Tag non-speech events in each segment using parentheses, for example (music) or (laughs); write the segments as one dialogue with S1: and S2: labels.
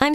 S1: I'm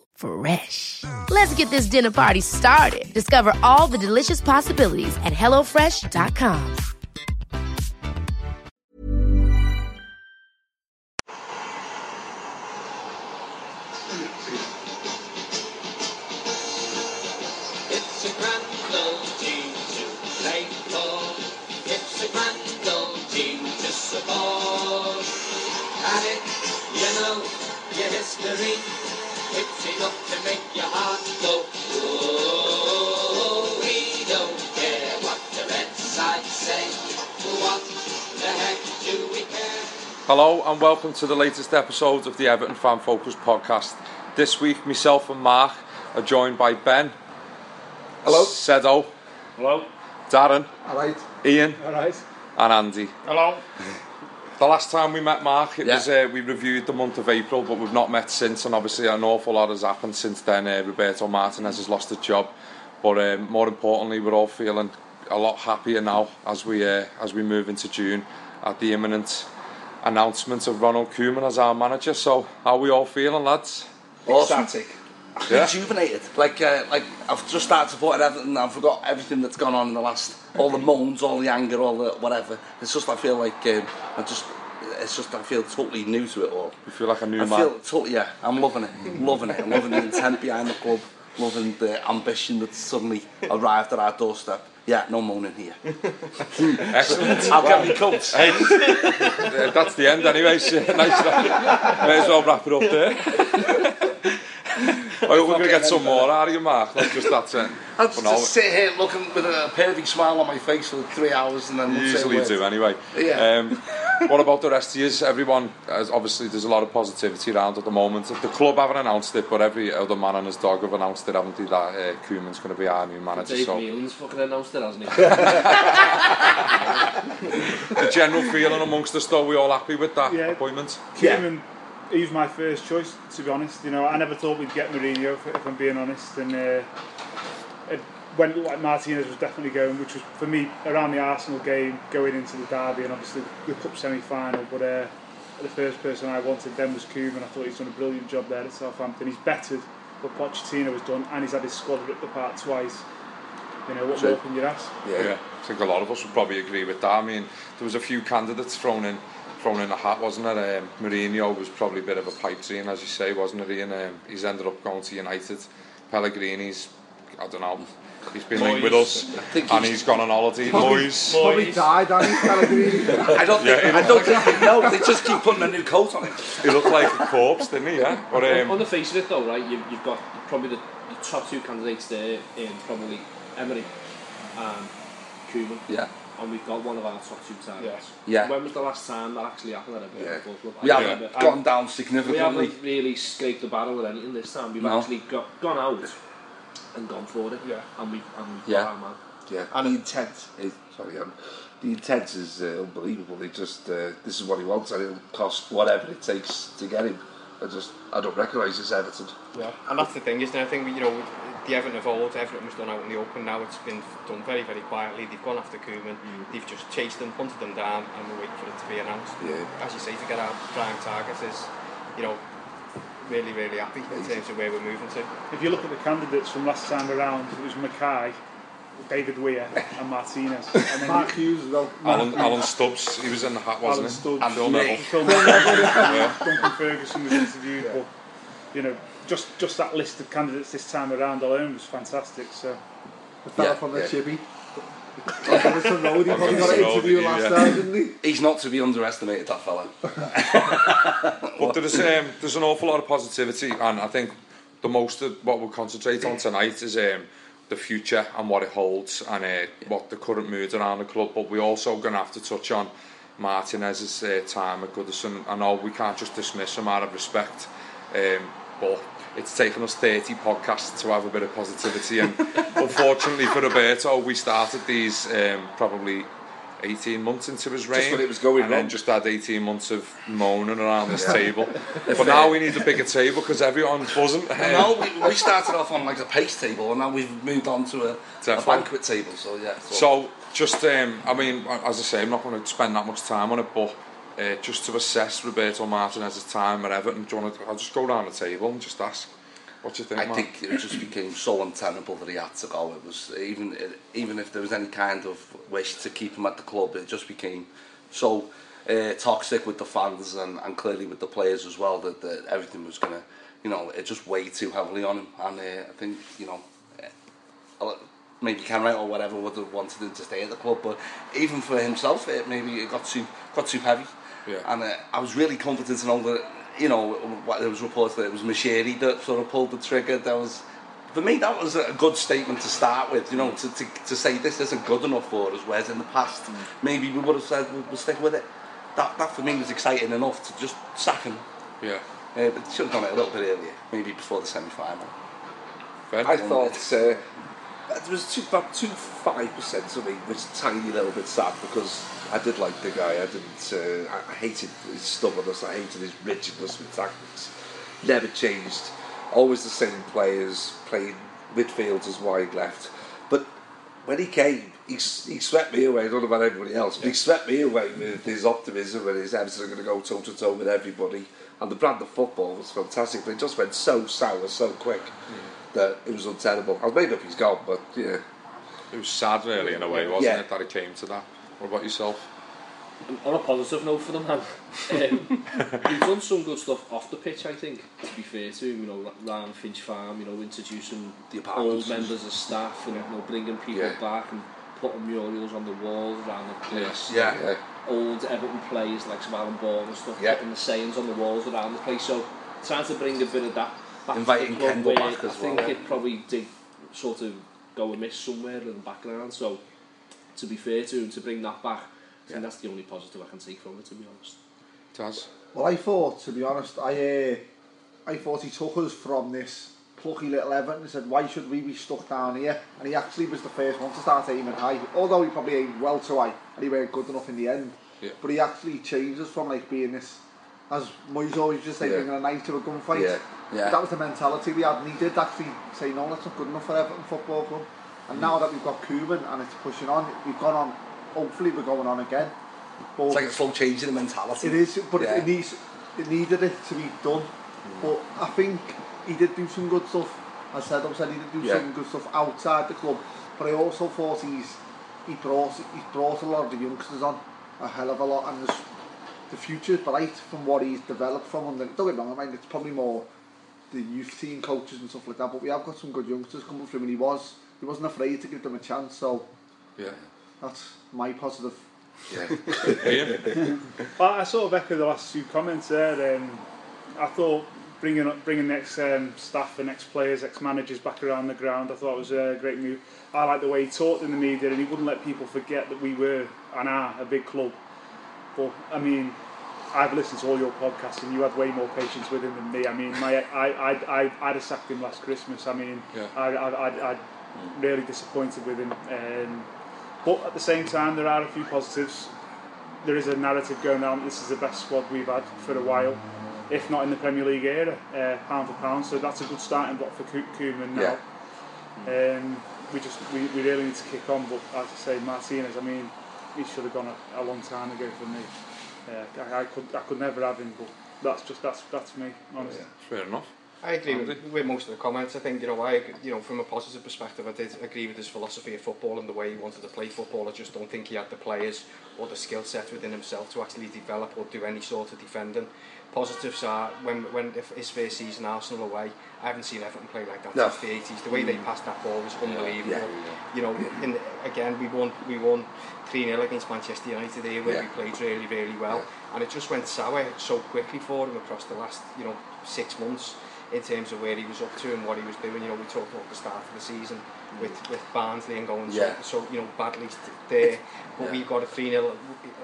S2: Fresh. Let's get this dinner party started. Discover all the delicious possibilities at hellofresh.com.
S3: It's a grand old team to play for. It's a grand old team to support. And it, you know, your history. It's enough to make your heart go. Oh, we don't care what the red side say. What the heck do we care?
S4: Hello and welcome to the latest episode of the Everton Fan Focus podcast. This week, myself and Mark are joined by Ben. Hello. Sedo.
S5: Hello.
S4: Darren.
S6: All right.
S4: Ian.
S6: All right.
S4: And Andy.
S5: Hello.
S4: The last time we met Mark, it
S3: Yeah.
S4: was uh, we reviewed the month of April, but we've not met since, and obviously an awful lot has happened since then. Uh, Roberto Martinez has lost his job, but um, more importantly, we're all feeling a lot happier now as we uh, as we move into June at the imminent announcement of Ronald Koeman as our manager. So, how are we all feeling, lads?
S6: Ecstatic.
S4: Yeah.
S6: Rejuvenated. Like, uh, like I've just started supporting Everton and I forgot everything that's gone on in the last, all the moans, all the anger, all the whatever. It's just, I feel like, um, I just, it's just, I feel totally new to it all.
S4: You feel like a new
S6: I
S4: man.
S6: feel totally, yeah, I'm loving it. loving it. I'm loving the intent behind the club. Loving the ambition that's suddenly arrived at our doorstep. Yeah, no moaning here.
S4: (laughs) Excellent.
S6: I'll get me coats.
S4: Hey, uh, that's the end anyway. so nice one. May as well wrap it up there.
S6: (laughs)
S4: I hope we're going to get some more out of you, Mark. Not just that's it.
S6: I'll just,
S4: For now.
S6: just sit here looking with a perfect smile on my face for three hours and then
S4: You
S6: we'll say a
S4: usually
S6: word.
S4: do anyway.
S6: Yeah.
S4: Um, what about the rest of yous? Everyone, as obviously, there's a lot of positivity around at the moment. The club haven't announced it, but every other man and his dog have announced it, haven't they? That uh, Koeman's going to be our new manager.
S7: Dave
S4: so
S7: Nealon's fucking announced it, hasn't
S6: (laughs)
S7: he?
S4: the general feeling amongst us, though, we all happy with that appointment.
S8: Kieran, he was my first choice, to be honest. You know, I never thought we'd get Mourinho, if, if I'm being honest. And uh, it went like Martinez was definitely going, which was for me around the Arsenal game, going into the derby, and obviously the cup semi-final. But uh, the first person I wanted then was Koeman. I thought he's done a brilliant job there at Southampton. He's bettered what Pochettino has done, and he's had his squad ripped apart twice. You know, what
S6: True.
S8: more can you ask?
S4: Yeah, I think a lot of us would probably agree with that. I mean, there was a few candidates thrown in, thrown in a hat, wasn't there? Um, Mourinho was probably a bit of a pipe dream, as you say, wasn't it? Ian? um, he's ended up going to United. Pellegrini's, I don't know, he's been linked with us,
S6: think
S4: and
S6: he's-
S4: he's gone on holiday. Moyes.
S5: Probably died.
S6: (laughs) I don't think,
S4: Yeah,
S6: I don't think they know. They just keep putting a new coat on him.
S4: he looked like a corpse, didn't he? Yeah. But,
S7: On
S4: um,
S7: the face of it, though, right, you've, you've got probably the, the top two candidates there in probably Emery and Koeman,
S6: Yeah.
S7: and we've got one of our top two targets.
S6: Yeah. Yeah.
S7: When was the last time that actually happened at Everton
S6: Yeah.
S7: Football Club? I
S6: We haven't
S7: remember-
S6: gone down
S7: we
S6: significantly.
S7: haven't really scraped the barrel with anything this time. We've
S6: No.
S7: actually got, gone out and gone for it,
S8: Yeah.
S7: and we've, and we've
S6: Yeah.
S7: got our man.
S9: Yeah, and the intent is sorry, um, the intent is uh, unbelievable. They just uh, this is what he wants, and it'll cost whatever it takes to get him. I just I don't recognise this Everton.
S5: Yeah. And that's the thing, isn't it? I think you know the Everton of old, Everton was done out in the open. Now it's been done very, very quietly. They've gone after Koeman. They've just chased them, punted them down, and we're waiting for it to be announced.
S9: Yeah.
S5: As you say, to get our prime target is, you know, really, really happy in terms of where we're moving to.
S8: If you look at the candidates from last time around, it was Mackay, David Weir, and Martinez. And then Mark Hughes, though.
S4: Alan, Alan Stubbs, he was in the hat, wasn't
S8: Alan
S4: he?
S8: Stubbs.
S4: Phil
S8: And
S4: Neville. (laughs)
S8: Phil (laughs) Neville. Duncan Ferguson was interviewed, but you know, just just that list of candidates this time around alone was fantastic. So (laughs)
S9: Yeah, yeah.
S6: chippy.
S10: Anderson Road, he probably got an
S4: Anderson Road,
S10: interview
S4: yeah.
S10: last time, didn't he?
S6: He's not to be underestimated, that fella.
S4: (laughs) But there's um, there's an awful lot of positivity, and I think the most of what we'll concentrate on tonight is um, the future and what it holds, and uh, what the current mood around the club. But we're also going to have to touch on Martinez's uh, time at Goodison. I know we can't just dismiss him out of respect, um, but it's taken us 30 podcasts to have a bit of positivity, and (laughs) unfortunately for Roberto, we started these um, probably. 18 months into his reign
S9: when it was going
S4: and then
S9: wrong.
S4: just had 18 months of moaning around this
S6: (laughs)
S4: table. But now we need a bigger table because everyone's buzzing.
S6: no, we, we started off on like a pace table, and now we've moved on to a, a
S4: Definitely.
S6: banquet table. So yeah.
S4: So just, um, I mean, as I say, I'm not going to spend that much time on it, but uh, just to assess Roberto Martinez's time at Everton, do you want to, I'll just go round the table and just ask, what do you think,
S6: I
S4: Mark?
S6: think it just became so untenable that he had to go. It was even even if there was any kind of wish to keep him at the club, it just became so uh, toxic with the fans and, and clearly with the players as well that, that everything was gonna, you know, it just weighed too heavily on him. And uh, I think you know, uh, maybe Canwright or whatever would have wanted him to stay at the club, but even for himself, it maybe it got too got too heavy.
S4: Yeah.
S6: And uh, I was really confident to know that you know what there was reports that it was Machiri that sort of pulled the trigger. That was for me that was a good statement to start with. You know to, to, to say this isn't good enough for us. Whereas in the past maybe we would have said we'll, we'll stick with it. That that for me was exciting enough to just sack him.
S4: Yeah.
S9: Eh,
S6: Uh, but should have done it a little bit earlier, maybe before the semi final.
S4: Ben?
S9: I thought uh, it was two, about two five percent to me, which is a tiny little bit sad because I did like the guy. I didn't. Uh, I- I hated his stubbornness. I hated his rigidness with tactics. Never changed. Always the same players playing midfield as wide left. But when he came, he, s- he swept me away. I don't know about everybody else, but he swept me away with his optimism and his Everton are going to go toe to toe with everybody. And the brand of football was fantastic, but it just went so sour so quick that it was untenable. I was made up he's gone, but yeah.
S4: It was sad, really, in a way, wasn't
S9: Yeah.
S4: it, that it came to that? What about yourself?
S7: On a positive note for the man, (laughs) um, he's done some good stuff off the pitch. I think to be fair to him, you know, round Finch Farm, you know, introducing
S6: The apartments.
S7: old members of staff and you know bringing people
S9: Yeah.
S7: back and putting murals on the walls around the place.
S6: Yeah.
S9: yeah.
S7: Old Everton players like some Alan Ball and stuff,
S9: Yeah.
S7: putting the sayings on the walls around the place. So trying to bring a bit of that. Back to
S6: Inviting
S7: the club
S6: Kendall
S7: where
S6: back as
S7: I
S6: well,
S7: think
S6: yeah.
S7: it probably did sort of go amiss somewhere in the background. So to be fair to him, to bring that back, I think that's the only positive I can take from it. To be honest.
S4: Taz?
S10: Well, I thought, to be honest, I uh, I thought he took us from this plucky little Everton and said, why should we be stuck down here? And he actually was the first one to start aiming high, although he probably aimed well too high and he weren't good enough in the end.
S4: Yeah.
S10: But he actually changed us from like being this, as Moyes always just say,
S9: Yeah.
S10: bringing a knife to a gunfight.
S9: Yeah,
S6: yeah.
S10: That was the mentality we had, and he did actually say, no, that's not good enough for Everton Football Club. And now that we've got Cuban and it's pushing on, we've gone on, Um, hopefully we're going on again. But
S6: It's like a slow change in the mentality.
S10: It is, but
S6: Yeah.
S10: it needs it needed it to be done. But I think he did do some good stuff. As I said, I said he did do
S9: Yeah.
S10: some good stuff outside the club. But I also thought he's he brought he's brought a lot of the youngsters on a hell of a lot, and there's, the future's bright from what he's developed from. under don't get me wrong, I mean it's probably more the youth team coaches and stuff like that. But we have got some good youngsters coming through, and he was he wasn't afraid to give them a chance. So
S4: Yeah.
S10: that's my positive.
S8: (laughs)
S4: Ian?
S8: I, I sort of echo the last few comments there. Um, I thought bringing up, bringing the ex um, staff and ex players, ex managers back around the ground, I thought it was a great move. I like the way he talked in the media and he wouldn't let people forget that we were and are a big club. But I mean, I've listened to all your podcasts and you had way more patience with him than me. I mean, my I I I I'd have sacked him last Christmas. I mean,
S4: Yeah.
S8: I I I'd, I'd really disappointed with him. Um, but at the same time, there are a few positives. There is a narrative going on. This is the best squad we've had for a while, if not in the Premier League era, uh, pound for pound. So that's a good starting block for Ko- Koeman now. Um, we just we, we really need to kick on. But as I say, Martinez, I mean, he should have gone a, a long time ago for me. Uh, I, I could I could never have him, but that's just that's that's me, honestly.
S4: Fair enough.
S5: I agree with, with most of the comments. I think you know, I ag- you know, from a positive perspective, I did agree with his philosophy of football and the way he wanted to play football. I just don't think he had the players or the skill set within himself to actually develop or do any sort of defending. Positives are when when if his first season Arsenal away, I haven't seen Everton play like that
S6: No. Mm.
S5: since the 80s. The way they passed that ball was unbelievable.
S6: Yeah.
S5: You know, in again, we won we won three 0 against Manchester United here, where
S9: Yeah.
S5: we played really really well, and it just went sour so quickly for him across the last you know six months in terms of where he was up to and what he was doing. You know, we talked about the start of the season with with Barnsley and going
S9: Mm. Yeah.
S5: so, so you know badly t-
S9: (laughs)
S5: there, but
S9: Yeah.
S5: we got a three 0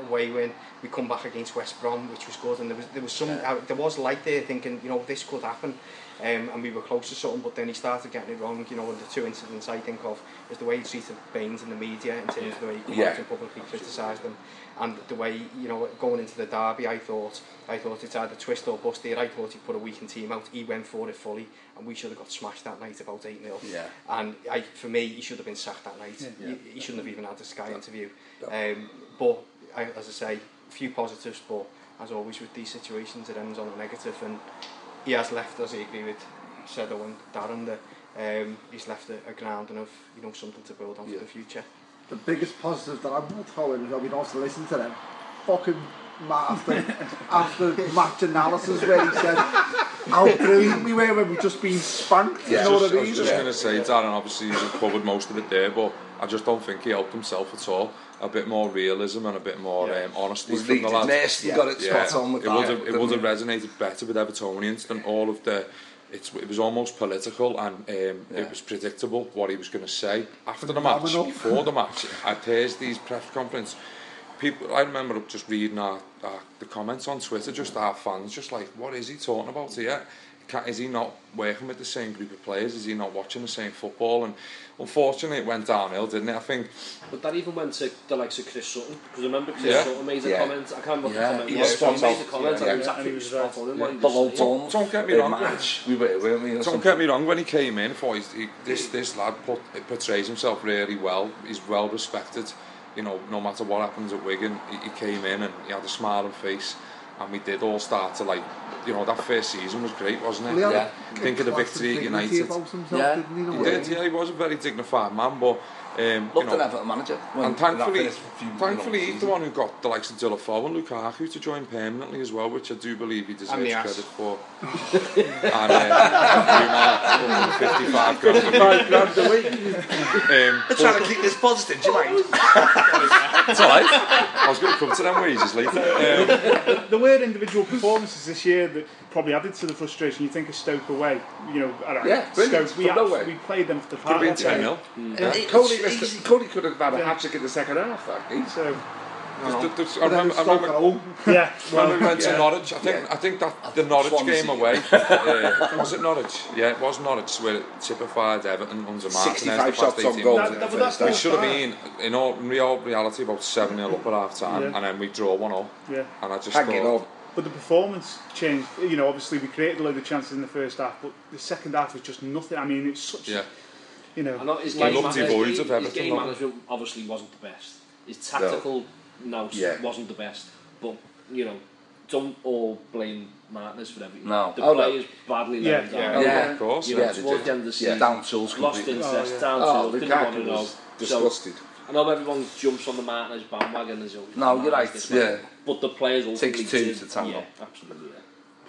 S5: away win. We come back against West Brom, which was good, and there was there was some
S9: Yeah.
S5: uh, there was light there thinking you know this could happen. Um, and we were close to something, but then he started getting it wrong. You know, and the two incidents I think of is the way he treated Baines in the media in terms of the way he come
S9: Yeah.
S5: out and publicly criticised them, and the way you know going into the derby, I thought I thought it's either twist or bust here. I thought he put a weakened team out. He went for it fully, and we should have got smashed that night about eight 0
S9: Yeah.
S5: And I, for me, he should have been sacked that night. He, he shouldn't have even had a Sky interview. Um, but I, as I say, few positives, but as always with these situations, it ends on a negative, and he has left, as I agree with Sedo and Darren, that um, he's left a, a grounding of you know something to build on for the future.
S10: the biggest positive that I'm going to throw in is that we don't have to listen to them. Fucking Matt after, after match analysis where he said how brilliant we were when we just been spanked.
S9: Yeah.
S10: You know
S9: Just-
S10: what I
S4: I
S10: mean?
S4: was just going to say, Darren obviously he's covered most of it there, but I just don't think he helped himself at all. A bit more realism and a bit more um, honesty
S6: Was
S4: from the
S6: needed.
S4: lad.
S6: Nasty got it
S4: Yeah,
S6: spot on with
S4: it
S6: that.
S4: would have it would have resonated better with Evertonians than all of the. It's, it was almost political and um, it was predictable what he was going to say after the match,
S10: Phenomenal.
S4: before the match. At Thursday's press conference, people. I remember just reading our, our, the comments on Twitter, just our fans, just like, what is he talking about here? Can, is he not working with the same group of players? Is he not watching the same football? And unfortunately, it went downhill, didn't it? I think
S7: But that even went to the likes of Chris Sutton, because remember Chris
S4: Yeah.
S7: Sutton made a
S6: Yeah.
S7: comment, I can't remember
S6: Yeah,
S7: what the comment
S6: he
S7: was,
S6: was
S7: but
S6: spot
S7: he made a
S6: on.
S7: comment
S6: Yeah.
S7: and it was
S8: Yeah, and
S7: absolutely
S8: he was
S7: spot on in what he
S6: Below
S7: was saying.
S6: Bournemouth.
S4: Don't get me
S6: in
S4: wrong.
S6: March, we were, weren't we? or
S4: Don't
S6: something?
S4: get me wrong, when he came in, I thought he's, he, this, this lad put, portrays himself really well. He's well respected, you know, no matter what happens at Wigan. He, he came in and he had a smiling face, and we did all start to like, you know, that first season was great, wasn't it?
S10: Well, he had
S6: Yeah.
S10: a
S4: Think of the
S10: class
S4: victory at
S10: dignity
S4: United.
S10: About himself,
S6: Yeah.
S10: didn't he, in a
S6: He
S4: He
S10: way?
S4: did, yeah, he was a very dignified man, but. Um, you
S6: Loved an
S4: know,
S6: Everton manager. when-
S4: and thankfully,
S6: in that first few
S4: thankfully he's
S6: months.
S4: the one who got the likes of Dillafo and Lukaku to join permanently as well, which I do believe he deserves
S5: And the
S4: credit
S5: ass.
S4: for. and uh, you know, 55 grand a week. Um,
S6: They're trying to keep this positive, do you
S9: (laughs)
S6: mind?
S4: it's all right. I was going to come to them
S8: (laughs)
S4: wages
S6: (laughs)
S4: later. Um,
S8: There were
S4: (laughs)
S8: individual performances this year that probably added to the frustration. You think of Stoke away, you know, I don't know,
S6: Yeah, brilliant,
S8: Stoke, we,
S6: from
S8: abs-
S6: nowhere. Mm.
S8: we played them for the
S4: could
S8: part.
S4: have been 10 0.
S8: Mm.
S6: Uh, It's
S9: Cody,
S6: easy.
S9: missed a- Cody could have had a hat trick in the second half. That game.
S8: So,
S4: I
S10: But then
S4: remember,
S10: it's
S4: I
S10: Stoke
S4: remember
S10: at home.
S8: yeah,
S4: when we
S8: well,
S4: went to Norwich, I think I think that the Norwich
S6: Swansea,
S4: game away uh, was it Norwich? Yeah, it was Norwich where it typified Everton under Martinez the
S6: 65
S4: past
S6: shots
S4: 18
S6: on goal.
S8: That-
S6: in
S8: that-
S6: the
S8: that's
S6: first
S4: We
S8: not-
S6: half.
S4: should have been in all in real reality about seven 0 up at half time,
S8: Yeah.
S4: and then we draw one all.
S8: Yeah.
S4: And I just
S6: Hanging
S4: thought,
S6: on.
S8: but the performance changed. You know, obviously we created a load of chances in the first half, but the second half was just nothing. I mean, it's such,
S4: yeah,
S8: you know,
S7: I know his
S4: He
S7: game, man-
S4: looked
S7: his
S4: devoid
S7: game-
S4: of
S7: his
S4: everything,
S7: game
S4: though.
S7: management obviously wasn't the best. His tactical nous
S6: Yeah.
S7: wasn't the best. But, you know, don't all blame Martinez for everything.
S6: No.
S7: The
S6: Oh, no.
S7: players badly
S8: Yeah,
S7: let him down.
S4: Oh,
S6: Yeah.
S4: of course.
S7: You
S4: yeah.
S7: know,
S6: Yeah, they
S7: towards
S6: did.
S7: the end of the
S6: Yeah,
S7: season,
S6: down tools
S7: lost
S6: completely.
S7: interest,
S8: Oh, yeah.
S7: down
S6: Oh,
S7: tools, didn't want to
S6: Lukaku
S7: know.
S6: was disgusted.
S7: So, I know everyone jumps on the Martinez bandwagon as always.
S6: No, you're
S7: Martinez
S6: right,
S7: this, that.
S6: yeah.
S7: But the players ultimately
S6: two
S7: did-
S6: to tango.
S7: Yeah, absolutely. Yeah.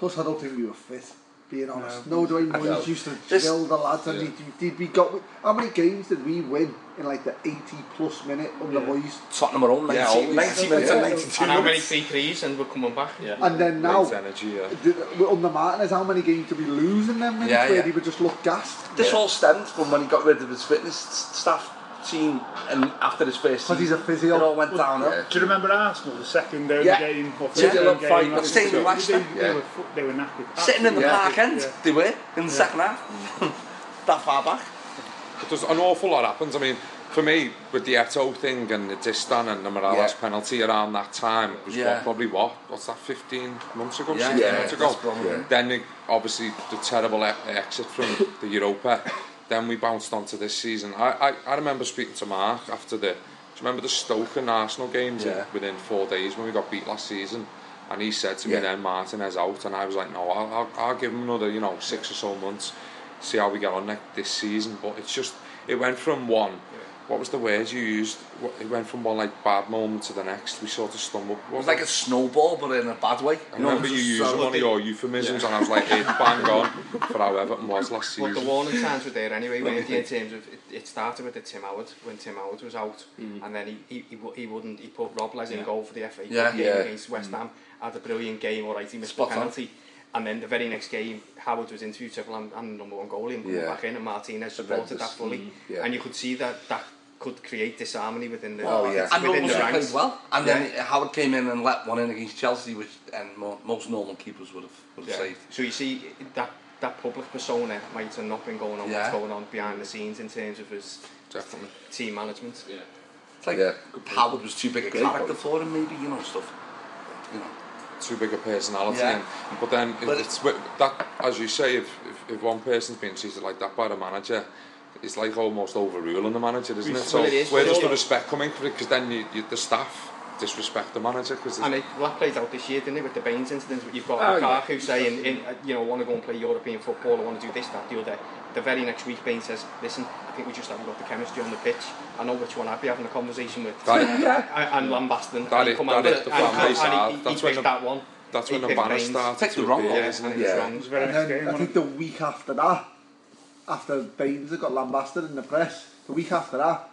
S10: Plus, I don't think we were fit. Being honest, no, Dwayne
S6: I
S10: Moyes
S6: don't.
S10: used to
S6: This-
S10: drill the lads, and
S6: Yeah.
S10: he, did we got how many games did we win in like the 80 plus minute under Moyes?
S6: Tottenham are on
S4: Yeah,
S6: 90
S4: always.
S6: 90 minutes and
S10: Yeah.
S6: 92
S5: And how many
S6: minutes.
S5: free threes and we're coming back?
S10: And then now,
S4: Great energy. Yeah.
S10: Did, well, under Martinez, how many games did we lose in them minutes
S6: Yeah,
S10: where
S6: yeah.
S10: he would just look gassed?
S6: This all stemmed from when he got rid of his fitness s- staff team and after his first
S10: Because
S6: season.
S10: he's a physio.
S6: It all went downhill.
S8: Do you remember Arsenal, the second uh,
S6: Yeah.
S8: game? Or
S6: Yeah.
S8: first
S6: Yeah.
S8: game,
S6: Fight.
S8: that
S6: That's
S8: was-
S6: the same with
S8: they,
S6: Leicester.
S8: they
S6: Yeah.
S8: were, fu- they were knackered.
S6: Sitting in the
S8: Absolutely.
S6: park end,
S8: Yeah.
S6: they were, in the second half. that far back.
S4: But there's an awful lot happens. I mean, for me, with the Eto thing and the Distan and the Morales
S6: Yeah.
S4: penalty around that time was
S6: Yeah.
S4: what, probably what? What's that, 15 months ago?
S6: Yeah,
S4: 16
S6: yeah,
S4: months
S6: that's
S4: ago?
S6: probably- Yeah.
S4: Then, the- obviously, the terrible e- exit from the Europa. Then we bounced onto this season. I, I, I remember speaking to Mark after the. Do you remember the Stoke and Arsenal games in-
S6: Yeah.
S4: within four days when we got beat last season? And he said to me
S6: Yeah.
S4: then, Martinez out, and I was like, no, I'll, I'll, I'll give him another, you know, six or so months, see how we get on next, this season. But it's just, it went from one what was the word you used? Wh- It went from one like bad moment to the next. We sort of stumbled. What
S6: was like a snowball, but in a bad way.
S4: I remember you using one of your euphemisms, and I was like,
S6: (laughs)
S4: it's bang on for how Everton was last
S5: But the
S4: season.
S5: warning signs were there anyway, weren't they, in terms of it, it started with the Tim Howard when Tim Howard was out, and then he, he, he, w- he wouldn't he put Rob Les in goal for the FA Cup
S6: Mm. Yeah.
S5: game
S6: Yeah. Mm.
S5: against West Ham, had a brilliant game, all right, he missed
S6: Spot
S5: the
S6: on.
S5: penalty. And then the very next game, Howard was interviewed, said, well, I'm, I'm the number one goalie, and
S6: Yeah.
S5: yeah. back in, and Martinez supported that
S6: Horrendous.
S5: fully.
S6: Yeah.
S5: And you could see that that could create disharmony within the,
S6: Oh, yeah. And
S5: within
S6: Norman
S5: the
S6: played
S5: ranks.
S6: well. And
S5: Yeah.
S6: then Howard came in and let one in against Chelsea, which and mo- most normal keepers would have would have
S5: Yeah.
S6: saved.
S5: So you see that that public persona might have not been going on
S6: Yeah.
S5: what's going on behind the scenes in terms of his
S4: Definitely.
S5: team management.
S7: Yeah.
S6: It's like
S9: Yeah.
S6: Howard was too big a
S9: Great
S6: character
S9: point.
S6: for him, maybe you know stuff. You know,
S4: too big a personality.
S6: Yeah.
S4: And, but then it,
S6: But
S4: it's wi- that, as you say, if, if, if one person's being treated like that by the manager, it's like almost overruling the manager, isn't it? So
S5: Well, it is,
S4: where
S5: but
S4: does the
S5: also-
S4: respect come in? Because then you, you, the staff disrespect the manager because
S5: And it, well, that plays out this year, didn't it, with the Baines incident? You've got
S6: Oh, yeah.
S5: Lukaku saying, in, uh, you know, I want to go and play European football, I want to do this, that, the other. The very next week, Baines says, listen, I think we just haven't got the chemistry on the pitch. I know which one I'd be having a conversation with. (laughs)
S4: That-
S5: I- and lambasting.
S4: That
S5: and
S4: is-
S5: come
S4: that
S5: out
S4: is
S5: with-
S4: the
S5: and-
S4: family
S5: and he-
S4: side.
S5: he- He,
S4: That's
S5: picked
S4: when the-
S5: that one.
S4: that's
S5: He
S4: when the
S5: picked
S4: banner
S5: Baines.
S4: started.
S6: Take
S4: to
S6: the wrong
S4: appear,
S6: one.
S4: isn't it?
S5: And it was
S6: Yeah.
S5: wrong.
S8: It was a very
S10: and
S8: nice
S10: then
S8: game.
S10: I
S8: wasn't
S10: think
S8: it?
S10: the week after that, after Baines had got lambasted in the press, the week after that,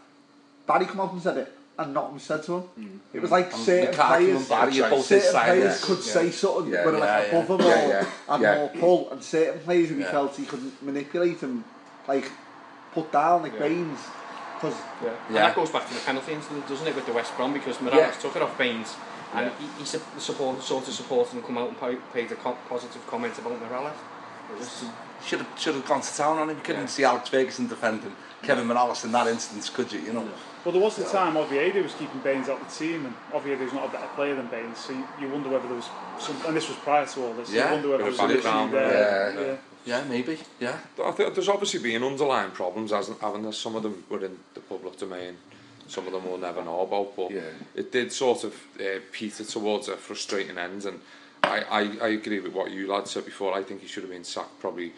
S10: Barry come out and said it, and Nottingham said to him. It was like certain
S6: Lukaku and
S10: players,
S6: Barry are both
S10: certain
S6: inside
S10: players
S6: there.
S10: could say something,
S9: Yeah,
S10: but were like
S6: yeah,
S10: above them
S6: yeah.
S9: Yeah,
S10: all
S9: yeah,
S10: and
S9: yeah.
S10: more pull, and certain players who he
S6: Yeah.
S10: felt he could manipulate and like put down, like Baines, because
S5: Yeah. And
S6: Yeah.
S5: that goes back to the penalty incident, doesn't it, with the West Brom because Morales
S6: Yeah.
S5: took it off Baines and he, he su- support, sort of supported and come out and pa- paid a co- positive comment about Morales. It was,
S6: should have should have gone to town on him. You couldn't
S5: Yeah.
S6: see Alex Ferguson defending Kevin Morales in that instance, could you? You know,
S8: Well, there was the time Oviedo was keeping Baines out of the team, and Oviedo's not a better player than Baines, so you, you wonder whether there was some. And this was prior to all this.
S6: Yeah.
S8: You wonder whether there
S4: Bit
S8: was
S4: of
S8: an issue
S4: background, eh,
S8: there.
S9: yeah, yeah.
S6: yeah, maybe, yeah.
S4: I think there's obviously been underlying problems, hasn't haven't there? Some of them were in the public domain, some of them we'll never know about, but
S9: Yeah.
S4: it did sort of uh, peter towards a frustrating end. And I, I, I agree with what you lad said before. I think he should have been sacked probably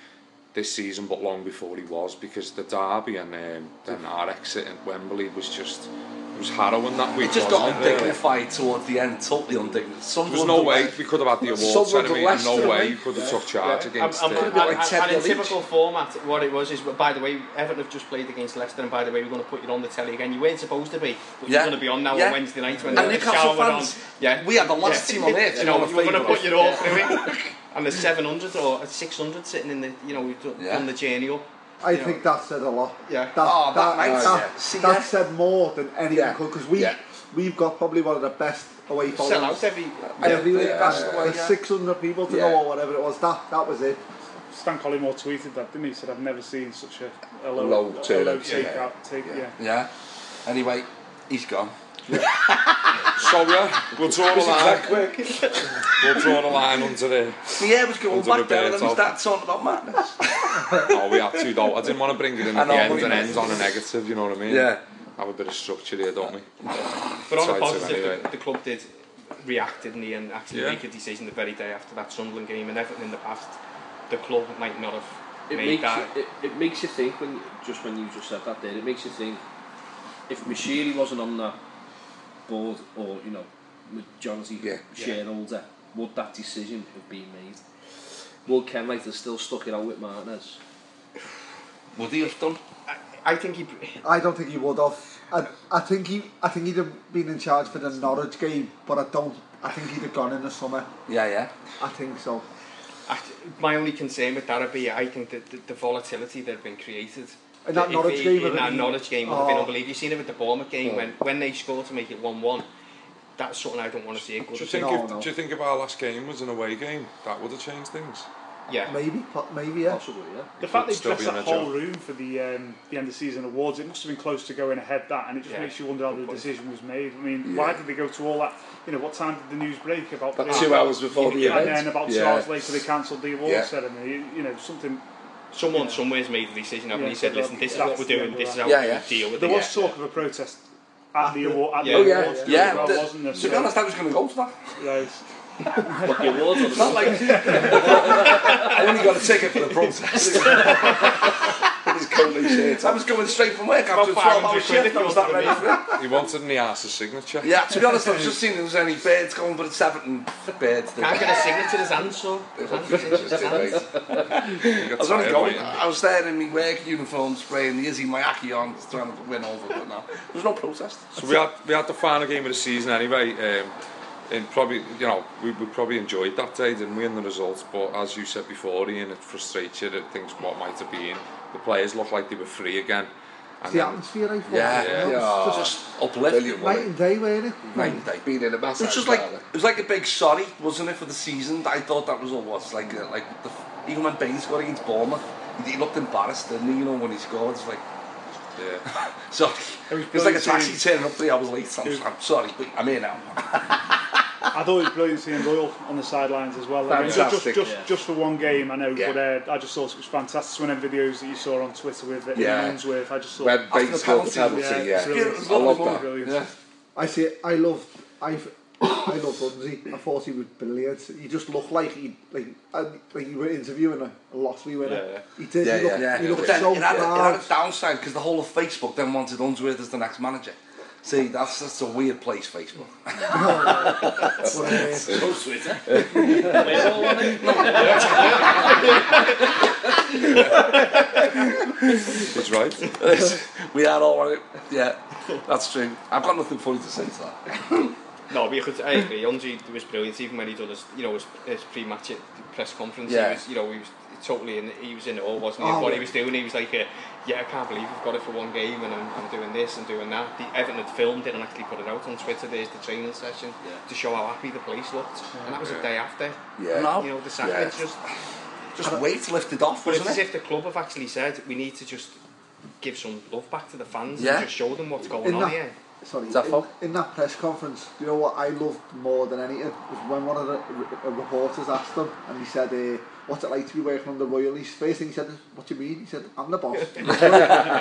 S4: this season, but long before he was, because the derby and um, then our exit in Wembley was just it was harrowing that week.
S6: It
S4: wasn't
S6: just got
S4: it, really?
S6: undignified towards the end, totally undignified.
S4: There was no way we could have had the award
S6: Sunderland
S4: ceremony, and
S6: Leicester,
S4: no way
S6: right?
S4: you could have took charge against.
S5: and,
S4: uh,
S5: and,
S6: been
S5: and,
S6: like Ted
S5: and in
S6: Leach.
S5: typical format, what it was is, well, by the way, Everton have just played against Leicester, and by the way, we're going to put you on the telly again. You weren't supposed to be, but
S6: Yeah.
S5: you're going to be on now
S6: Yeah.
S5: on Wednesday night when
S6: And
S5: the
S6: Newcastle
S5: shower
S6: fans,
S5: on. Yeah,
S6: we had the last team on
S5: (laughs)
S6: earth,
S5: You
S6: you know,
S5: know,
S6: on
S5: you're going to
S6: favour.
S5: put your all through it. And there's 700 or 600 sitting in the, you know, we've done,
S6: Yeah.
S5: done the journey up.
S10: I
S5: you know.
S10: think that said a lot.
S5: Yeah.
S10: That,
S6: Oh, that
S10: that,
S6: makes-
S10: that,
S6: yeah. See,
S10: that
S6: yeah.
S10: said more than anything
S9: Yeah.
S10: could, because we,
S9: Yeah.
S10: we've got probably one of the best away
S5: Sell out
S10: followers
S5: every.
S10: every week.
S9: yeah,
S10: and
S6: yeah,
S10: there's
S6: yeah.
S10: 600 people to
S9: Yeah.
S10: go or whatever it was. That that was it.
S8: Stan Collymore tweeted that, didn't he? He said, I've never seen such a, a low,
S9: Low
S8: a low
S9: turnout,
S8: take
S9: yeah.
S8: out. Take, yeah.
S6: Yeah. Anyway, he's gone.
S4: So yeah, we'll draw the line. We'll draw the line under the.
S6: Yeah, it was going
S4: Under
S6: back there and then we
S4: Roberto.
S6: started talking about madness.
S4: Oh, we had two though. I didn't want to bring it in
S6: I
S4: at the
S6: know,
S4: end
S6: but-
S4: and end on a negative. You know what I mean?
S6: Yeah.
S4: Have a bit of structure here, don't we?
S5: But on
S4: Tried
S5: a
S4: to,
S5: positive,
S4: anyway.
S5: the, the club did react, didn't he, and actually
S4: Yeah.
S5: make a decision the very day after that Sunderland game and Everton in the past. The club might not have
S7: It
S5: made
S7: makes
S5: that.
S7: you, it, it makes you think when just when you just said that there, it makes you think if Mashiri wasn't on that board or you know majority
S9: Yeah.
S7: shareholder, would that decision have been made? Would Ken Light have still stuck it out with Martinez?
S6: Would he have done?
S5: I think he.
S7: (laughs)
S10: I don't think he would have. I, I think he I think he'd have been in charge for the Norwich game, but I don't. I think he'd have gone in the summer.
S6: Yeah, yeah.
S10: I think so.
S5: I, my only concern with that would be I think that the, the volatility that had been created.
S10: In that
S5: If
S10: Norwich
S5: he-
S10: game,
S5: in
S10: I
S5: that
S10: think-
S5: Norwich game, would have been
S10: Oh.
S5: unbelievable. You've seen it with the Bournemouth game when, when they scored to make it one-one. That's something I don't want to see. at
S4: Do you
S5: Goodison.
S4: think?
S10: No,
S4: if,
S10: no.
S4: Do you think if our last game was an away game, that would have changed things?
S5: Yeah,
S10: Maybe, but maybe yeah.
S7: Possibly, yeah.
S8: The fact they
S4: Still
S8: dressed
S4: being
S8: that
S4: a
S8: whole
S4: joke.
S8: room for the um, the end of season awards, it must have been close to going ahead that, and it just
S5: Yeah.
S8: makes you wonder how
S5: Good
S8: the
S5: point.
S8: decision was made. I mean, why did they go to all that? You know, what time did the news break about
S9: About
S8: the-
S9: two hours before the
S8: And
S9: event.
S8: then about two
S9: Yeah.
S8: hours later, they cancelled the award
S9: Yeah.
S8: ceremony. You know, something.
S5: someone somewhere's made a decision haven't
S8: Yeah,
S5: he said,
S8: so
S5: listen, this is
S8: that's-
S5: what we're doing,
S8: yeah,
S5: this is
S8: right.
S5: how
S6: Yeah,
S5: we
S6: yeah.
S5: deal with
S8: There
S5: it.
S8: was talk of a protest at the award. At the
S5: Yeah.
S8: awards
S9: yeah,
S8: as
S6: yeah.
S8: well,
S6: The-
S8: wasn't there?
S6: To be
S8: So,
S6: honest, I was going to go to that.
S8: yeah,
S7: But the awards on the
S6: (laughs) Not (laughs) like I only got a ticket for the protest. It was Totally shit. I was coming straight from work after a 12 hour shift. I was that ready for it.
S4: He wanted an Arse's signature.
S6: Yeah, to be
S4: (laughs)
S6: honest, I was just seeing if there was any birds going, but it's happened birds. did.
S5: Can't get a signature his hand, so. His hand, his hand.
S4: He got
S6: I was only
S4: tired
S6: going.
S4: waiting.
S6: I was there in my work uniform spraying the Izzy Mayaki on, trying to win over, but no. There was no protest.
S4: So we had we had the final game of the season anyway, um, and probably you know we, we probably enjoyed that day, didn't we? In the results, but as you said before, Ian, it frustrates you that things what might have been. The players looked like they were free again. And
S10: The
S4: then-
S10: atmosphere, I thought.
S6: Yeah,
S10: you know,
S6: yeah.
S10: it's
S6: Just uplifting.
S9: Brilliant,
S10: Night and
S9: wasn't
S10: day, weren't it?
S6: Night and day.
S9: it? Being in a
S6: It
S9: massive.
S6: was just like it was like a big sorry, wasn't it, for the season? I thought that was all was like uh, like the, even when Bain scored against Bournemouth, he, he looked embarrassed, didn't he? You know when he scored, it's like
S4: yeah.
S6: (laughs) sorry.
S8: It was
S6: It was like a
S8: brilliant
S6: taxi turning up three hours late. I'm, I'm sorry, but I'm here now.
S8: I thought it was brilliant seeing Doyle on the sidelines as well. I mean, just, just,
S9: Fantastic.
S8: just,
S7: Yeah.
S8: just for one game, I know,
S6: Yeah.
S8: but uh, I just thought it was fantastic. Some of them videos that you saw on Twitter with uh,
S6: Yeah.
S8: Ian Ainsworth, I just saw.
S9: When
S6: After
S9: Bates
S6: the
S9: scored the
S6: penalty,
S9: penalty,
S8: yeah,
S9: yeah.
S8: brilliant.
S9: I love
S6: Brilliant.
S9: that.
S8: Brilliant.
S6: Yeah.
S10: I see. I love. I I love Runzi. I thought he was brilliant. He just looked like he like uh, like you were interviewing a, a lottery winner.
S4: Yeah, yeah.
S10: He did.
S6: Yeah,
S10: he
S6: yeah,
S10: looked,
S6: yeah.
S10: He
S6: But
S10: looked
S6: then
S10: so
S6: it, had a, it had
S10: proud.
S6: a downside because the whole of Facebook then wanted Unsworth as the next manager. See, that's that's a weird
S10: (laughs)
S6: place, Facebook.
S10: Oh,
S6: (laughs)
S10: But, uh,
S7: Go Twitter.
S10: (laughs)
S7: We're all on it.
S4: He's right.
S6: (laughs) we are all on it. Yeah, that's true. I've got nothing funny to say to that.
S5: (laughs) No, but you could, I agree. Onzi was brilliant, even when he done his, you know, his, his pre-match at the press conference.
S6: Yeah.
S5: He was, you know, he was totally in. He was in awe, wasn't he? of
S10: Oh,
S5: what
S10: yeah.
S5: he was doing, he was like, uh, "Yeah, I can't believe we've got it for one game, and I'm, I'm doing this and doing that." The Everton had filmed it and actually put it out on Twitter. There's the training session to show how happy the place looked, and that was the day after.
S6: Yeah.
S5: No. you know, the Saturday
S6: Yeah.
S5: it's just.
S6: Just weight lifted off,
S5: But it's
S6: wasn't
S5: as
S6: it?
S5: if the club have actually said we need to just give some love back to the fans
S6: Yeah.
S5: and just show them what's going
S10: in
S5: on
S10: that,
S5: here.
S10: sorry,
S6: that
S10: in,
S6: fault?
S10: in that press conference, do you know what I loved more than anything was when one of the r- uh, reporters asked him, and he said, uh, "What's it like to be working under Royal?" His first thing he said, is, "What do you mean?" He said, "I'm the
S6: (laughs)
S10: boss."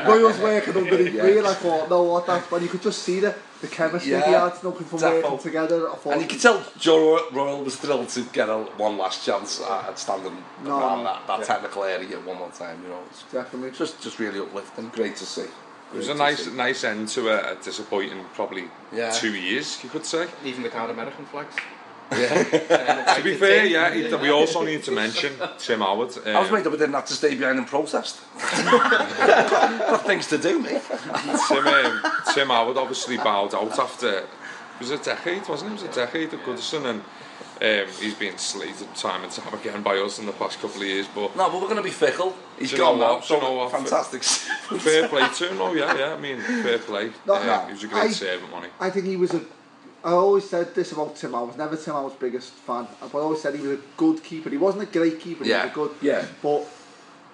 S10: Royal's working under the Royal. I thought, "No, what that's," but you could just see the the chemistry
S6: Yeah.
S10: they had, nothing from
S6: That
S10: working
S6: fault.
S10: together. I thought,
S6: And you could tell Joe Royal was thrilled to get a, one last chance at at standing
S10: No.
S6: around that, that technical area one more time. You know, it's
S10: definitely.
S6: it's just just really uplifting. Great to see.
S4: It was a nice nice end to a, a disappointing probably
S6: Yeah.
S4: two years you could say.
S5: Even without American flags.
S4: (laughs) To be fair, yeah, it- we also need to mention Tim Howard.
S6: I was
S4: um,
S6: made up I didn't have to stay behind and protest. Got things to do, mate.
S4: Tim, um, Tim Howard obviously bowed out after it was a decade, wasn't it? It was a decade at Goodison, and um, he's been slated time and time again by us in the past couple of years. But
S6: No, but we're going to be fickle. He's
S4: Do you
S6: gone
S4: know
S6: now.
S4: what? Do you know
S6: so
S4: what?
S6: Fantastic.
S4: fair play to him, oh yeah, yeah. I mean, fair play.
S10: No,
S4: um,
S10: no,
S4: He was a great
S10: I-
S4: servant, money.
S10: I think he was a. I always said this about Tim. I was never Tim Howard's biggest fan, but I always said he was a good keeper. He wasn't a great keeper.
S6: Yeah,
S10: He was a good.
S6: yeah.
S10: But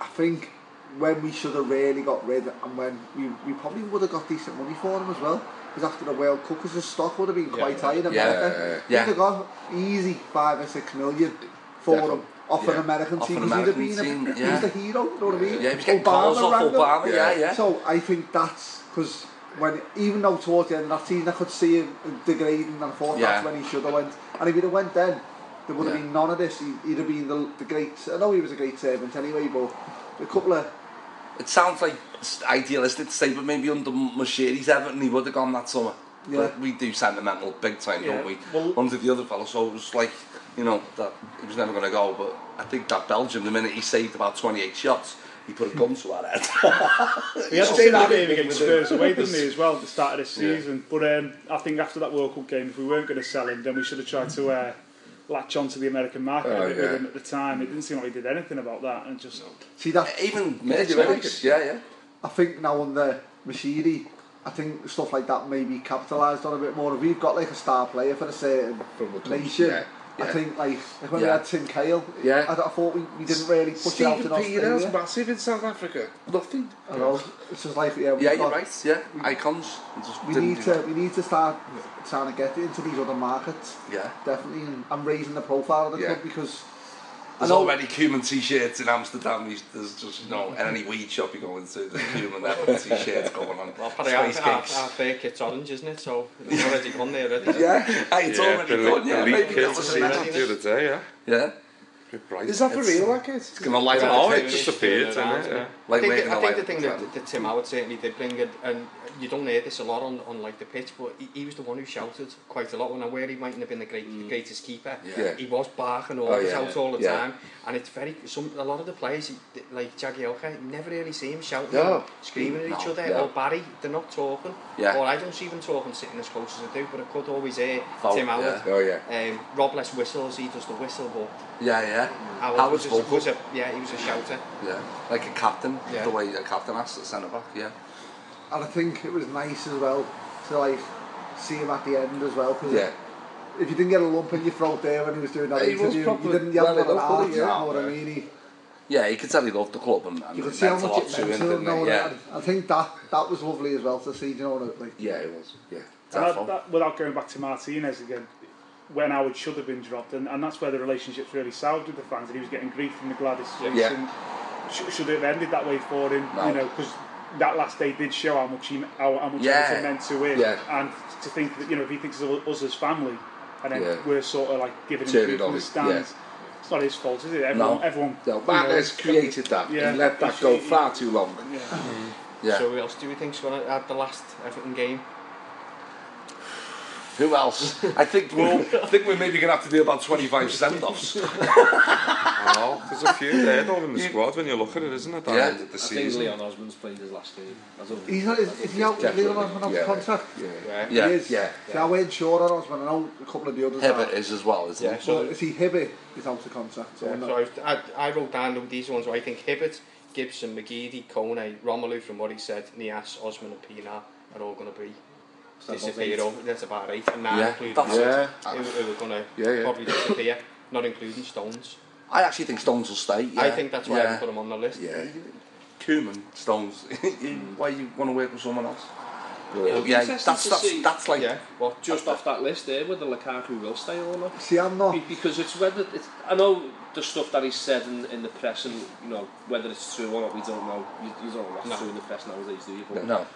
S10: I think when we should have really got rid, and when we, we probably would have got decent money for him as well, because after the World Cup, because his stock would have been quite high in America.
S6: yeah, yeah.
S10: We'd have got easy five or six million for
S6: Definitely,
S10: him off an
S6: yeah.
S10: American
S6: Off
S10: team.
S6: an
S10: 'cause he'd have
S6: American
S10: been
S6: team,
S10: a,
S6: yeah.
S10: He's the hero. You know what I mean?
S6: Yeah, he was getting calls off
S10: rang him.
S6: Obama, yeah, yeah.
S10: So I think that's because when even though towards the end of that season I could see him degrading and I thought that's
S6: Yeah.
S10: when he should have went. And if he'd have went then, there would have
S6: Yeah.
S10: been none of this. He, he'd have been the, the great. I know he was a great servant anyway, but a couple of
S6: It sounds like it's idealistic to say, but maybe under Machini's Everton, he would have gone that summer.
S10: Yeah.
S6: But we do sentimental big time,
S5: Yeah,
S6: don't we?
S5: well-
S6: under the other fella, so it was like, you know, that he was never going to go. But I think that Belgium, the minute he saved about 28 shots, he put a gun to our head.
S8: (laughs) He had a
S6: Just
S8: similar
S6: that
S8: game
S6: big
S8: against
S6: with
S8: Spurs away, didn't he, as well, at the start of this season. But um, I think after that World Cup game, if we weren't going to sell him, then we should have tried to uh, latch on to the American market
S9: Oh,
S8: a bit
S9: yeah.
S8: with him at the time. It didn't seem like he did anything about that. And just
S10: see that.
S6: Even
S10: you
S6: merchandise, yeah, yeah.
S10: I think now under Machiri, I think stuff like that may be capitalised on a bit more. If we've got like a star player for a certain
S9: From the country,
S10: nation,
S9: yeah,
S10: I
S9: yeah.
S10: think like, like when
S6: Yeah.
S10: we had Tim Cahill,
S9: Yeah.
S10: I, I thought we, we didn't really put it out in
S9: Stephen Peter's
S10: Australia.
S9: massive in South Africa. Nothing.
S10: I know. It's just like yeah, we've
S6: Yeah,
S10: got,
S6: you're right, yeah. Icons. It just
S10: We
S6: didn't
S10: need
S6: do
S10: to
S6: that.
S10: we need to start trying to get into these other markets.
S6: Yeah.
S10: definitely, and, and raising the profile of the
S9: Yeah.
S10: club because
S6: There's
S10: I know-
S6: already Cumin t-shirts in Amsterdam. There's- There's just no,
S5: Mm.
S6: and any weed shop you go into, there's Cumin Everton t-shirts going on.
S5: Well, probably our,
S6: Space
S5: our,
S6: cakes.
S5: our fair kit's orange, isn't it? So it's already gone there already.
S6: Yeah, hey, it's
S4: Yeah,
S6: already gone. Yeah,
S4: elite
S6: maybe
S4: kid
S6: that
S4: to
S6: was
S4: see
S6: a
S4: that
S6: medal.
S4: the other day, yeah.
S6: Yeah,
S4: Bit bright.
S9: Is that for real, like it?
S6: it's gonna light
S4: Oh,
S6: up. the
S4: it
S6: pitch.
S4: just appeared, didn't it? Yeah.
S6: Like
S5: I think,
S6: late in
S5: the, I
S6: the
S5: think the
S6: life
S5: thing
S6: of
S5: that,
S6: Trent.
S5: that Tim Howard certainly did bring, and, and you don't hear this a lot on, on like the pitch, but he, he was the one who shouted quite a lot. When I where he mightn't have been the, great, the greatest keeper,
S6: Mm. Yeah.
S5: he was barking
S6: Oh,
S5: orders
S6: yeah,
S5: out all the
S6: yeah.
S5: time, and it's very some a lot of the players he- like Jagielka, you never really see him shouting,
S6: No.
S5: and screaming at each
S6: No,
S5: other,
S6: no.
S5: or Barry, they're not talking,
S6: Yeah.
S5: or I don't see them talking sitting as close as I do, but I could always hear
S6: Oh,
S5: Tim Howard.
S6: yeah. Oh, yeah.
S5: Um, Rob less whistles, he does the whistle, but
S6: Yeah, yeah.
S5: Howard,
S6: Howard's
S5: was, just-
S6: vocal.
S5: was a, yeah, he was a shouter.
S6: Yeah, like a captain,
S5: Yeah.
S6: the way a captain acts at centre back. Yeah,
S10: And I think it was nice as well to like see him at the end as well. Cause
S6: Yeah.
S10: If you didn't get a lump in your throat there when he was doing that
S6: Yeah, he was
S10: interview, you
S6: proper
S10: didn't yell
S6: well
S10: at an
S6: enough,
S10: art,
S6: wasn't
S10: you
S6: he?
S10: know what I
S6: Yeah.
S10: mean? He,
S6: yeah. You could tell he loved the club and, and
S10: you could
S6: it
S10: see how
S6: meant a
S10: much
S6: lot
S10: it
S6: to him,
S10: meant to him.
S6: didn't
S10: Now,
S6: it? Yeah,
S10: and I think that that was lovely as well to see. Do you know what I like?
S6: yeah, it was. Yeah,
S8: And that,
S6: Defo.
S8: that, without going back to Martinez again, when Howard should have been dropped, and, and that's where the relationship's really soured with the fans, and he was getting grief from the Gladys Swinson.
S6: Yeah.
S8: Sh- should it have ended that way for him,
S6: No.
S8: you know, because that last day did show how much he, how, how much
S6: Yeah.
S8: Everton meant to him,
S6: Yeah.
S8: and to think that you know if he thinks of us as family, and then
S6: Yeah.
S8: we're sort of like giving him
S6: Cheering
S8: grief
S6: on
S8: from the
S6: him,
S8: stands. It's not his fault, is it? Everyone,
S6: No.
S8: everyone.
S6: No,
S8: you
S6: Martinez
S8: know,
S6: created that.
S8: Yeah.
S6: he let that go far too long. Yeah.
S5: So who else do we think's going to add the last Everton game?
S6: Who else? I think we're all, I think we're maybe gonna have to do about twenty five send offs.
S4: I know. There's a few there though in the squad when you look at it, isn't it? That
S6: Yeah.
S4: end of the
S7: I think
S4: season.
S7: Leon Osmond's played his last game. I don't
S10: He's not. Is, is he out? Leon Osman out
S6: Yeah.
S10: of contract?
S6: Yeah,
S10: He
S6: yeah,
S10: is.
S6: yeah.
S10: See, I weren't sure on Osman. I know a couple of the others. are.
S6: Hibbert is as well, isn't
S5: Yeah,
S6: he?
S10: So
S5: so,
S10: is he Hibbert? Is out of contract. So
S5: yeah,
S10: I'm not-
S5: so I've- I, I wrote down these ones where I think Hibbert, Gibson, McGeady, Kone, Romelu from what he said, Nias, Osman and Pina are all going to be disappear. Over. That's about eight. And now
S6: Yeah,
S5: including
S6: that's
S5: Hibbert,
S6: it.
S5: who, who are going to
S6: Yeah, yeah.
S5: probably disappear, not including Stones.
S6: I actually think Stones will stay. Yeah.
S5: I think that's why I
S6: yeah.
S5: put him on the list.
S6: Yeah, Koeman, Stones. (laughs) why you want to work with someone else?
S7: It'll
S6: But
S7: be
S6: yeah, that's
S7: interesting to
S6: that's,
S7: see-
S6: that's like
S5: Yeah, well,
S7: Just off that list there, whether Lukaku will stay or not.
S10: See, I'm not.
S7: Be- because it's whether it's, I know the stuff that he said in, in the press, and you know whether it's true or not, we don't know. You, you don't know what's
S5: No.
S7: true in the press nowadays, do you? But
S6: no.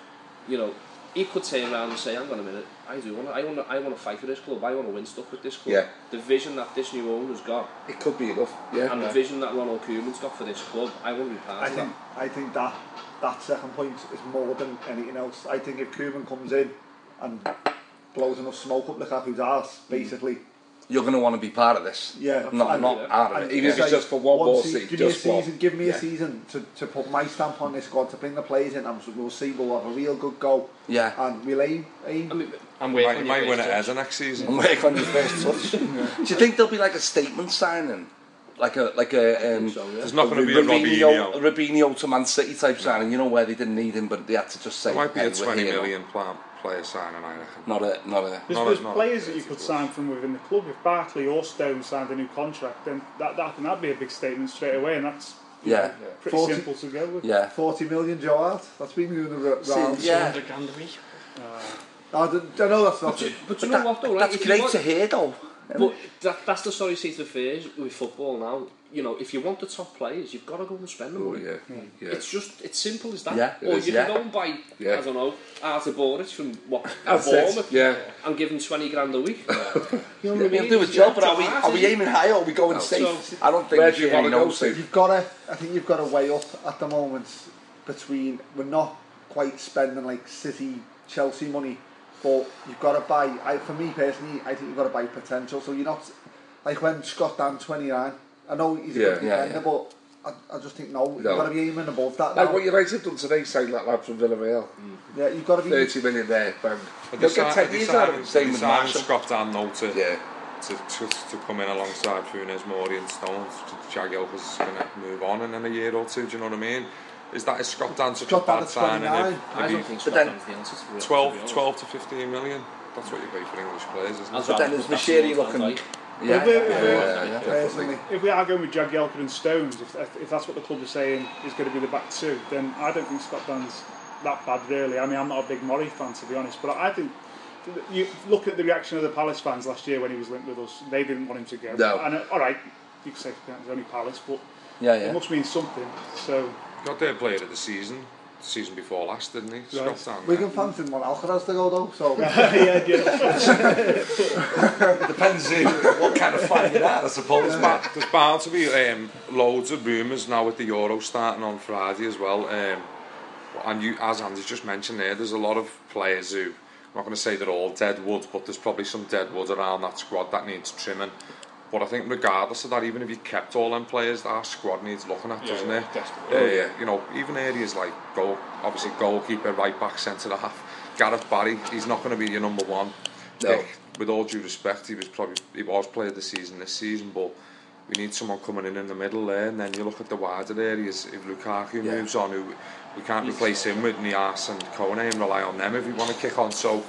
S7: you know, he could turn around and say, "Hang on a minute, I do want, I want, I want to fight for this club. I want to win stuff with this club."
S6: Yeah.
S7: The vision that this new owner's got,
S6: It could be enough. Yeah.
S7: and the vision that Ronald Koeman's got for this club, I want to be part
S10: I
S7: of
S10: think
S7: that.
S10: I think that that second point is more than anything else. I think if Koeman comes in and blows enough smoke up Lukaku's arse, basically,
S6: You're going to want to be part of this.
S10: yeah,
S6: Hmm. Not,
S10: and- uh,
S6: not out of
S10: and
S6: it. Even if it's
S10: like,
S6: just for one more
S10: se-
S6: seat,
S10: Give
S6: just
S10: me a
S6: one.
S10: season. Give me
S6: Yeah.
S10: a season to, to put my stamp on this squad to bring the players in, and we'll see. We'll have a real good go.
S6: Yeah.
S10: and we'll aim. aim.
S5: I'm waiting on
S4: You might, you
S5: your
S4: might
S5: first
S4: win it
S5: choice.
S4: as a next season.
S6: and work on your first touch. (laughs) Do you think there'll be like a statement signing? Like a like a um,
S7: So, yeah.
S4: There's not
S6: a
S4: going to be a
S6: Robinho,
S4: Robinho.
S6: Robinho to Man City type signing, you know where they didn't need him, but they had to just say
S4: It might be
S6: (laughs) "Hey,
S4: a
S6: we're
S4: 20
S6: here now."
S4: million plan, player signing, I reckon.
S6: Not a not a.
S8: There's,
S4: No,
S8: there's
S4: there's not.
S8: players that you could sign from within the club. If Barkley or Stone signed a new contract, then that, that that'd be a big statement straight away, and that's you
S6: Yeah.
S8: know, pretty
S10: 40
S8: simple to go with.
S6: Yeah.
S10: Forty million, Joe Hart. That's been moving around.
S6: See, yeah.
S5: 200 grand a week.
S8: Uh,
S10: I, don't- I know that's not. it.
S7: But you know what, though, right?
S6: That's
S7: If you
S6: great
S7: want-
S6: to hear, though.
S7: But that, that's the sorry state of affairs with football now. You know, if you want the top players, you've got to go and spend the money. It's just it's simple as that.
S6: Oh, Yeah, it
S7: or
S6: is,
S7: you
S6: yeah.
S7: can go and buy
S6: Yeah.
S7: I don't know Arthur Boric from what
S6: (laughs) That's it,
S7: Bournemouth
S6: yeah.
S7: and give him twenty grand a
S6: (laughs)
S7: week. you know what I mean?
S6: We'll do a
S7: It's
S6: job,
S7: not
S6: but are we
S7: hard,
S6: are
S7: is
S6: we
S7: it?
S6: aiming high or are we going safe? I don't think
S9: Where
S6: we
S9: do you
S6: should
S9: wanna
S6: aim
S9: go,
S6: no
S9: Steve?
S10: You've got to. I think you've got to weigh up at the moment between we're not quite spending like City, Chelsea money, but you've got to buy. I, for me personally, I think you've got to buy potential. So you're not like when Scott Dan twenty nine. I know he's a good
S6: Yeah, yeah,
S10: defender, but I, I just think no, you've
S9: No.
S10: got to be aiming above that.
S9: Like
S10: now.
S9: what United have done today, saying that lad from Villarreal,
S10: Mm. yeah, you've got to be.
S9: 30 million there, bang.
S4: Are they
S9: They'll
S4: si-
S9: get
S4: are
S9: 10
S4: they
S9: years
S4: signing-
S9: out of
S4: are
S9: him,
S4: they
S9: same with
S4: signing
S9: Marshall.
S4: Scott Dan though to,
S9: Yeah.
S4: to, to, to come in alongside Funes Mori and Stones. Jagielka's going to move on in, in a year or two, do you know what I mean? Is that is Scott Dan such a
S10: Scott Dan
S4: bad
S10: at
S4: signing?
S10: 29?
S4: If-
S7: I
S4: if
S7: don't
S4: he-
S7: think
S6: But then-
S7: Scotland's the answer. To be- to
S4: 12,
S7: be
S4: 12 to 15 million? That's what you pay for English players, isn't
S7: honest.
S4: it?
S6: But then there's Machiri looking.
S8: If,
S6: Yeah, yeah,
S8: we
S6: yeah, yeah, yeah.
S10: personally,
S8: if we are going with Jagielka and Stones, if, if that's what the club is saying is going to be the back two, then I don't think Scott Dan's that bad, really. I mean, I'm not a big Murray fan, to be honest, but I think. You look at the reaction of the Palace fans last year when he was linked with us. They didn't want him to go.
S6: No.
S8: And uh, all right, you could say it's only Palace, but
S6: Yeah,
S8: it
S6: yeah.
S8: must mean something. So
S4: Got their player of the season. season before last, didn't he?
S8: Right.
S4: Scott Town.
S10: Wigan fans didn't want Alcaraz to go though,
S7: (laughs)
S10: so
S8: yeah, yeah.
S10: (laughs)
S9: Depends who, what kind of fan you're at, I suppose. But
S4: There's bound to be um, loads of rumours now with the Euro starting on Friday as well. Um, and you, as Andy's just mentioned there, there's a lot of players who, I'm not going to say they're all dead wood, but there's probably some dead wood around that squad that needs trimming. But I think regardless of that, even if you kept all them players, our squad needs looking at, doesn't
S5: yeah,
S4: it?
S5: desperately.
S4: Uh, You know, even areas like goal, obviously goalkeeper, right back, centre half. Gareth Barry, he's not going to be your number one.
S6: No.
S4: pick. With all due respect, he was probably he was player of the season this season, but we need someone coming in in the middle there. And then you look at the wider areas. If Lukaku moves on, who we can't replace him with Nias and Kone and rely on them if we want to kick on. So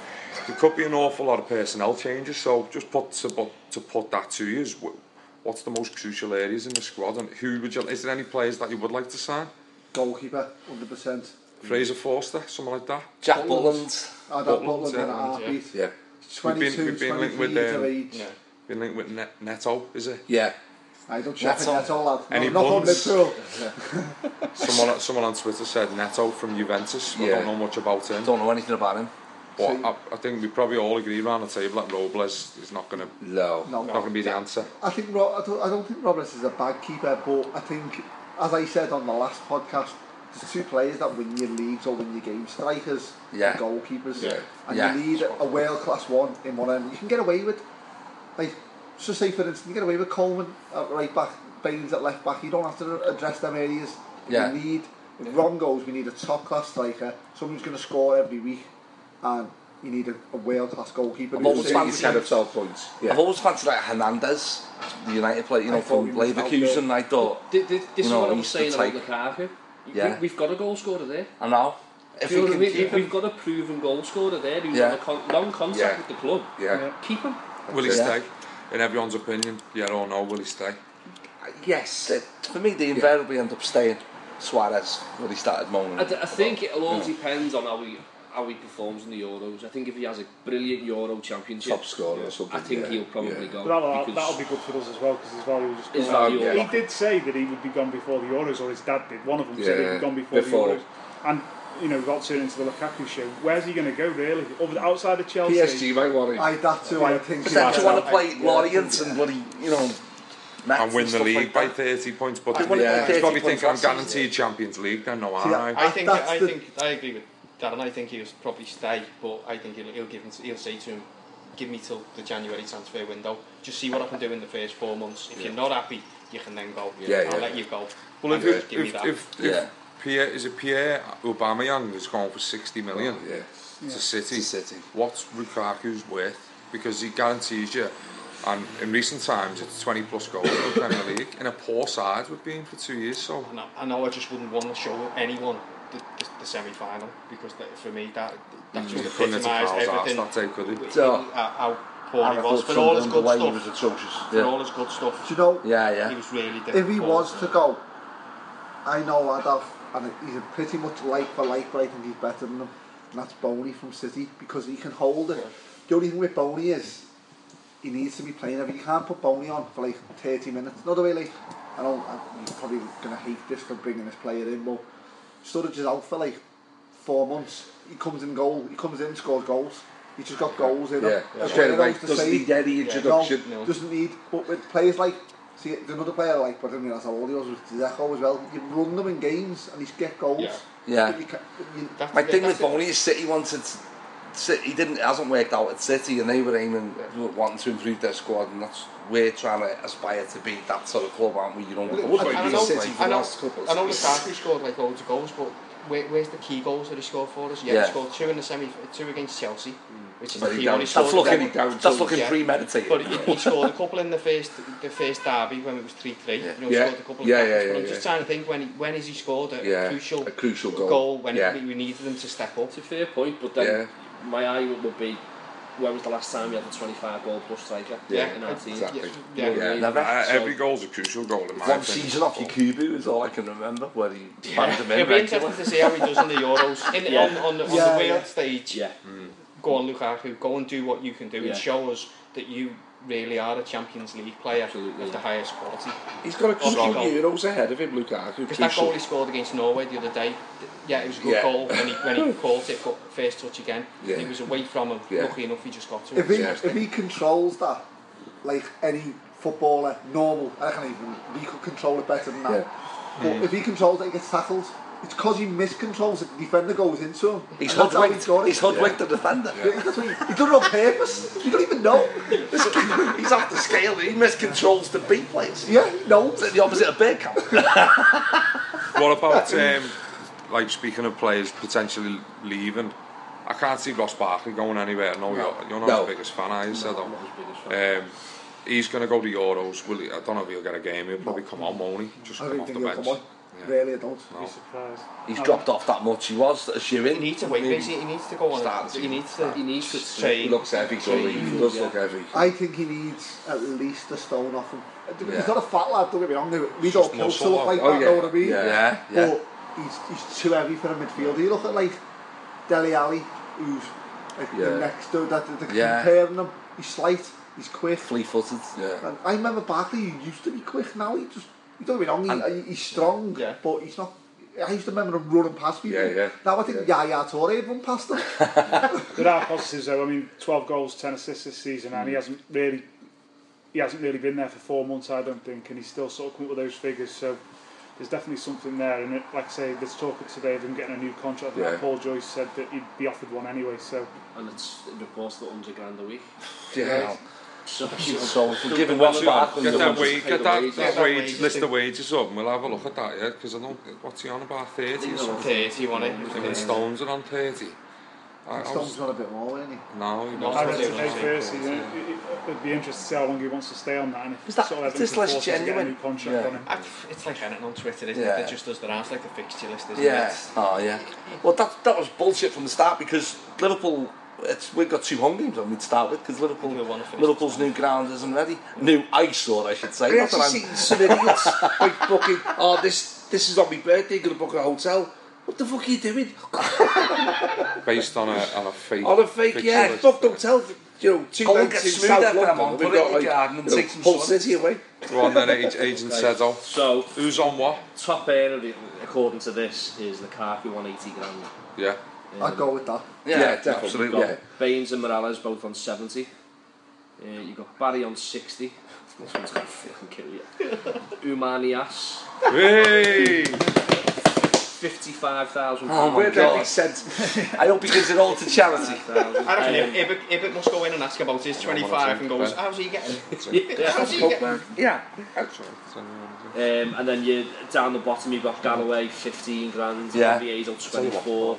S4: there could be an awful lot of personnel changes. So just put to put, to put that to you is wh- what's the most crucial areas in the squad and who would you? Is there any players that you would like to sign?
S10: goalkeeper, hundred percent.
S4: Fraser Forster, someone like that.
S6: Jack Bulland.
S10: I'd have
S4: Butland,
S10: Butland in a
S4: yeah,
S10: heartbeat.
S6: Yeah.
S4: We've
S10: 22,
S4: been- we've been linked
S10: 23
S4: with,
S10: years of
S4: um,
S10: age.
S4: Been linked with Net- Neto, is it?
S6: Yeah.
S10: I don't check
S6: That's
S10: it,
S6: all.
S10: that's all lad. No,
S4: Any
S10: not on
S4: buns?
S10: Liverpool.
S4: Someone, someone on Twitter said Neto from Juventus. I
S6: Yeah.
S4: don't know much about him.
S6: Don't know anything about him.
S4: But I, I think we probably all agree around the table that Robles is not going to
S6: No.
S10: No.
S4: not going to be the answer.
S10: I think Ro- I, don't, I don't think Roberts is a bad keeper, but I think, as I said on the last podcast, there's two players that win your leagues or win your game strikers
S6: Yeah.
S10: and goalkeepers.
S5: Yeah.
S10: And
S6: Yeah.
S10: you need a world class one in one end. You can get away with, like, so say for instance, you get away with Coleman at right back, Baines at left back. You don't have to address them areas.
S6: Yeah.
S10: We need, if Ron goes, we need a top class striker, someone who's going to score every week, and you need a, a world class goalkeeper.
S6: I've
S10: who's
S6: always
S10: gonna-
S6: fancied
S9: he's kind of self points. Yeah.
S6: I've always fancied like Hernandez, the United player, you know,
S10: I thought he
S6: from
S10: was out
S6: Leverkusen. I thought,
S7: Th- th- This
S6: You
S7: is
S6: know,
S7: what I was
S6: he's the
S7: saying about
S6: type-
S7: Lukaku.
S6: Yeah.
S7: We, we've got a goal scorer there.
S6: I know. If
S7: Do you
S6: we
S7: know what I
S6: can
S7: mean?
S6: keep him,
S7: We've got a proven goal scorer there who's
S6: Yeah.
S7: on a con- long contract
S6: Yeah.
S7: with the club.
S6: yeah.
S7: Keep him.
S4: Will he
S6: Yeah.
S4: stay? In everyone's opinion, yeah or no, will he stay?
S6: Yes, it, for me, they invariably end up staying. Suarez, when he started moaning.
S7: I, d- I think it'll all
S6: Yeah.
S7: depend on how he how he performs in the Euros. I think if he has a brilliant Euro Championship,
S6: top scorer or something.
S7: I think
S6: yeah.
S7: he'll probably
S6: yeah.
S7: go.
S8: But that'll,
S7: because
S8: that'll be good for us as well because his value will just go
S7: His
S8: up.
S7: value will
S8: He
S7: go up.
S8: did say that he would be gone before the Euros, or his dad did. One of them said he'd
S6: Yeah,
S8: be gone before,
S6: before.
S8: the Euros. And, you know, got turned into the Lukaku show. Where's he going to go, really? Over, outside of Chelsea?
S9: PSG might want him.
S10: I that too. I think.
S6: Except you want to play
S10: Yeah.
S6: Lorient and bloody, you know, Mets
S4: And win the
S6: stuff
S4: league
S6: like
S4: by
S6: that.
S4: 30 points, but
S6: I won it by
S4: yeah. he's
S6: 30
S4: probably
S6: points
S4: thinking I'm
S6: last season,
S4: guaranteed Champions League then, no, aren't
S10: See,
S4: I?
S5: I think
S10: That's
S5: I
S10: the-
S5: think I agree with Darren. I think he'll probably stay, but I think he'll, he'll give him he'll say to him, "Give me till the January transfer window. Just see what I can do in the first four months. If you're not happy, you can then go.
S6: Yeah,
S5: I'll
S6: yeah.
S5: let you go.
S4: Well, if,
S5: And
S4: if,
S5: give me
S4: if,
S5: that.
S4: if,
S6: Yeah.
S4: Pierre, is it Pierre Aubameyang has gone for 60 million
S6: Oh, Yeah.
S4: to City,
S6: To City.
S4: what's Lukaku's worth? Because he guarantees you, and in recent times it's 20 plus goals in the Premier League, in a poor side we've been for two years, so
S5: And I, I know I just wouldn't want to show anyone the, the, the semi final because that, for me that that
S6: Mm.
S5: just
S4: you couldn't hit
S5: epitomised
S4: a cow's arse
S5: everything.
S4: that day, could you?
S6: So-
S5: how, how
S6: And
S5: poor
S6: I
S5: he
S6: thought
S5: was for all his
S6: Sunderland,
S5: good
S6: the way he was
S5: stuff.
S6: atrocious.
S5: For
S6: Yeah.
S5: all his good stuff,
S10: Do you know?
S6: yeah,
S5: he
S6: yeah.
S5: was really difficult.
S10: If he was to go, I know I'd have, and he's a pretty much like for like, but I think he's better than him. And that's Boney from City because he can hold it. The only thing with Boney is he needs to be playing. If you can't put Boney on for like 30 minutes, another way, like, I don't, I'm you're probably going to hate this for bringing this player in, but Sturridge is out for like four months. He comes in goal, he comes in, scores goals. He just got goals in
S6: Yeah.
S10: him.
S6: yeah.
S10: Aguero's
S6: Straight away,
S10: the
S6: doesn't
S10: same.
S6: need any
S10: No,
S6: introduction.
S5: No.
S10: doesn't need. But with players like, see, there's another player I like, but I mean, that's all the others with Dzeko as well. You run them in games and he's get goals.
S5: Yeah.
S6: Yeah.
S10: But you ca- you-
S5: That's
S6: My
S5: it,
S6: thing with
S5: that's it.
S6: Boney is City wanted. City didn't it hasn't worked out at City, and they were aiming wanting to improve their squad, and that's we're trying to aspire to be that sort of club, aren't we? You know,
S10: Well,
S6: we've
S10: I-
S6: been
S5: And
S10: I
S5: I
S6: at
S5: know,
S6: City for
S5: I
S6: the
S5: know,
S6: last couple of
S5: I know
S6: seasons.
S5: Lukaku scored like loads of goals, but where, where's the key goals that he scored for us? Yeah,
S6: Yeah. Mm.
S5: he scored two in the semi, two against Chelsea, which is
S6: But
S5: the
S6: he
S5: key one.
S6: don't-
S5: He
S6: that's
S5: scored
S6: looking,
S5: again.
S6: that's looking
S5: Yeah.
S6: premeditated.
S5: But he, he scored a couple in the first, the first derby when it was three three. You know, he
S6: Yeah.
S5: scored a couple of
S6: Yeah,
S5: tackles,
S6: yeah, yeah,
S5: But I'm
S6: yeah.
S5: just trying to think when he, when has he scored a
S6: Yeah,
S5: crucial
S6: a crucial goal.
S5: goal, when
S6: Yeah.
S5: we, we needed him to step up.
S7: It's a fair point, but then my argument would be when was the last time you had a 25 goal plus striker
S5: Yeah,
S7: in our team?
S6: exactly.
S7: You know what I
S6: Yeah,
S7: mean?
S6: never.
S4: Uh,
S7: So-
S4: every goal's a crucial goal in my
S6: One
S4: opinion.
S6: season off Yakubu is all I can remember, where he banged him in.
S5: It'll be
S6: regularly.
S5: interesting to see how he does in the Euros. In,
S7: Yeah.
S5: on, on the, on
S10: Yeah,
S5: the world
S10: yeah.
S5: stage,
S7: Yeah.
S5: go on Lukaku, go and do what you can do
S7: Yeah.
S5: and show us that you really are a Champions League player of the highest quality.
S9: He's got a
S5: Of the
S9: couple
S5: goal.
S9: of euros ahead of him, Lukaku.
S5: Because that goal
S9: crucial.
S5: he scored against Norway the other day, th- yeah, it was a good
S9: Yeah.
S5: goal when he, when he caught it, but first touch again,
S9: Yeah.
S5: he was away from him.
S9: Yeah.
S5: Luckily enough, he just got to
S10: If he,
S5: it.
S10: if he controls that, like any footballer, normal, I can't even, he could control it better than that. But
S5: Mm.
S10: if he controls it, he gets tackled. It's because he miscontrols it. The defender goes into him.
S6: He's
S10: and that's how
S6: hoodwinked.
S10: he's got it.
S6: He's hoodwinked the defender.
S10: Yeah, that's what he, he done it on purpose. You don't even know.
S6: (laughs) He's off the scale. He miscontrols the B place.
S10: Yeah, he knows.
S6: The opposite of Bergkamp.
S4: What about um, like speaking of players potentially leaving? I can't see Ross Barkley going anywhere. No, you're, you're not
S6: No.
S4: his biggest fan, are you? so though? Um, he's going to go to Euros. Will he, I don't know if he'll get a game. He'll probably come on, won't he? Just
S10: I
S4: come
S10: don't
S4: off the
S10: think he'll
S4: bench.
S10: come on. Really, I don't.
S8: Be surprised.
S6: He's dropped off that much. He was a shoe
S5: He
S6: in.
S5: needs to wait. He, he needs to go on.
S6: Start
S5: a, he
S6: to-
S5: needs
S10: eh,
S5: to. He needs to train.
S6: He looks heavy, Gully. He does look heavy.
S10: I think he needs at least a stone off him.
S6: Yeah.
S10: He's not a fat lad, don't get me wrong. no, We
S4: just
S10: don't kill
S4: muscle,
S10: to look like
S4: oh,
S10: that,
S6: yeah,
S10: know what I mean?
S6: yeah, yeah.
S10: But he's, he's too heavy for a midfielder. You look at like Deli Ali, who's like
S6: Yeah.
S10: the next to that, the, the
S6: Yeah.
S10: comparing him. He's slight, he's quick.
S6: Flea footed. Yeah.
S10: And I remember Barkley, he used to be quick now. He just, you don't get me wrong, he, he's strong,
S5: Yeah.
S10: but he's not. I used to remember him running past people.
S6: Yeah, yeah.
S10: Now I think Yaya Toure had run past him.
S8: There are positives though. I mean, 12 goals, 10 assists this season,
S6: Hmm.
S8: and he hasn't really, he hasn't really been there for four months, I don't think, and he's still sort of coming up with those figures. So there's definitely something there. And it, like I say, there's talk today of him getting a new contract. and
S6: Yeah.
S8: Paul Joyce said that he'd be offered one anyway. So
S7: and it's reports that 100 grand a week.
S6: (laughs) Yeah.
S7: So,
S6: So if we're giving
S4: Well,
S6: Ross
S4: Sean,
S6: Barkley
S4: get
S6: the
S4: that
S6: money-
S4: wage,
S7: pay
S4: get
S7: the
S4: that,
S7: wages.
S4: that
S5: Yeah.
S4: wage, list of wages up, and we'll have a look at that, yeah. Because I don't, what's he on about thirty? Or
S7: He's on
S4: something?
S5: 30, wasn't it?
S4: Him and Stones are on thirty. I, I
S10: Stone's
S4: was,
S10: got a bit more, isn't he?
S4: no, he
S8: I
S4: wasn't.
S8: read today
S5: Yeah.
S8: first, you know, it, it, it'd be interesting to see how long he wants to stay on that. And if
S6: Is that-
S8: sort of
S6: is this
S8: Everton
S6: less
S8: forces to get a
S6: genuine?
S8: new contract
S6: Yeah.
S8: on him.
S5: I- It's like anything on Twitter, isn't
S6: Yeah.
S5: it? It just does their ass like the fixture list, isn't
S6: Yeah.
S5: it?
S6: Oh yeah. Well, that that was bullshit from the start because Liverpool. It's, we've got two home games on me to start with because Liverpool,
S5: We'll wanna finish
S6: Liverpool's new ground isn't ready. New ice, or I should say.
S9: I
S6: That's
S9: actually
S6: what
S9: seen
S6: I'm-
S9: some
S6: (laughs)
S9: idiots like booking. Oh, this this is on my birthday. Going to book a hotel. What the fuck are you doing?
S4: Based on a on a fake.
S9: On a fake,
S4: fixture
S9: yeah,
S4: list.
S9: fucked hotel. You know, two
S6: Go and
S9: nights
S6: get
S9: in
S6: smooth
S9: South
S6: FM
S9: London,
S6: on,
S9: we've
S6: put it in
S9: got
S6: the
S9: like
S6: garden and
S9: you know,
S6: take some
S9: whole
S6: sun.
S9: city away.
S4: Go on then, age,
S7: (laughs)
S4: agent said, oh,
S7: so
S4: who's on what?
S7: top end of it, according to this, is Lukaku 180 grand.
S4: Yeah.
S10: I'd go with that.
S6: Yeah,
S9: definitely,
S7: You've
S6: absolutely.
S7: got
S6: Yeah.
S7: Baines and Morales both on 70. Uh, you've got Barry on 60. This one's going to fucking kill you. Umanias,
S4: Hey!
S7: 55,000.
S6: Oh my
S9: Where did he
S6: god!
S9: send?
S6: (laughs) I hope he gives it all to charity.
S5: I reckon Ibbick, Ibbick must go in and ask about his 25 and goes, how's
S7: (laughs)
S5: he getting? How's he getting?
S9: Yeah,
S7: Um, and then you down the bottom, you've got Galloway, 15 grand.
S6: Yeah.
S7: Viedo, 24.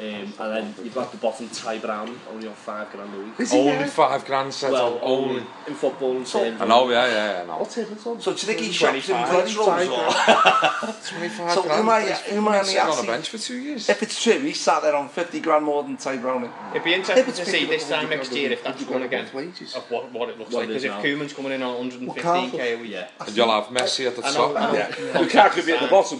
S7: Um, and then you've got the bottom, Ty Brown, only on 5 grand a week.
S4: Only five grand said,
S7: Well,
S4: oh, only.
S7: in football and terms.
S4: I know, yeah, yeah, yeah, I know.
S6: So do you think he shops in
S5: 25?
S6: Glenrose or? (laughs)
S4: 25
S6: So
S4: grand.
S6: Umar-
S4: He's been
S6: Umar
S4: sitting on
S6: Niasi-
S4: a bench for two years.
S6: If it's true, he sat there on 50 grand more than Ty Browning.
S5: "Oh, It'd be interesting to see this time next year if that's won again, of what, what it looks
S7: What
S5: like.
S7: it is
S5: Because if
S7: now.
S5: Koeman's coming in on 115k a
S10: Lukaku.
S5: week,
S7: Yeah.
S4: And you'll have Messi at the
S5: I know,
S4: top.
S5: I know. (laughs)
S6: Lukaku be at the bottom.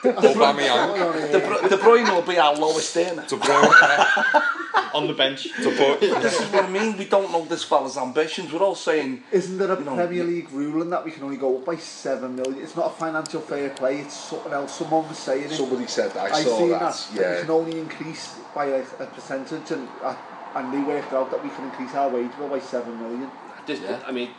S6: (laughs)
S4: Aubameyang.
S6: De, Bru- De Bruyne will be our lowest earner.
S4: De Bruyne.
S5: (laughs) on the bench.
S4: De Bruyne.
S6: This is what I mean. We don't know this fella's ambitions. We're all saying
S10: Isn't there a
S6: No.
S10: Premier League rule in that we can only go up by seven million? It's not a financial fair play. It's something else. Someone was saying it.
S9: somebody said that. I,
S10: I
S9: saw
S10: seen
S9: that.
S10: that. that We
S9: Yeah.
S10: can only increase by a, a percentage, and uh, and they worked out that we can increase our wage bill by seven million.
S7: Just, I mean,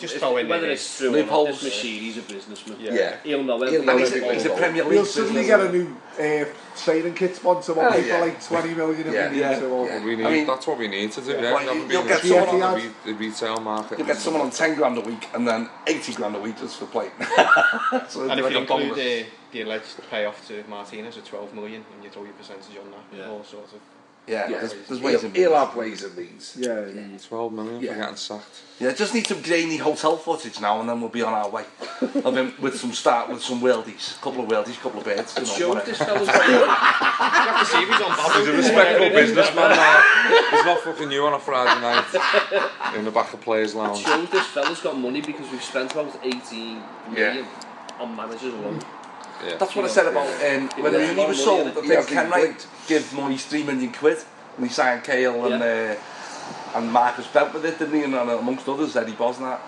S5: Just
S7: if-
S5: throw in
S7: whether
S5: there.
S7: it's true or not,
S6: Loopholes.
S7: this machine, he's a businessman.
S9: Yeah.
S7: He'll know
S9: He'll know
S6: And
S7: everything.
S6: he's a, he's a Premier League
S10: We'll suddenly get a
S6: businessman.
S10: new uh, training kit sponsor one
S6: Oh,
S10: for
S6: yeah.
S10: like twenty million if
S9: Yeah.
S10: we need
S6: Yeah.
S10: to. Or,
S6: Yeah.
S4: We need,
S6: I mean-
S4: that's what we need to do, yeah.
S6: Well,
S4: we haven't
S6: you'll
S4: been
S6: get
S4: interested
S10: someone-
S4: on the, re- the retail market.
S6: You get someone on 10 grand a week and then 80 grand a week just for playing. (laughs) so
S5: And
S6: it's
S5: if
S6: like
S5: you
S6: a
S5: include
S6: bonus.
S5: the, the alleged payoff to Martinez of 12 million and you throw your percentage on that,
S7: Yeah.
S5: all sorts of.
S6: Yeah,
S9: Yeah,
S6: there's, there's ways
S9: he'll,
S6: in
S9: he'll have ways and means.
S10: yeah, yeah.
S4: 12 million
S9: Yeah.
S4: for getting sacked.
S6: Yeah, just need some grainy hotel footage now and then we'll be on
S4: (laughs)
S6: our way. of him with some start with some worldies, a couple of worldies, a couple of birds. You know,
S7: Joe,
S6: whatever.
S7: this
S6: (laughs)
S7: fella's got
S5: You have to see if he's on Babu.
S4: He's a respectable businessman now. He's not fucking you on a Friday night in the back of players' lounge.
S7: Joe, this fella's got money because we've spent about 18 million on managers alone.
S4: Yeah.
S6: That's what I said about um, when
S7: Yeah.
S6: Rooney was
S7: Yeah.
S6: sold. I
S7: Yeah.
S6: think
S9: Yeah.
S6: Ken Wright gave Moyes three million quid and he signed Kale and uh, and Marcus Bent with it, didn't he? And uh, amongst others, Eddie Bosnat.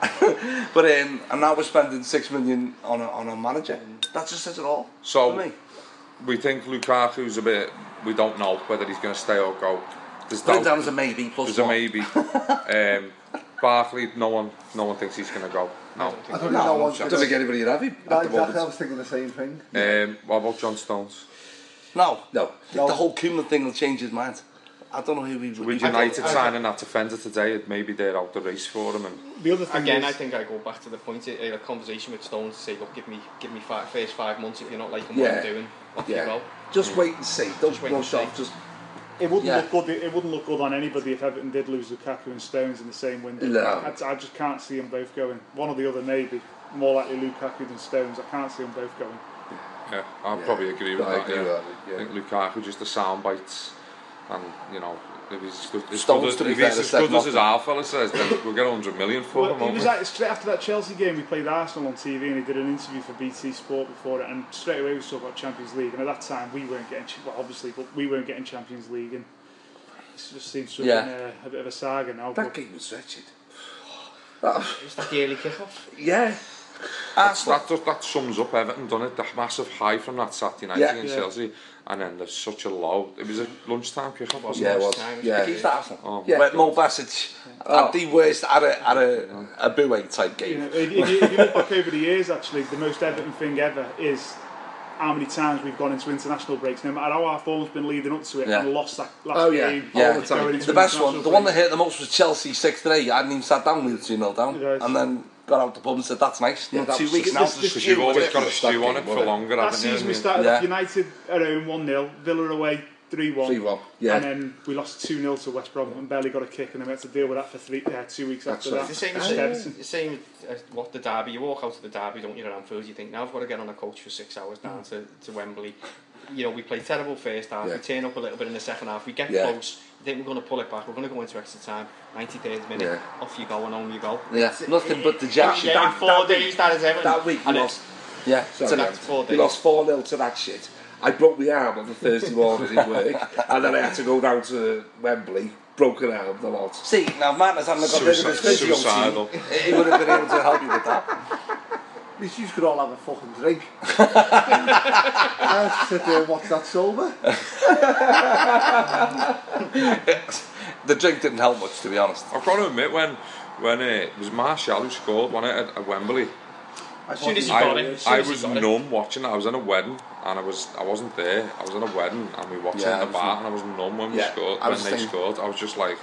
S6: (laughs) but um, and now we're spending six million on a, on a manager. That just says it all.
S4: So-
S6: for me.
S4: We think Lukaku's a bit. We don't know whether he's going to stay or go. There's
S6: put it
S4: doubt-
S6: down as a maybe plus
S4: there's a
S6: one.
S4: maybe.
S6: (laughs)
S4: um, Barkley, no one, no one thinks he's going to go. No.
S10: I don't
S6: No,
S10: know.
S6: I don't think anybody would have him at
S10: No,
S6: the
S10: exactly. I
S6: moment.
S10: was thinking the same thing.
S4: Um, what about John Stones?
S6: No, no.
S10: No.
S6: The whole Koeman thing will change his mind. I don't know who he
S4: With
S6: would. he would-
S4: United signing that defender today, it maybe they're out the race for him. And
S8: The other thing
S5: Again,
S8: is,
S5: I think I go back to the point I had a conversation with Stone to say, look, give me give me five, first five months if you're not liking what
S6: Yeah.
S5: I'm doing. Off you
S6: Yeah.
S5: go.
S6: Just wait and see. Don't
S5: wait and
S6: rush off.
S5: see.
S6: Just
S8: It wouldn't
S6: Yeah.
S8: look good. It wouldn't look good on anybody if Everton did lose Lukaku and Stones in the same window.
S6: No.
S8: I, I just can't see them both going. One or the other, maybe. More likely Lukaku than Stones. I can't see them both going.
S4: yeah, I would probably agree with
S6: I
S4: that.
S6: agree
S4: yeah.
S6: with that, yeah.
S4: I think Lukaku just the sound bites, and you know. If he's good, as
S6: Stones,
S4: good as,
S6: to be
S4: if
S6: fair,
S4: he's
S6: has
S4: as
S6: said
S4: good as his
S6: nothing.
S4: our fella says, then we'll get 100 million for
S8: Well,
S4: him.
S8: it
S4: won't
S8: was
S4: we?
S8: like straight after that Chelsea game, we played Arsenal on TV, and he did an interview for BT Sport before it, and straight away we was talking about Champions League. And at that time, we weren't getting well, obviously, but we weren't getting Champions League, and it just seems to have
S6: Yeah.
S8: been a, a bit of a saga now.
S6: that
S8: But
S6: game was wretched. (sighs)
S5: It was the yearly kickoff.
S6: Yeah.
S4: That's, that, does, that sums up Everton, doesn't it? That massive high from that Saturday night
S6: Yeah.
S4: against
S6: Yeah.
S4: Chelsea, and then there's such a low. It was a lunchtime kick-off, wasn't
S6: Yeah,
S4: it?
S6: it was.
S5: Times.
S6: Yeah,
S5: Against
S6: Arsenal.
S4: Oh,
S6: yeah, Oh.
S4: my
S6: but Mo Bassett at the worst at a at a, a booey type
S8: you
S6: game.
S8: know, if, if you, if you look back over the years, actually, the most Everton thing ever is how many times we've gone into international breaks, no matter how our form's been leading up to it,
S6: Yeah.
S8: and lost that last
S6: (laughs) Oh yeah,
S8: game.
S6: yeah.
S8: going
S6: The,
S8: into
S6: best one,
S8: international
S6: the one that
S8: break.
S6: hit the most was Chelsea six three. I hadn't even sat down with two 0 down,
S8: Yeah, it's-
S6: and then got out the pub and said, "That's nice."
S10: Yeah, that
S6: two
S10: was
S6: weeks
S10: just-
S6: now
S10: this- this-
S4: Because you've always got to stew on it for longer,
S8: That
S4: haven't you?
S8: season
S4: And
S8: we
S4: you-
S8: started
S6: Yeah.
S8: off United at home 1 0, Villa away 3 1.
S6: 3-1, yeah.
S8: And then we lost 2 0 to West Brom and barely got a kick, and then we had to deal with that for three, uh, two weeks
S6: That's
S8: after
S6: right.
S8: that.
S5: It's the same
S8: Just
S5: as
S8: Everton.
S5: the same as what the derby. You walk out of the derby, don't you, at Anfield? You think now I've got to get on a coach for six hours down to, to Wembley. You know, we play terrible first half.
S6: Yeah.
S5: We turn up a little bit in the second half. We get
S6: Yeah.
S5: close. I think we're going to pull it back. We're going to go into extra time. 93rd minute.
S6: Yeah.
S5: Off you go and home you go.
S6: Yeah,
S5: It's-
S6: nothing
S5: it-
S6: but the
S5: it's
S6: jack-
S5: been there
S6: that-
S5: in four
S6: that
S5: days.
S6: week-
S5: that is everything.
S6: That week we
S5: And it-
S6: lost. Yeah,
S5: So that's four
S6: we
S5: days.
S6: lost four 0 to that shit. I broke my arm on the Thursday morning in work, (laughs) and then I had to go down to Wembley, broken arm, the lot. See, now Martin's hadn't got rid of his
S4: Suicide-
S6: physio
S4: suicidal.
S6: team. (laughs) He would have been able to help you with that.
S10: At least you could all have a fucking
S9: (laughs)
S10: drink. I had to sit there and watch that sober.
S6: (laughs) The drink didn't help much, to be honest.
S4: I've got to admit, when when uh, it was Martial who scored one at, at Wembley,
S10: As
S5: soon as you got it,
S4: I,
S5: as soon
S4: I
S5: as you
S4: was
S5: got it.
S4: numb watching it. I was in a wedding, and I was I wasn't there. I was in a wedding, and we watched
S6: Yeah,
S4: it
S6: I
S4: in the
S6: was
S4: bar,
S6: in-
S4: and I was numb when
S6: Yeah,
S4: we scored.
S6: I
S4: When
S6: was
S4: they
S6: thinking-
S4: scored, I was just like,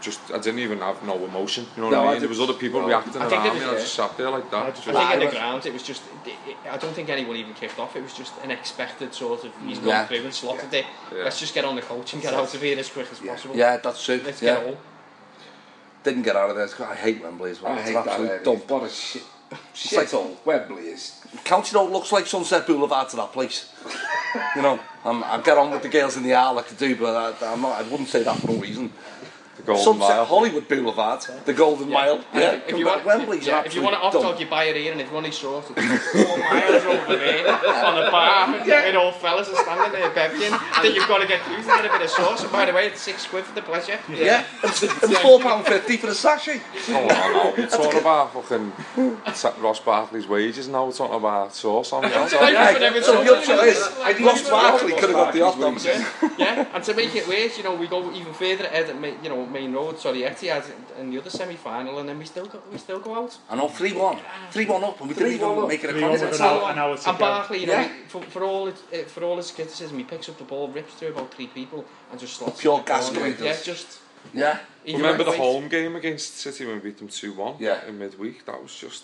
S4: just I didn't even have no emotion. You know
S6: No,
S4: what
S6: I
S4: I mean? There was
S6: didn't-
S4: other people
S6: no.
S4: reacting
S5: I
S4: around
S5: think it
S4: me,
S5: was-
S4: and I just sat there like that.
S8: I just-
S4: just-
S5: I think
S6: Right.
S5: at the ground it was just. It, it, I don't think anyone even kicked off. It was just an expected sort of. He's gone
S6: Yeah.
S5: through and slotted it.
S4: Yeah.
S5: Let's just get on the coach and get out of here as quick as possible.
S6: Yeah, that's true.
S5: Let's
S6: yeah.
S5: get home.
S6: Didn't get out of there. It's- I hate Wembley as well.
S9: I
S6: it's
S9: hate
S6: an
S9: that
S6: absolute
S9: area.
S6: dump.
S9: What a shit. Shit
S6: like-
S9: hole. Wembley is.
S6: County Road looks like Sunset Boulevard to that place. you know, I'm, I get on with the girls in the aisle like I do, but I, I'm not, I wouldn't say that for no reason.
S4: the golden
S6: Sunset
S4: mile.
S6: Hollywood Boulevard, the Golden Mile. Yeah,
S5: if you
S6: want
S5: want
S6: Wembley's
S5: yeah,
S6: an
S5: if you want to off
S6: absolute
S5: dog,
S6: dump.
S5: you buy it here, and if you want it short,
S6: (laughs)
S5: it's four miles over there on a bar, and all fellas are standing there
S6: (laughs)
S5: begging that you've got to get used to get a bit of sauce. And by the way, it's six quid for the pleasure.
S6: (laughs) Yeah, it's, it's four pound fifty for the sachet.
S4: Oh,
S6: (laughs)
S4: no, no. We're talking about fucking Sa- Ross Barkley's wages now. We're talking about sauce on
S5: And
S4: it.
S5: to make
S6: Yeah,
S5: it even
S6: so the
S5: shorter,
S6: option is,
S5: like,
S6: Ross
S5: like,
S6: Barkley could have got the off dog.
S5: yeah, yeah, and to make it worse, you know, we go even further ahead at main, you know main road, sorry, Etihad, and the other semi final, and then we still go, we still go out.
S6: I know, 3 1. 3 1 up, and we didn't
S9: 3-1
S6: even
S9: up.
S6: make it a
S8: 3-1
S6: contest.
S8: An hour- an hour to
S5: and
S8: go.
S5: Barkley, you know,
S6: Yeah.
S5: he- for, for all it, eh, for all his criticism, he picks up the ball, rips through about three people, and just slots. it
S6: Pure
S5: in the corner.
S6: Gascoigne
S5: Yeah,
S6: does.
S5: just.
S6: Yeah.
S5: he
S4: Remember the
S5: directly-
S4: home game against City when we beat them 2 1
S6: Yeah.
S4: in midweek? That was just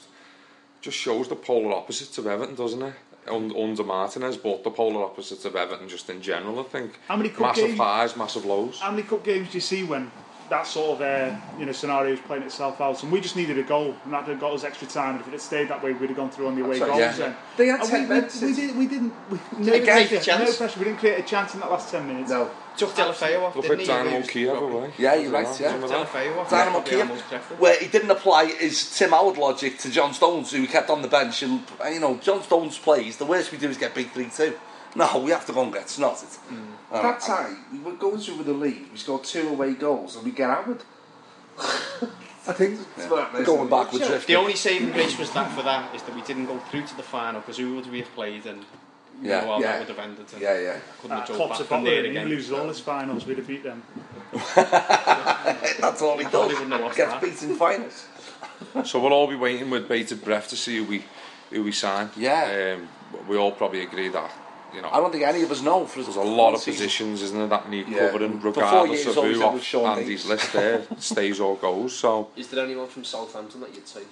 S4: just shows the polar opposites of Everton, doesn't it? Un- Under Martinez, but the polar opposites of Everton just in general, I think.
S8: How many cup
S4: massive
S8: games-
S4: highs,
S8: (laughs)
S4: massive lows.
S8: How many cup games do you see when that sort of uh, you know scenario is playing itself out? And we just needed a goal, and that got us extra time. And if it had stayed that way, we'd have gone through on the away
S6: That's
S8: goals.
S6: right, yeah.
S8: Then
S6: They had
S8: And
S6: 10
S8: we,
S6: minutes.
S8: We, we, did, we didn't. We, no,
S5: Didn't create a
S8: pressure, no
S5: chance.
S8: pressure. We didn't create a chance in that last ten minutes.
S6: No.
S5: Took Delafeo off,
S4: Look
S5: didn't
S4: at
S5: he?
S4: Dynamo
S5: Who's-
S4: Kiev away.
S6: Yeah, you're right,
S4: Wasn't
S6: yeah.
S4: that- wasn't that?
S5: Delafeo off.
S6: Dynamo
S5: probably
S6: Kiev,
S5: almost dreadful.
S6: where he didn't apply his Tim Howard logic to John Stones, who he kept on the bench. And, uh, you know, John Stones plays, the worst we do is get beat 3 2. No, we have to go and get snotted.
S9: That time, we were going through with the league, we scored two away goals, and we get hammered.
S10: I think
S6: Going backwards,
S5: Sure.
S6: drifting.
S5: The only saving grace was that for that is that we didn't go through to the final because who would we have played and you
S6: Yeah,
S5: know how
S6: yeah.
S5: that would have ended. And
S6: Yeah, yeah.
S5: Couldn't
S8: Uh,
S5: have
S8: Klopp's
S5: jumped
S8: a
S5: back from
S8: bottler
S5: there
S8: and he
S5: again.
S8: loses all his finals, we'd have beat them.
S6: (laughs) That's all
S5: Probably
S6: he does.
S5: wouldn't have lost
S6: Gets
S5: that.
S6: beaten finals.
S4: So we'll all be waiting with bated breath to see who we who we sign.
S6: Yeah.
S4: Um, we all probably agree that you know
S6: I don't think any of us know. For
S4: there's a lot of positions, isn't there, that need
S6: Yeah.
S4: covering,
S6: Before
S4: regardless
S6: years
S4: of
S6: always
S4: who
S6: had with
S4: off
S6: Sean
S4: Andy's
S6: Leeds.
S4: list there stays or goes. So
S7: Is there anyone from Southampton that you'd take?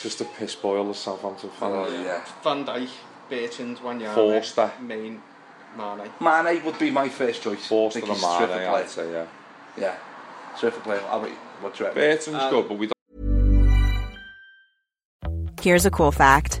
S4: just a piss boil as Southampton fan.
S6: Oh, yeah.
S5: Van Dijk, Bertrand, Wanyama,
S6: eh?
S4: Forster.
S5: Main, Mane.
S6: Mane would be my first choice.
S4: Forced
S6: I
S4: to
S6: think
S4: the
S6: he's
S4: Mane,
S6: a terrific player.
S4: I'd say, yeah.
S6: Yeah, terrific player. How about you? What do you reckon?
S4: Burton's
S10: Um,
S4: good, but we don't
S11: Here's a cool fact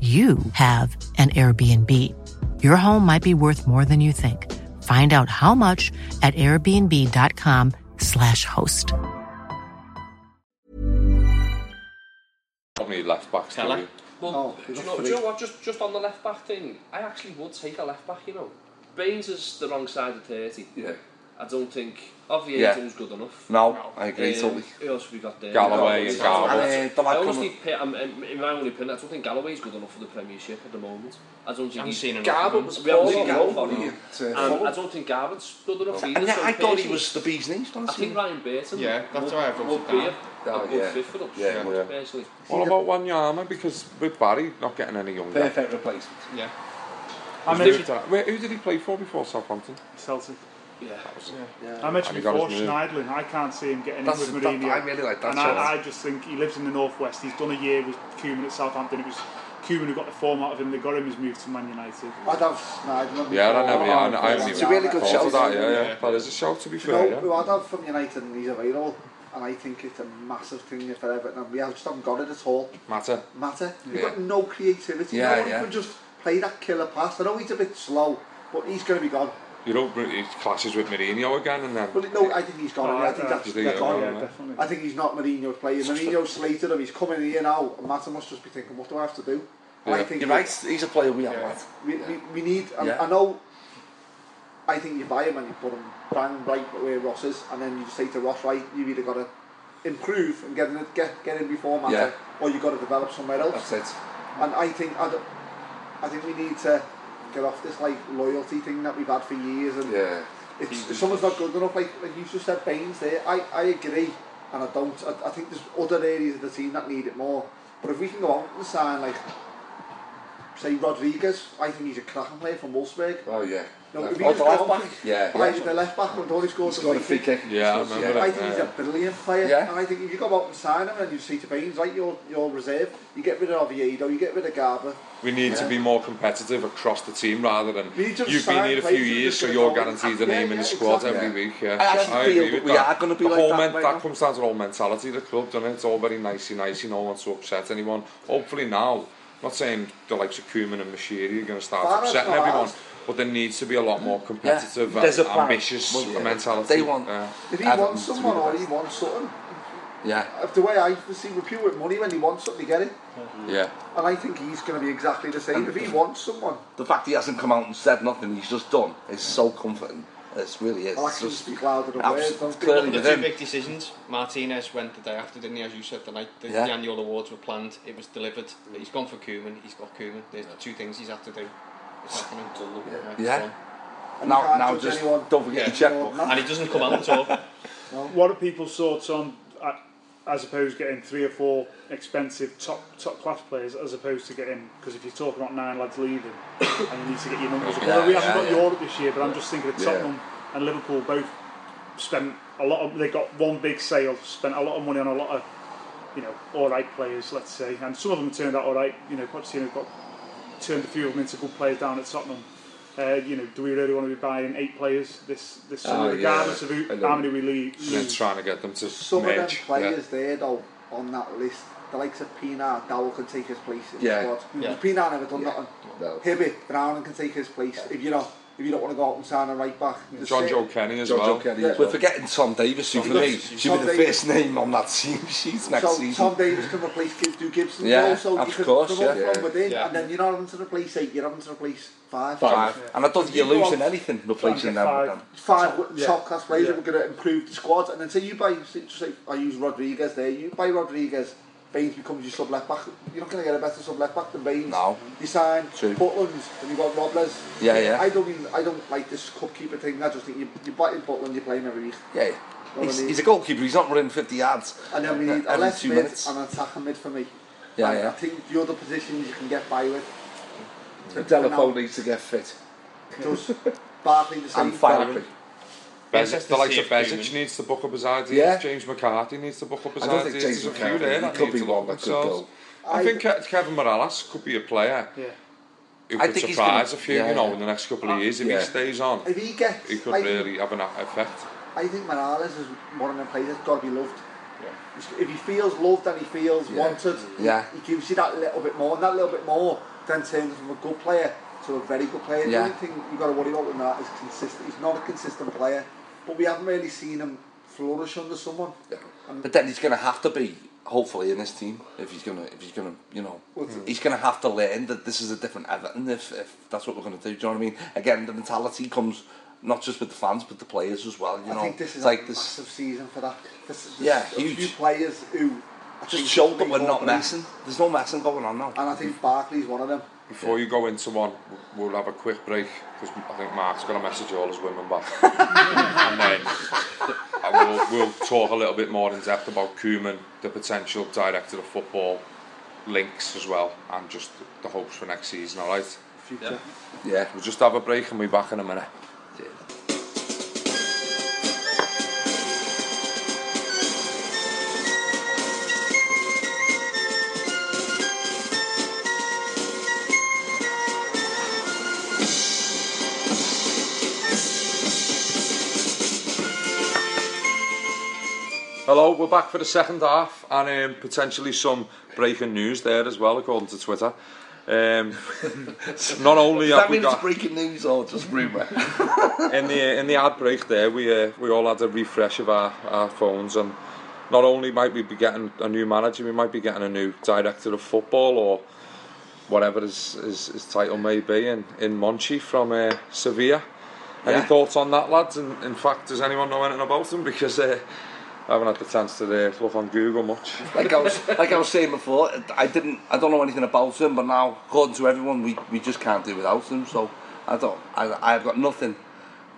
S12: you have an Airbnb. Your home might be worth more than you think. Find out how much at airbnb.com/slash host.
S4: have any left backs, do
S5: Keller.
S4: we?
S7: Well,
S6: Nou,
S10: Oh,
S7: do, you
S10: that's
S7: know, do
S10: pretty-
S7: you know what? Just just on the left back thing, I actually would take a left back. You know, Baines is the wrong side of thirty.
S6: Yeah.
S7: I don't think of the
S6: Yeah.
S7: eight it was good enough.
S6: No, I agree
S7: Um,
S6: totally.
S7: Who else have we got there?
S4: Galloway and Garbutt.
S6: And, uh, the
S7: I
S6: lad
S7: honestly,
S6: coming-
S7: pi- I'm, I'm- in my own opinion, I don't think Galloway's good enough for the Premiership at the moment. I don't think
S5: Haven't
S7: he's
S5: seen enough of
S7: Garbutt
S5: him.
S7: was
S6: We haven't seen
S7: poor,
S6: Galloway,
S7: poor,
S6: have we?
S7: poor.
S6: It's, uh,
S7: And I
S6: forward.
S7: don't think Garbutt's good enough either.
S6: And
S7: so
S6: I thought he
S7: personally-
S6: was the bee's knees.
S7: I think Ryan Burton.
S5: Yeah, that's
S7: would-
S5: why I wrote
S7: would
S5: it
S7: be
S5: down.
S7: a-
S6: Oh,
S7: a good
S6: yeah.
S7: fit for us.
S6: Yeah,
S4: yeah.
S7: personally.
S4: What about Wanyama? Because with Barry not getting any younger.
S6: Perfect replacement.
S5: Yeah.
S8: I
S4: Who did
S8: mentioned,
S4: that- Where, who did he play for before Southampton?
S8: Celtic.
S7: Yeah.
S8: I mentioned
S4: And he got
S8: before
S4: his move.
S8: Schneidlin. I can't see him getting
S6: That's-
S8: in with
S6: that-
S8: Mourinho.
S6: I really like that
S8: And
S6: choice.
S8: I, I just think he lives in the northwest. He's done a year with Cumin at Southampton. It was Cumin who got the form out of him. They got him. He's moved to Man United.
S10: I'd have Snyder.
S4: Yeah, I never. I, I
S10: It's
S4: haven't
S10: a
S4: even
S6: really good
S4: thought
S6: shout.
S4: of That, yeah, yeah,
S5: Yeah.
S4: that is a shout to be
S10: You know
S4: fair.
S10: who
S4: Yeah.
S10: I'd have from United and he's available, and I think it's a massive thing if ever. And we have just haven't got it at all.
S4: Matter.
S10: Matter, you've
S6: Yeah.
S10: got no creativity.
S6: Yeah,
S10: no one
S6: yeah.
S10: can just play that killer pass. I know he's a bit slow, but he's going to be gone.
S4: You know, it clashes with Mourinho again, and then.
S10: But no, I think he's gone.
S8: Oh,
S10: I think
S8: I-
S10: that's
S4: I-
S10: they're
S8: Oh,
S10: gone.
S8: yeah,
S4: Yeah.
S8: definitely.
S10: I think he's not Mourinho's player. Mourinho's slated him. He's coming here now, and Matter must just be thinking, what do I have to do? And I
S4: Yeah.
S10: think
S6: You're right. He's a player we have. lad.
S10: We, we, we need. I,
S6: Yeah.
S10: I know. I think you buy him and you put him bang right where Ross is, and then you just say to Ross, right, you either got to improve and get in, get get in before Matter,
S6: Yeah.
S10: or you got to develop somewhere else.
S6: That's it.
S10: And I think I, don't- I think we need to get off this like loyalty thing that we've had for years. And
S6: Yeah.
S10: it's, if someone's not good enough, like, like you just said, Baines there. I, I agree, and I don't. I, I think there's other areas of the team that need it more. But if we can go out and sign like, say Rodriguez, I think he's a cracking player from Wolfsburg.
S6: Oh yeah.
S10: No,
S6: Yeah.
S10: if he
S6: oh,
S10: just
S6: the
S10: got
S6: left
S10: on-
S6: back. Yeah.
S10: I
S6: yeah.
S10: the left back when Tony scores
S6: He's
S10: the
S6: got a
S10: free
S6: free
S10: kick.
S6: kick.
S4: Yeah, I remember that.
S10: I think he's a brilliant player,
S6: Yeah.
S10: and I think if you go out and sign him and you say to Baines, like your your reserve, you get rid of Oviedo, you get rid of Garber,
S4: We need to be more competitive across the team rather than
S10: We need to
S4: you've been
S10: sign
S4: here a few
S10: players who are
S4: years,
S10: just
S4: so
S10: gonna
S4: you're
S10: go in.
S4: guaranteed a
S10: Yeah,
S4: name in
S10: yeah,
S4: the squad
S10: exactly.
S4: every week. Yeah,
S6: I actually feel that we are gonna be
S4: the
S6: like
S4: whole
S6: that
S4: men-
S6: right
S4: that
S6: now.
S4: comes down to the whole mentality of the club, doesn't it? It's all very nicey nicey. No one wants to upset anyone. Hopefully now, I'm not saying the likes of Koeman and Mashiri are going to start
S10: Barrett's
S4: upsetting
S10: not
S4: everyone,
S10: ours.
S4: but there needs to be a lot more
S6: Yeah.
S4: competitive
S6: There's a
S4: and
S6: plan.
S4: ambitious
S6: Well, yeah.
S4: mentality.
S6: They want.
S4: Yeah.
S10: If he
S6: Everton
S10: wants
S6: to be
S10: someone
S6: the
S10: or
S6: best.
S10: he wants something,
S6: Yeah.
S10: Of the way I see with Pugh with money, when he wants something, he get it.
S4: Yeah. Mm.
S10: And I think he's going to be exactly the same. If he wants someone,
S6: The fact he hasn't come out and said nothing, he's just done, is so comforting. It really is.
S10: I'll
S6: It's
S10: actually
S6: just-
S10: speak louder than
S6: Abs-
S10: words. don't
S6: clearly
S10: you?
S6: with
S5: the
S6: him.
S5: two big decisions. Martinez went the day after, didn't he? As you said, the night the,
S6: Yeah.
S5: the annual awards were planned, it was delivered. He's gone for Koeman. He's got Koeman. There's the two things he's had to do. It's happening. Yeah. it's
S6: Yeah.
S5: gone.
S8: And you
S6: Now,
S8: can't
S6: now
S8: judge
S6: just
S8: anyone.
S6: don't forget
S8: Yeah.
S6: your checkbook.
S8: No.
S5: And he doesn't come out and
S10: (laughs)
S5: talk.
S8: What are people's thoughts on, uh, as opposed to getting three or four expensive top top class players, as opposed to getting because if you talk about nine lads leaving, and you need to get your numbers. up.
S9: Yeah,
S8: we haven't
S9: yeah,
S8: got
S9: yeah.
S8: Europe this year, but I'm just thinking of
S9: Yeah.
S8: Tottenham and Liverpool both spent a lot of. They got one big sale, spent a lot of money on a lot of, you know, all right players, let's say, and some of them turned out all right. You know, Pochettino got turned a few of them into good players down at Tottenham. Uh, you know, do we really want to be buying eight players this this
S6: Uh,
S8: summer,
S4: Oh, yeah.
S8: regardless of who,
S4: And
S8: how
S4: then-
S8: many we leave?
S4: And then trying to get them to
S10: Some
S4: merge.
S10: of them
S4: yeah.
S10: players there though on that list, the likes of Pina, Dowell can take his place in
S4: Yeah.
S10: the squad.
S4: Yeah.
S10: Pina never done nothing. Hibbert, Browning can take his place if you not if you don't want to go out and sign a right back. Just
S4: John
S10: say-
S4: Joe Kenny as well.
S6: We're forgetting Tom Davis, who
S4: Tom
S6: for me
S4: Davis.
S6: should be
S10: Tom
S6: the
S10: Davis.
S6: first name on that team sheet (laughs) next
S10: so
S6: season.
S10: Tom Davis can replace Gibbs Gibson.
S6: Yeah,
S10: also,
S6: of
S10: you can
S6: course,
S10: promote
S6: yeah.
S10: from
S6: Yeah.
S10: within,
S6: Yeah.
S10: and then you're not having to replace eight, you're having to replace five.
S6: Five. And I don't think
S10: You
S6: you're
S10: go
S6: losing
S10: out-
S6: anything replacing them. with them.
S10: Five top,
S6: yeah.
S10: top class players
S6: Yeah.
S10: that are going to improve the squad, and then say you buy, say, say I use Rodriguez there. You buy Rodriguez, Baines becomes your sub left back. You're not going to get a better sub left back than Baines.
S6: No.
S10: You sign
S6: True.
S10: Butland, and you got Robles.
S6: Yeah, yeah.
S10: I don't, even, I don't like this cupkeeper thing. I just think you you buy Butland, you play him every week.
S6: Yeah.
S10: Well,
S6: He's,
S10: I mean-
S6: he's a goalkeeper, he's not running 50 yards
S10: And then we
S6: uh,
S10: need a
S6: every
S10: left
S6: two
S10: mid
S6: minutes.
S10: and an attacking mid for me.
S6: Yeah,
S10: And
S6: yeah.
S10: I think the other positions you can get by with.
S6: And Delafoe needs to get fit.
S10: Does Barkley the same?
S6: And firing.
S4: Bez- the likes of
S6: Interesting to see if
S4: Bezic needs to book up his ideas.
S6: Yeah.
S4: James McCarthy needs to book up his
S6: I don't
S4: ideas.
S6: think James
S4: There's a few
S6: McCarthy-
S4: there
S6: he
S4: that
S6: could
S4: need
S6: be
S4: to
S6: one
S4: look
S6: that could
S4: themselves. I,
S10: I-
S4: think Ke- Kevin Morales could be a player
S8: Yeah.
S4: who
S6: I
S4: could
S6: think he's
S4: surprise
S6: gonna-
S4: a few,
S6: yeah,
S4: you know,
S6: yeah. Uh,
S4: in the next couple of years if
S6: Yeah.
S4: he stays on.
S10: If he gets,
S4: he could
S10: I,
S4: really have an a- effect.
S10: I think Morales is one of them players that's got to be loved. If he feels loved and he feels
S6: Yeah.
S10: wanted, he-
S6: Yeah.
S10: he, gives you that little bit more, and that little bit more then turns from a good player to a very good player.
S6: Yeah.
S10: The only thing you've got to worry about with that is consistent. He's not a consistent player, but we haven't really seen him flourish under someone. And
S6: But then he's going to have to be, hopefully, in this team if he's going to, if he's going to, you know,
S10: What's it?
S6: he's going to have to learn that this is a different Everton if, if that's what we're going to do. Do you know what I mean? Again, the mentality comes not just with the fans but the players as well. You
S10: I
S6: know,
S10: think this
S6: It's
S10: is a
S6: like this.
S10: massive season for that. This, this,
S6: Yeah,
S10: a
S6: huge.
S10: few players who I
S6: Just
S10: think
S6: show that
S10: really
S6: we're not
S10: want them.
S6: messing. There's no messing going on now.
S10: and I think Barkley's one of them.
S4: Before (laughs) you go into one, we'll have a quick break because I think Mark's going to message all his women back. and then I will, we'll talk a little bit more in depth about Koeman, the potential director of football, links as well, and just the hopes for next season, alright?
S10: Future.
S6: Yeah.
S4: We'll just have a break and we'll be back in a minute. Hello, we're back for the second half and um, potentially some breaking news there as well, according to Twitter. Um, (laughs) not only
S6: Does
S4: have
S6: that
S4: we
S6: mean
S4: got...
S6: it's breaking news or just rumour?
S4: in the in the ad break there, we uh, we all had a refresh of our, our phones, and not only might we be getting a new manager, we might be getting a new director of football or whatever his his, his title may be in in Monchi from uh, Sevilla. Any
S6: Yeah.
S4: thoughts on that, lads? And in fact, does anyone know anything about him? Because uh, I haven't had the chance to uh, look on Google much.
S6: like I was like I was saying before, I didn't I don't know anything about him, but now according to everyone, we, we just can't do without him. So I don't I I've got nothing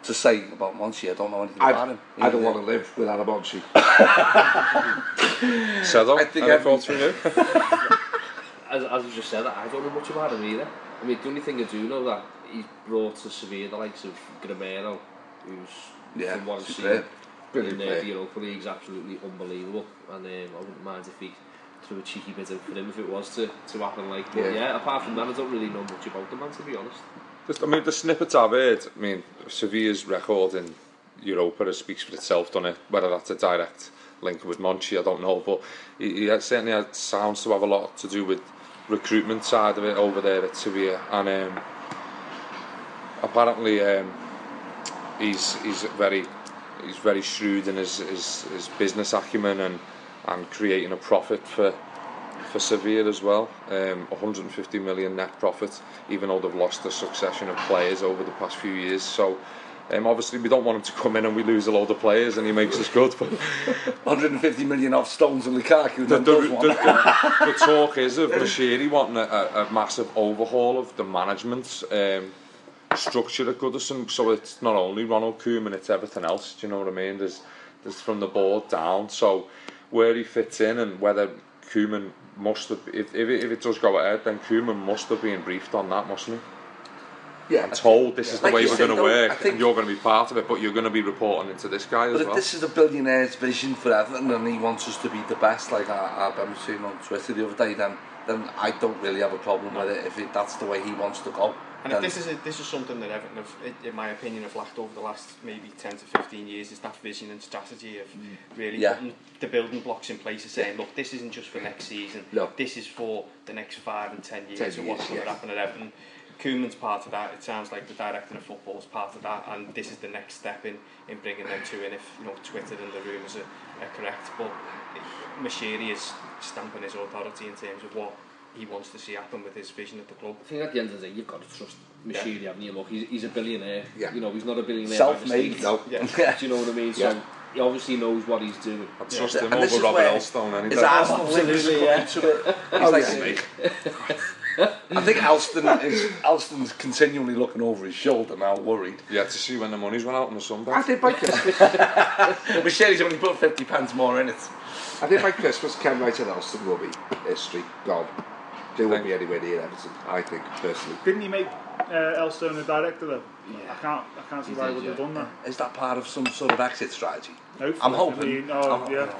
S6: to say about Monchi. I don't know anything
S9: I,
S6: about him.
S9: I don't want to live without a
S4: (laughs)
S9: Monchi.
S4: Sedo,
S9: I think
S4: any
S9: I've-
S4: thoughts from you?
S7: as, as you just said, I don't know much about him either. I mean, the only thing I do know that he's brought to Sevilla the likes of Gramero, who's
S6: Yeah,
S7: from what I've seen
S6: superb. Brilliant
S7: in uh,
S6: player.
S7: the Europa League is absolutely unbelievable, and um, I wouldn't mind if he threw a cheeky bit in for him if it was to, to happen. Like, but
S4: Yeah.
S7: yeah. apart from that, I don't really know much about the man to be honest.
S4: Just, I mean, the snippets I've heard, I mean, Sevilla's record in Europa it speaks for itself, doesn't it? Whether that's a direct link with Monchi, I don't know, but he, he had- certainly had, sounds to have a lot to do with recruitment side of it over there at Sevilla, and um, apparently um, he's he's very he's very shrewd in his his, his business acumen and and creating a profit for for Sevilla as well. Um, 150 million net profit, even though they've lost a succession of players over the past few years. So. Um, obviously, we don't want him to come in and we lose a load of players and he makes us good. But
S6: 150 million off Stones and Lukaku.
S4: the,
S6: then does
S4: the-
S6: one. (laughs)
S4: the- the talk is of Bashiri wanting a, a, a massive overhaul of the management um, structure at Goodison, so it's not only Ronald Koeman, it's everything else. Do you know what I mean? There's, there's from the board down. So where he fits in and whether Koeman must have, if, if, it, if it does go ahead, then Koeman must have been briefed on that, mustn't he?
S6: Yeah,
S4: I'm told this is the
S6: Like
S4: way
S6: you
S4: we're
S6: said,
S4: going to
S6: though, I
S4: work,
S6: think-
S4: and you're going to be part of it, but you're going to be reporting into this guy as
S6: But if
S4: well.
S6: this is a billionaire's vision for Everton and he wants us to be the best, like I, I, I was saying on Twitter the other day, then then I don't really have a problem with it if it, that's the way he wants to go.
S5: And if
S6: then
S5: this is a, this is something that Everton have, i- in my opinion, have lacked over the last maybe ten to fifteen years, is that vision and strategy of really
S6: Mm. Yeah.
S5: putting the building blocks in place and saying, look, this isn't just for next season.
S6: No.
S5: This is for the next five and ten years
S6: Ten
S5: of what's
S6: years,
S5: going to
S6: yeah.
S5: happen at Everton. Koeman's part of that. It sounds like the director of football's part of that, and this is the next step in, in bringing them two in. If you know Twitter and the rumours are, are correct, but Mashiri is stamping his authority in terms of what he wants to see happen with his vision of the club.
S7: I think at the end of the day, you've got to trust Machine, haven't you? Look, he's, he's a billionaire.
S5: Yeah.
S7: You know, he's not a billionaire.
S6: Self-made,
S7: by
S6: no.
S7: mistake.
S6: Yeah.
S7: Do you know what I mean?
S6: Yeah.
S7: So he obviously knows what he's doing. I
S4: trust him over Robin Elstone any
S6: His
S4: day.
S6: Arsenal links
S7: Absolutely,
S6: come
S7: yeah.
S6: into it. It's
S7: Oh, (laughs)
S6: like-
S7: yeah.
S6: I think Elston is Elston's continually looking over his shoulder now, worried.
S4: Yeah, to see when the money's run out on the Sunday.
S9: I did by Christmas.
S6: (laughs) Michelle's only put fifty pounds more in it.
S9: I think by Christmas, Ken Wright and Elston will be history gone. They won't be anywhere near Everton. I think personally.
S8: Didn't he make uh, Elstone the director though? I can't, I can't see
S6: He
S8: why he
S6: did,
S8: would have
S6: yeah.
S8: done that.
S6: Is that part of some sort of exit strategy?
S8: Hopefully.
S6: I'm
S8: I
S6: hoping.
S8: mean, oh,
S6: I'm-
S8: yeah.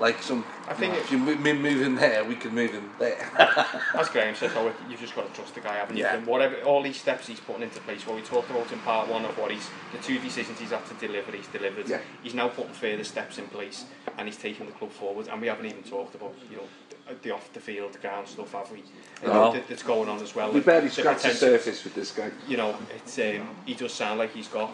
S6: Like some,
S5: I think
S6: if you move, move in there, we can move in
S5: (laughs)
S6: there.
S5: As Graham said, though, you've just got to trust the guy, haven't
S6: Yeah.
S5: you? And whatever all these steps he's putting into place, what we talked about in part one of what he's the two decisions he's had to deliver, he's delivered.
S6: Yeah.
S5: He's now putting further steps in place, and he's taking the club forward. And we haven't even talked about you know the, the off the field ground stuff, have we? You know,
S9: No.
S5: that- that's going on as well.
S9: We
S5: And
S9: barely
S5: the
S9: scratched the
S5: potential-
S9: surface with this guy.
S5: You know, it's um, he does sound like he's got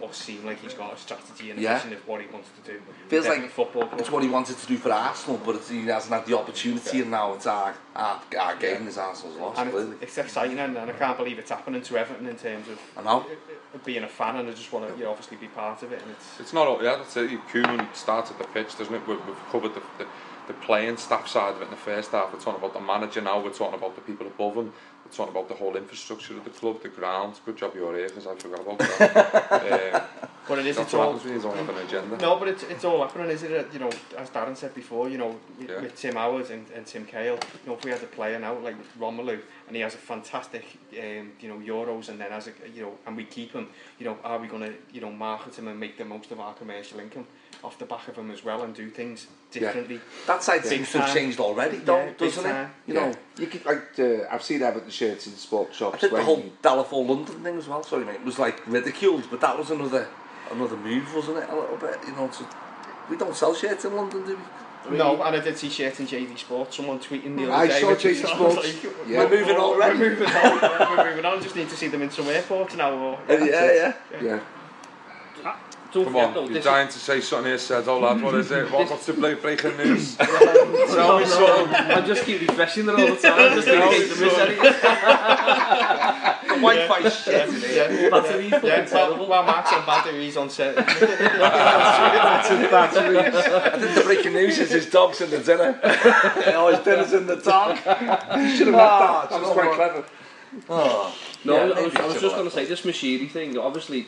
S5: what seemed like he's got a strategy and a
S6: Yeah.
S5: vision of what he wants to do.
S6: Feels
S5: Devon
S6: like
S5: football club.
S6: it's what he wanted to do for Arsenal, but it's, he hasn't had the opportunity, and now it's our our, our game is Arsenal's lost.
S5: And
S6: clearly.
S5: it's, it's exciting, and, and I can't believe it's happening to Everton in terms of
S6: I know.
S5: uh, uh, being a fan, and I just want to you know, obviously be part of it. And it's
S4: It's not all, yeah, that's it. Koeman started the pitch, doesn't it? We've, we've covered the, the, the playing staff side of it in the first half. We're talking about the manager now, we're talking about the people above him, we're talking about the whole infrastructure of the club, the ground. Good job you're here because I forgot about that. um,
S5: But it is,
S4: that's
S5: it's
S4: what
S5: all-
S4: happens when you don't have an agenda.
S5: no, but it's, it's all happening, is it? You know, as Darren said before, you know, with-
S4: Yeah.
S5: with Tim Howard and, and Tim Cahill, you know, if we had a player now like Romelu, and he has a fantastic, um, you know, Euros, and then has a, you know, and we keep him, you know, are we going to, you know, market him and make the most of our commercial income off the back of him as well, and do things differently?
S6: That side
S5: Big
S6: seems to have
S5: time.
S6: changed already,
S5: Yeah,
S6: though,
S5: big
S6: doesn't it?
S5: time.
S6: You
S9: Yeah.
S6: know,
S9: you could like uh, I've seen Everton shirts in sports shops.
S6: I think the
S9: when
S6: whole
S9: you-
S6: Dalafor London thing as well. Sorry, mate, was like ridiculed, but that was another another move, wasn't it? A little bit, you know. To, we don't sell shirts in London, do we?
S5: No, and I did see shirts in JD Sports. Someone tweeting the other
S6: I
S5: day.
S6: saw
S5: which
S6: JD
S5: was (laughs)
S6: Sports.
S5: like,
S6: Yeah. We're moving on, right?
S5: We're moving on. (laughs) we're moving on. Just need to see them in some airports now. Or,
S6: Uh,
S9: yeah.
S7: Don't
S4: Come
S7: forget,
S4: on,
S7: though,
S4: you're
S7: this
S4: dying to say something here, said, oh lad, what is it? What, what's the ble-
S7: (laughs)
S4: breaking news?
S7: No,
S4: Tell me
S7: no,
S4: something.
S7: I just keep refreshing them all the time, just in case I miss
S6: anything. Wi-Fi
S5: Yeah,
S6: shit in
S5: yeah,
S6: here.
S5: yeah.
S6: Battery's fucking
S5: yeah, well,
S6: terrible.
S5: well, Mark's on batteries on set.
S6: I think the breaking news is his dog's in the
S9: (laughs)
S6: dinner. oh, his dinner's in (laughs) the dog. You should have
S9: Ah,
S7: (laughs)
S6: had that. That was
S9: do you know
S6: quite
S9: what?
S6: clever. Oh,
S7: No,
S6: Yeah,
S7: I, was,
S6: maybe
S7: I was
S6: it's
S7: just
S6: about
S7: going to say this Mashiri thing. Obviously,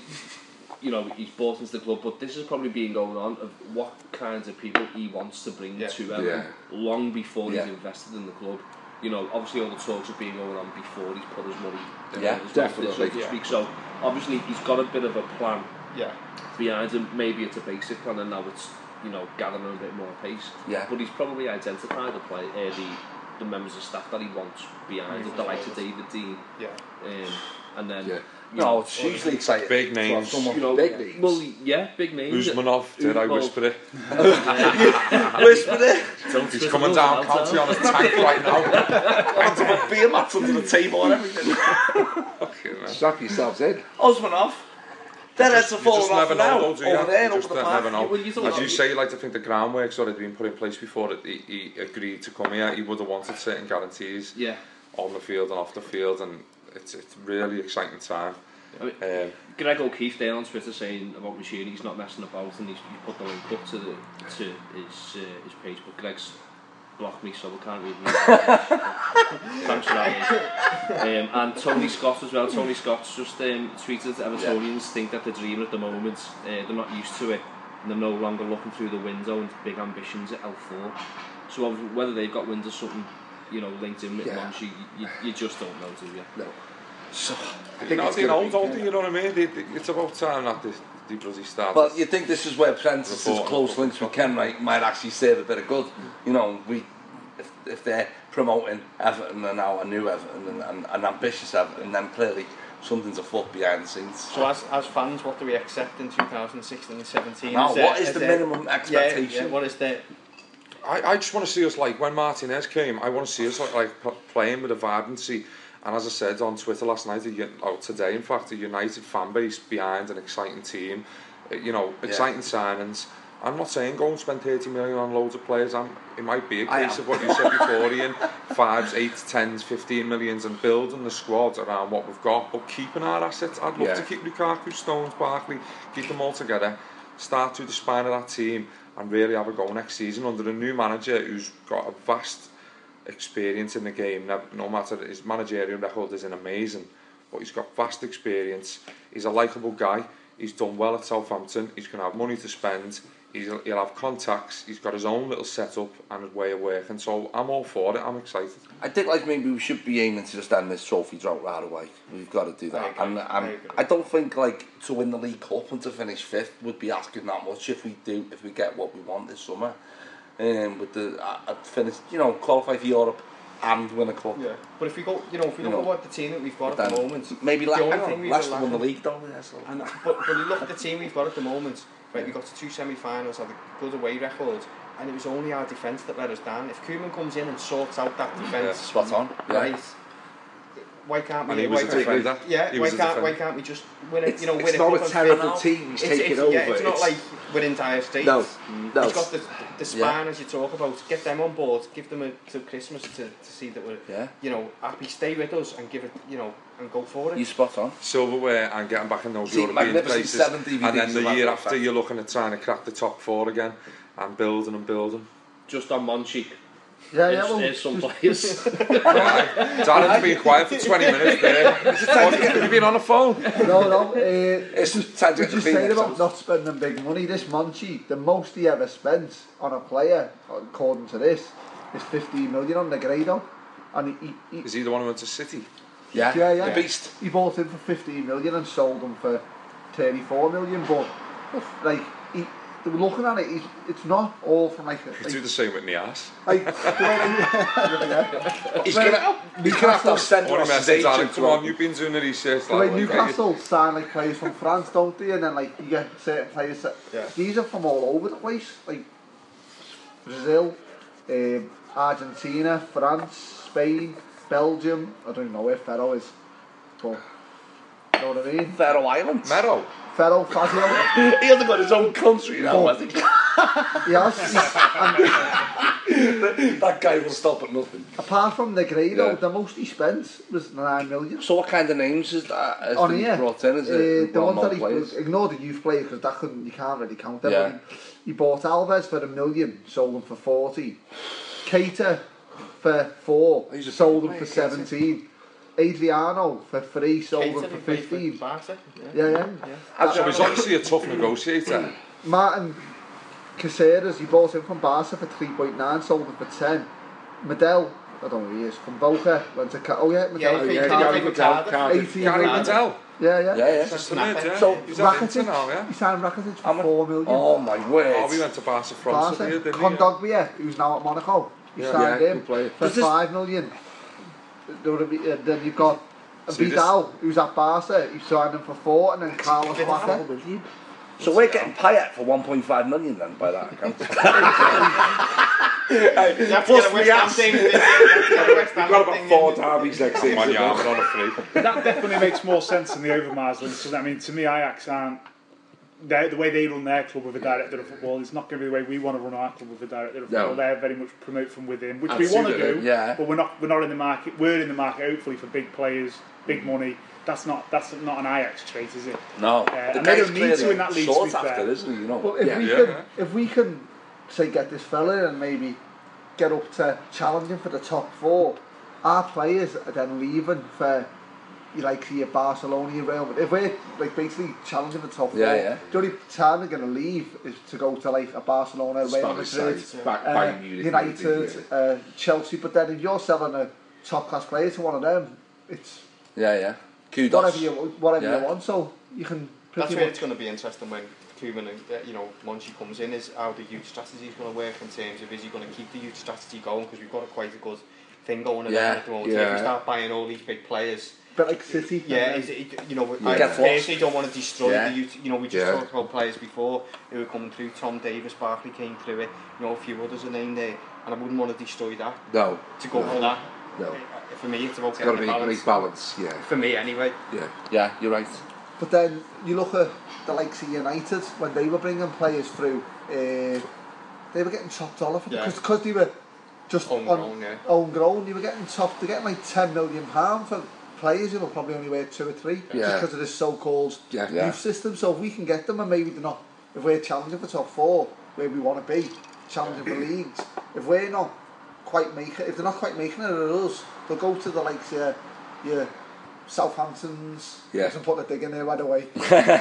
S7: you know he's bought into the club, but this has probably been going on of what kinds of people he wants to bring
S5: Yeah.
S7: to Everton
S9: Yeah.
S7: long before
S9: Yeah.
S7: he's invested in the club. You know, obviously all the talks have been going on before he's put his money. down,
S9: Yeah,
S7: his money down, so to
S9: definitely.
S7: speak. So obviously he's got a bit of a plan
S5: Yeah.
S7: behind him. Maybe it's a basic plan, and now it's you know gathering a bit more pace.
S6: Yeah.
S7: But he's probably identified the play, uh, the the members of staff that he wants behind him, the likes of David Dean.
S5: Yeah.
S7: Um, and then
S9: Yeah.
S7: you
S6: No,
S7: know,
S6: it's hugely exciting.
S4: Big
S6: to have
S4: names.
S6: someone-
S7: you know,
S6: big names.
S7: Well, yeah, big names.
S4: Usmanov, did I
S7: Well,
S4: whisper it?
S6: (laughs) Whisper it.
S7: don't
S4: He's
S7: twist
S4: coming
S7: those
S4: down
S7: out,
S4: county
S7: huh?
S4: on his tank
S7: (laughs)
S4: right now.
S6: I've got beer mats under the table and everything.
S4: Fucking hell.
S9: Strap yourselves in.
S6: Osmanov. Their heads
S4: just-
S6: are
S4: you just
S6: falling off
S4: never
S6: now,
S4: know, though, do you?
S6: over there,
S4: You
S6: over
S4: just
S6: the
S4: don't
S6: park.
S4: never know.
S6: Well, you don't
S4: As
S6: know.
S4: you say, like, I think the groundwork's already been put in place before it, he, he agreed to come here. He would have wanted certain guarantees
S7: Yeah.
S4: on the field and off the field, and it's it's really exciting time.
S7: I mean,
S4: Um,
S7: Greg O'Keefe there on Twitter saying about Machine he's not messing about and he's he put the link up to the to his uh, his page but Greg's blocked me so I can't read my
S6: (laughs)
S7: thanks for that mate. um, and Tony Scott as well Tony Scott's just um, tweeted that Evertonians think that they're dreaming at the moment uh, they're not used to it and they're no longer looking through the window and big ambitions at L4 so obviously whether they've got wind or something you know linked in with
S6: Yeah.
S7: Monchi you, you, you just don't know do you
S6: no so
S4: I think it's
S6: gonna
S4: old,
S6: be-
S4: old, you know what I mean? They- they- It's about time that they, they bloody start.
S6: But you think this is where Prentice's
S4: Report.
S6: close links with Kenwright might actually serve a bit of good. You know, we if, if they're promoting Everton and now a new Everton and, and, and ambitious Everton, then clearly something's afoot behind the scenes.
S5: So as, as fans, what do we accept in 2016 and 17?
S6: Now,
S5: there-
S6: what is the
S5: there-
S6: minimum
S5: Yeah, Yeah,
S6: expectation?
S5: what is the...
S4: I, I just want to see us like when Martinez came. I want to see us like, like p- playing with a vibrancy. And as I said on Twitter last night, a, un- oh, today in fact, a United fan base behind an exciting team. Uh, You know,
S6: Yeah.
S4: exciting signings. I'm not saying go and spend 30 million on loads of players. I'm, it might be a
S6: I
S4: case
S6: am.
S4: of what you
S6: (laughs)
S4: said before, Ian. Fives, eights, tens, 15 millions, and building the squad around what we've got, but keeping our assets. I'd love
S6: Yeah.
S4: to keep Lukaku, Stones, Barkley, keep them all together, start through the spine of that team, and really have a go next season under a new manager who's got a vast experience in the game. No- No matter his managerial record isn't amazing, but he's got vast experience. He's a likable guy. He's done well at Southampton. He's going to have money to spend. He's, he'll have contacts. He's got his own little setup and his way of working. So I'm all for it. I'm excited.
S6: I think like maybe we should be aiming to just end this trophy drought right away. We've got to do
S5: I
S6: that,
S5: agree,
S6: and
S5: I
S6: um,
S5: agree.
S6: I don't think like to win the League Cup and to finish fifth would be asking that much if we do if we get what we want this summer. Um, with the uh, uh, finish, you know, qualify for Europe and win a cup.
S5: Yeah. But if we go, you know, if we
S6: You
S5: look
S6: know,
S5: at what the team that we've got at
S6: Then
S5: the moment...
S6: maybe
S5: the
S6: like,
S5: only thing we've
S6: Leicester
S5: been
S6: won the
S5: lacking-
S6: league, don't we? Leicester?
S5: I know, but, but you look at the team we've got at the moment. Right, we got to two semi-finals, had a good away record, and it was only our defence that let us down. If Koeman comes in and sorts out that
S6: Yeah,
S5: defence,
S6: spot on. Yeah.
S5: right? Why can't we?
S4: And he
S5: why
S4: was a
S5: can't we-
S4: defender.
S5: Yeah.
S4: He
S5: why
S4: was a
S5: can't Why
S4: defender.
S5: can't we just win it?
S6: It's-
S5: You know, win
S9: it's
S5: it.
S9: not a terrible
S5: now.
S9: team he's
S5: It's-
S9: taken
S5: it's- Yeah,
S9: over.
S5: it's not
S9: It's-
S5: like we're in dire straits.
S9: No, no.
S5: He's got the, the
S6: Yeah.
S5: spine as you talk about. Get them on board. Give them a, till Christmas to, to see that we're
S6: Yeah.
S5: you know happy. Stay with us and give it you know and go for it.
S6: You spot on.
S4: silverware and getting back in those
S6: See,
S4: European
S6: Magnificent
S4: places.
S6: Seven DVDs
S4: and then the
S6: of that
S4: year
S6: like
S4: after,
S6: that.
S4: you're looking at trying to crack the top four again and building and building.
S7: just on Monchi
S10: Yeah, yeah,
S7: there's,
S10: well,
S7: there's some
S5: (laughs)
S7: players
S4: Darren's been quiet for 20 minutes there. Have you been on the phone?
S10: no, no. Uh,
S6: It's time to
S10: you
S6: get the
S10: just saying
S6: Phoenix
S10: about
S6: out.
S10: not spending big money. This Monchi, the most he ever spent on a player, according to this, is 15 million on Negredo. And he, he,
S4: Is he the one who went to City?
S6: Yeah,
S10: Yeah, yeah.
S6: The beast.
S10: He bought him for 15 million and sold him for 34 million, but like he, they were looking at it, he's, it's not all from like.
S4: He'd do
S10: like,
S4: the same with Nias.
S10: like (laughs)
S6: (laughs)
S10: yeah,
S6: He's gonna, he's gonna have to have sent
S4: Or he
S6: us his
S4: messaged Darren,
S6: agent.
S4: come on, you've been doing the research.
S10: the way
S4: Like,
S10: Newcastle sign like players from France, don't they? And then like you get certain players that
S5: Yeah.
S10: these are from all over the place, like Brazil, um, Argentina, France, Spain, Belgium. I don't even know where Ferro is, but you know what I mean.
S6: Faroe Islands.
S4: Mero,
S10: Ferro, Fazio.
S6: (laughs) He hasn't got his own country now. I think
S10: (laughs) Yes.
S6: (laughs) that guy will stop at nothing.
S10: Apart from the grade,
S6: Yeah.
S10: the most he spent was nine million.
S6: So what kind of names is that? Has
S10: On
S6: he
S10: here,
S6: brought in? Is
S10: uh,
S6: it
S10: the ones
S6: well-known
S10: that he
S6: players?
S10: ignore the youth players because that couldn't you can't really count them.
S6: Yeah.
S10: but He, he bought Alves for a million, sold him for forty. Cater for four,
S6: He's a
S10: sold
S6: big
S10: him for
S6: player,
S10: seventeen. Adriano for three, sold
S5: Cater,
S10: him
S5: who
S10: for
S5: played for
S10: fifteen.
S5: Barca, yeah.
S10: Yeah, yeah.
S4: So he's obviously a tough negotiator.
S10: Martin Caceres, he bought him from Barca for three point nine, sold him for ten. Medell, I don't know who he is from Boca, went to Ca- oh yeah, Medell.
S5: Yeah, he
S10: oh,
S5: played-
S10: yeah,
S5: he
S10: Cardiff.
S5: played for Cardiff.
S4: Cardiff.
S10: 18
S4: Gary
S10: million.
S4: Medell.
S10: Yeah, yeah.
S6: Yeah, yeah.
S4: That's the mid, yeah.
S10: So
S4: He's at Inter
S10: Rakitic,
S4: now, yeah.
S10: he signed Rakitic for
S6: How mu-
S10: four million.
S6: Oh my word!
S4: Oh, we went to Barca France.
S10: Barca,
S4: didn't we?
S10: Kondogbia, who's now at Monaco, he
S4: Yeah.
S10: signed
S6: Yeah,
S10: him
S6: good player.
S10: for
S6: Does this-
S10: five million. There would be- uh, Then you've got
S4: See, this-
S10: Vidal, who's at Barca, he signed him for four, and then Carlos Vaca.
S5: (laughs)
S6: so we're getting Payet for 1.5 million then by that account.
S5: You have to
S6: Plus
S5: get a West
S6: the
S5: Ham
S6: ass.
S5: team. You have to get a West Ham
S6: We've got about
S5: thing
S6: four
S5: in.
S6: derbies next
S4: Come on,
S6: season.
S4: yeah, we're on a free.
S8: that definitely makes more sense than the Overmars link. So, I mean, to me, Ajax aren't they- the way they run their club with a director of football. It's not going to be the way we want to run our club with a director of
S6: No.
S8: football. They're very much promote from within, which we want to do.
S6: Absolutely, yeah.
S8: But we're not we're not in the market. We're in the market hopefully for big players, big money. That's not that's not an Ajax trait, is it?
S6: No,
S8: Uh,
S6: Nou, the
S8: and they
S6: guy's
S8: don't need to
S6: clearly
S8: in that league. To be
S6: sought
S8: fair.
S6: after, isn't he? You know.
S10: Well, if
S6: yeah.
S10: we can, if we can, say get this fella and maybe get up to challenging for the top four, our players are then leaving for. You like your Barcelona, your Real Madrid. If we're like basically challenging the top
S6: Yeah,
S10: four,
S6: yeah.
S10: the only time they're going to leave is to go to like a Barcelona, Real
S6: Spanish
S10: Madrid,
S6: sides, back
S10: uh,
S6: Bayern Munich,
S10: United,
S6: maybe,
S10: uh, Chelsea. But then if you're selling a top class player to one of them, it's
S6: yeah, yeah. Kudos.
S10: whatever you whatever
S6: Yeah.
S10: you want. So you can
S5: That's
S10: pretty
S5: where
S10: much
S5: it's going to be interesting when Koeman and uh, you know Monchi comes in is how the youth strategy is going to work in terms of is he going to keep the youth strategy going because we've got a quite a good thing going at
S6: Yeah,
S5: at the moment. If
S6: yeah.
S5: we start buying all these big players,
S10: but like City.
S5: yeah,
S10: and
S5: is it, you know
S6: Yeah.
S5: I
S6: Get
S5: personally don't want to destroy
S6: Yeah.
S5: the youth. You know we just
S9: Yeah.
S5: talked about players before who were coming through. Tom Davis, Barkley came through it. You know a few others are named there, and I wouldn't want to destroy that
S9: No,
S5: to go
S9: no,
S5: for that.
S9: No,
S5: Uh, For me, it's about
S9: it's got
S5: getting
S9: to be
S5: the
S9: a
S5: balance.
S9: great balance. Yeah,
S5: For me, anyway.
S9: yeah.
S6: Yeah, you're right.
S10: But then you look at the likes of United when they were bringing players through, uh, they were getting top dollar for
S5: Yeah.
S10: because because they were just on,
S5: Homegrown, yeah.
S10: oh, homegrown. They were getting top. They're getting like ten million pound for players who will probably only wear two or three just
S9: Yeah.
S10: because of this so-called
S9: Yeah.
S10: youth
S9: Yeah.
S10: system. So if we can get them and maybe they're not. If we're challenging for top four, where we want to be, challenging for leagues. If we're not quite making, if they're not quite making it at us, they'll go to the likes of your Southampton's.
S6: Yeah.
S10: Just put a dig in there
S9: (laughs)
S10: right away.
S9: West
S10: Yeah,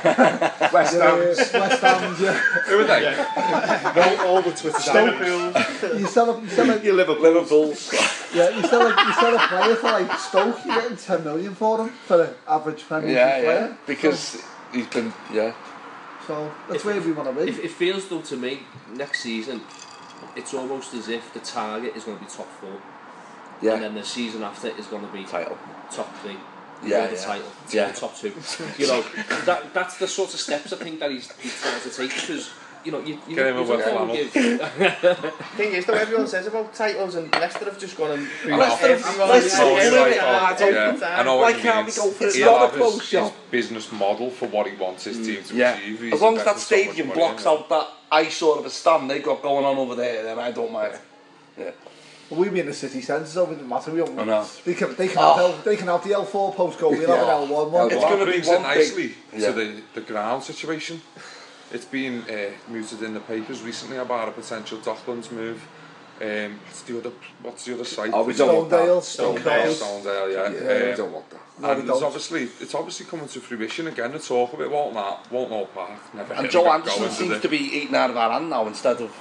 S9: Ham.
S10: West Ham's, yeah.
S9: Who are they?
S10: (laughs)
S8: All, all the Twitter Stoke,
S10: You sell a, you sell a, yeah,
S6: Liverpool.
S10: you sell a, you sell a player for like Stoke, you're getting 10 million for him, for an average Premier League
S6: yeah, yeah.
S10: player.
S6: Because he's been yeah.
S10: So that's where we want to be.
S7: It, it feels though to me next season, it's almost as if the target is going to be top four,
S6: Yeah.
S7: and then the season after is going to be
S6: Title.
S7: top three.
S6: Yeah,
S7: Or the
S6: yeah.
S7: title,
S6: Yeah.
S7: or top two. You know, that that's the sort of steps I think that he's, he's trying to take because you know you, you,
S4: Get him
S7: you uh,
S4: a wet
S7: can't
S4: flannel.
S7: give-
S5: thing is, though, everyone says about titles, and Leicester have just gone and proved
S6: Leicester have-
S5: everyone.
S6: Leicester have
S5: Yeah,
S6: proven it
S5: yeah,
S6: hard
S5: yeah.
S4: Yeah, I know
S6: Why
S4: what you
S6: can't
S4: mean.
S6: we go for it?
S4: He'll
S6: It's not a
S4: have
S6: close
S4: his,
S6: shot.
S4: his business model for what he wants his team to
S6: Yeah.
S4: achieve. He's
S6: As long as that
S4: invested so much
S6: stadium
S4: money in
S6: blocks
S4: it.
S6: out that eyesore of a stand they've got going on over there, then I don't mind.
S10: But we be in the city centre, so it doesn't matter. We don't,
S6: I know.
S10: They can, they can,
S6: Oh.
S10: have, L, they can have the L4 postcode, we'll have an L1 one.
S6: It's
S4: Well,
S6: gonna
S4: that
S6: be
S4: brings
S6: one
S4: it nicely
S6: big-
S4: to
S6: Yeah.
S4: the, the ground situation. It's been uh, mooted in the papers recently about a potential Docklands move. Um, what's the other? What's the other site?
S6: Oh, we don't want that.
S10: Stonedale,
S6: Stonedale.
S4: Stonedale,
S10: Stonedale.
S4: Stonedale, yeah.
S6: Yeah, we
S4: Um,
S6: don't want that.
S4: and
S10: we
S4: there's
S10: don't.
S4: obviously it's obviously coming to fruition again. The talk of it won't that won't all park. Never
S6: And
S4: really
S6: Joe
S4: got
S6: Anderson
S4: going, did
S6: seems
S4: it?
S6: to be eaten out of our hand now instead of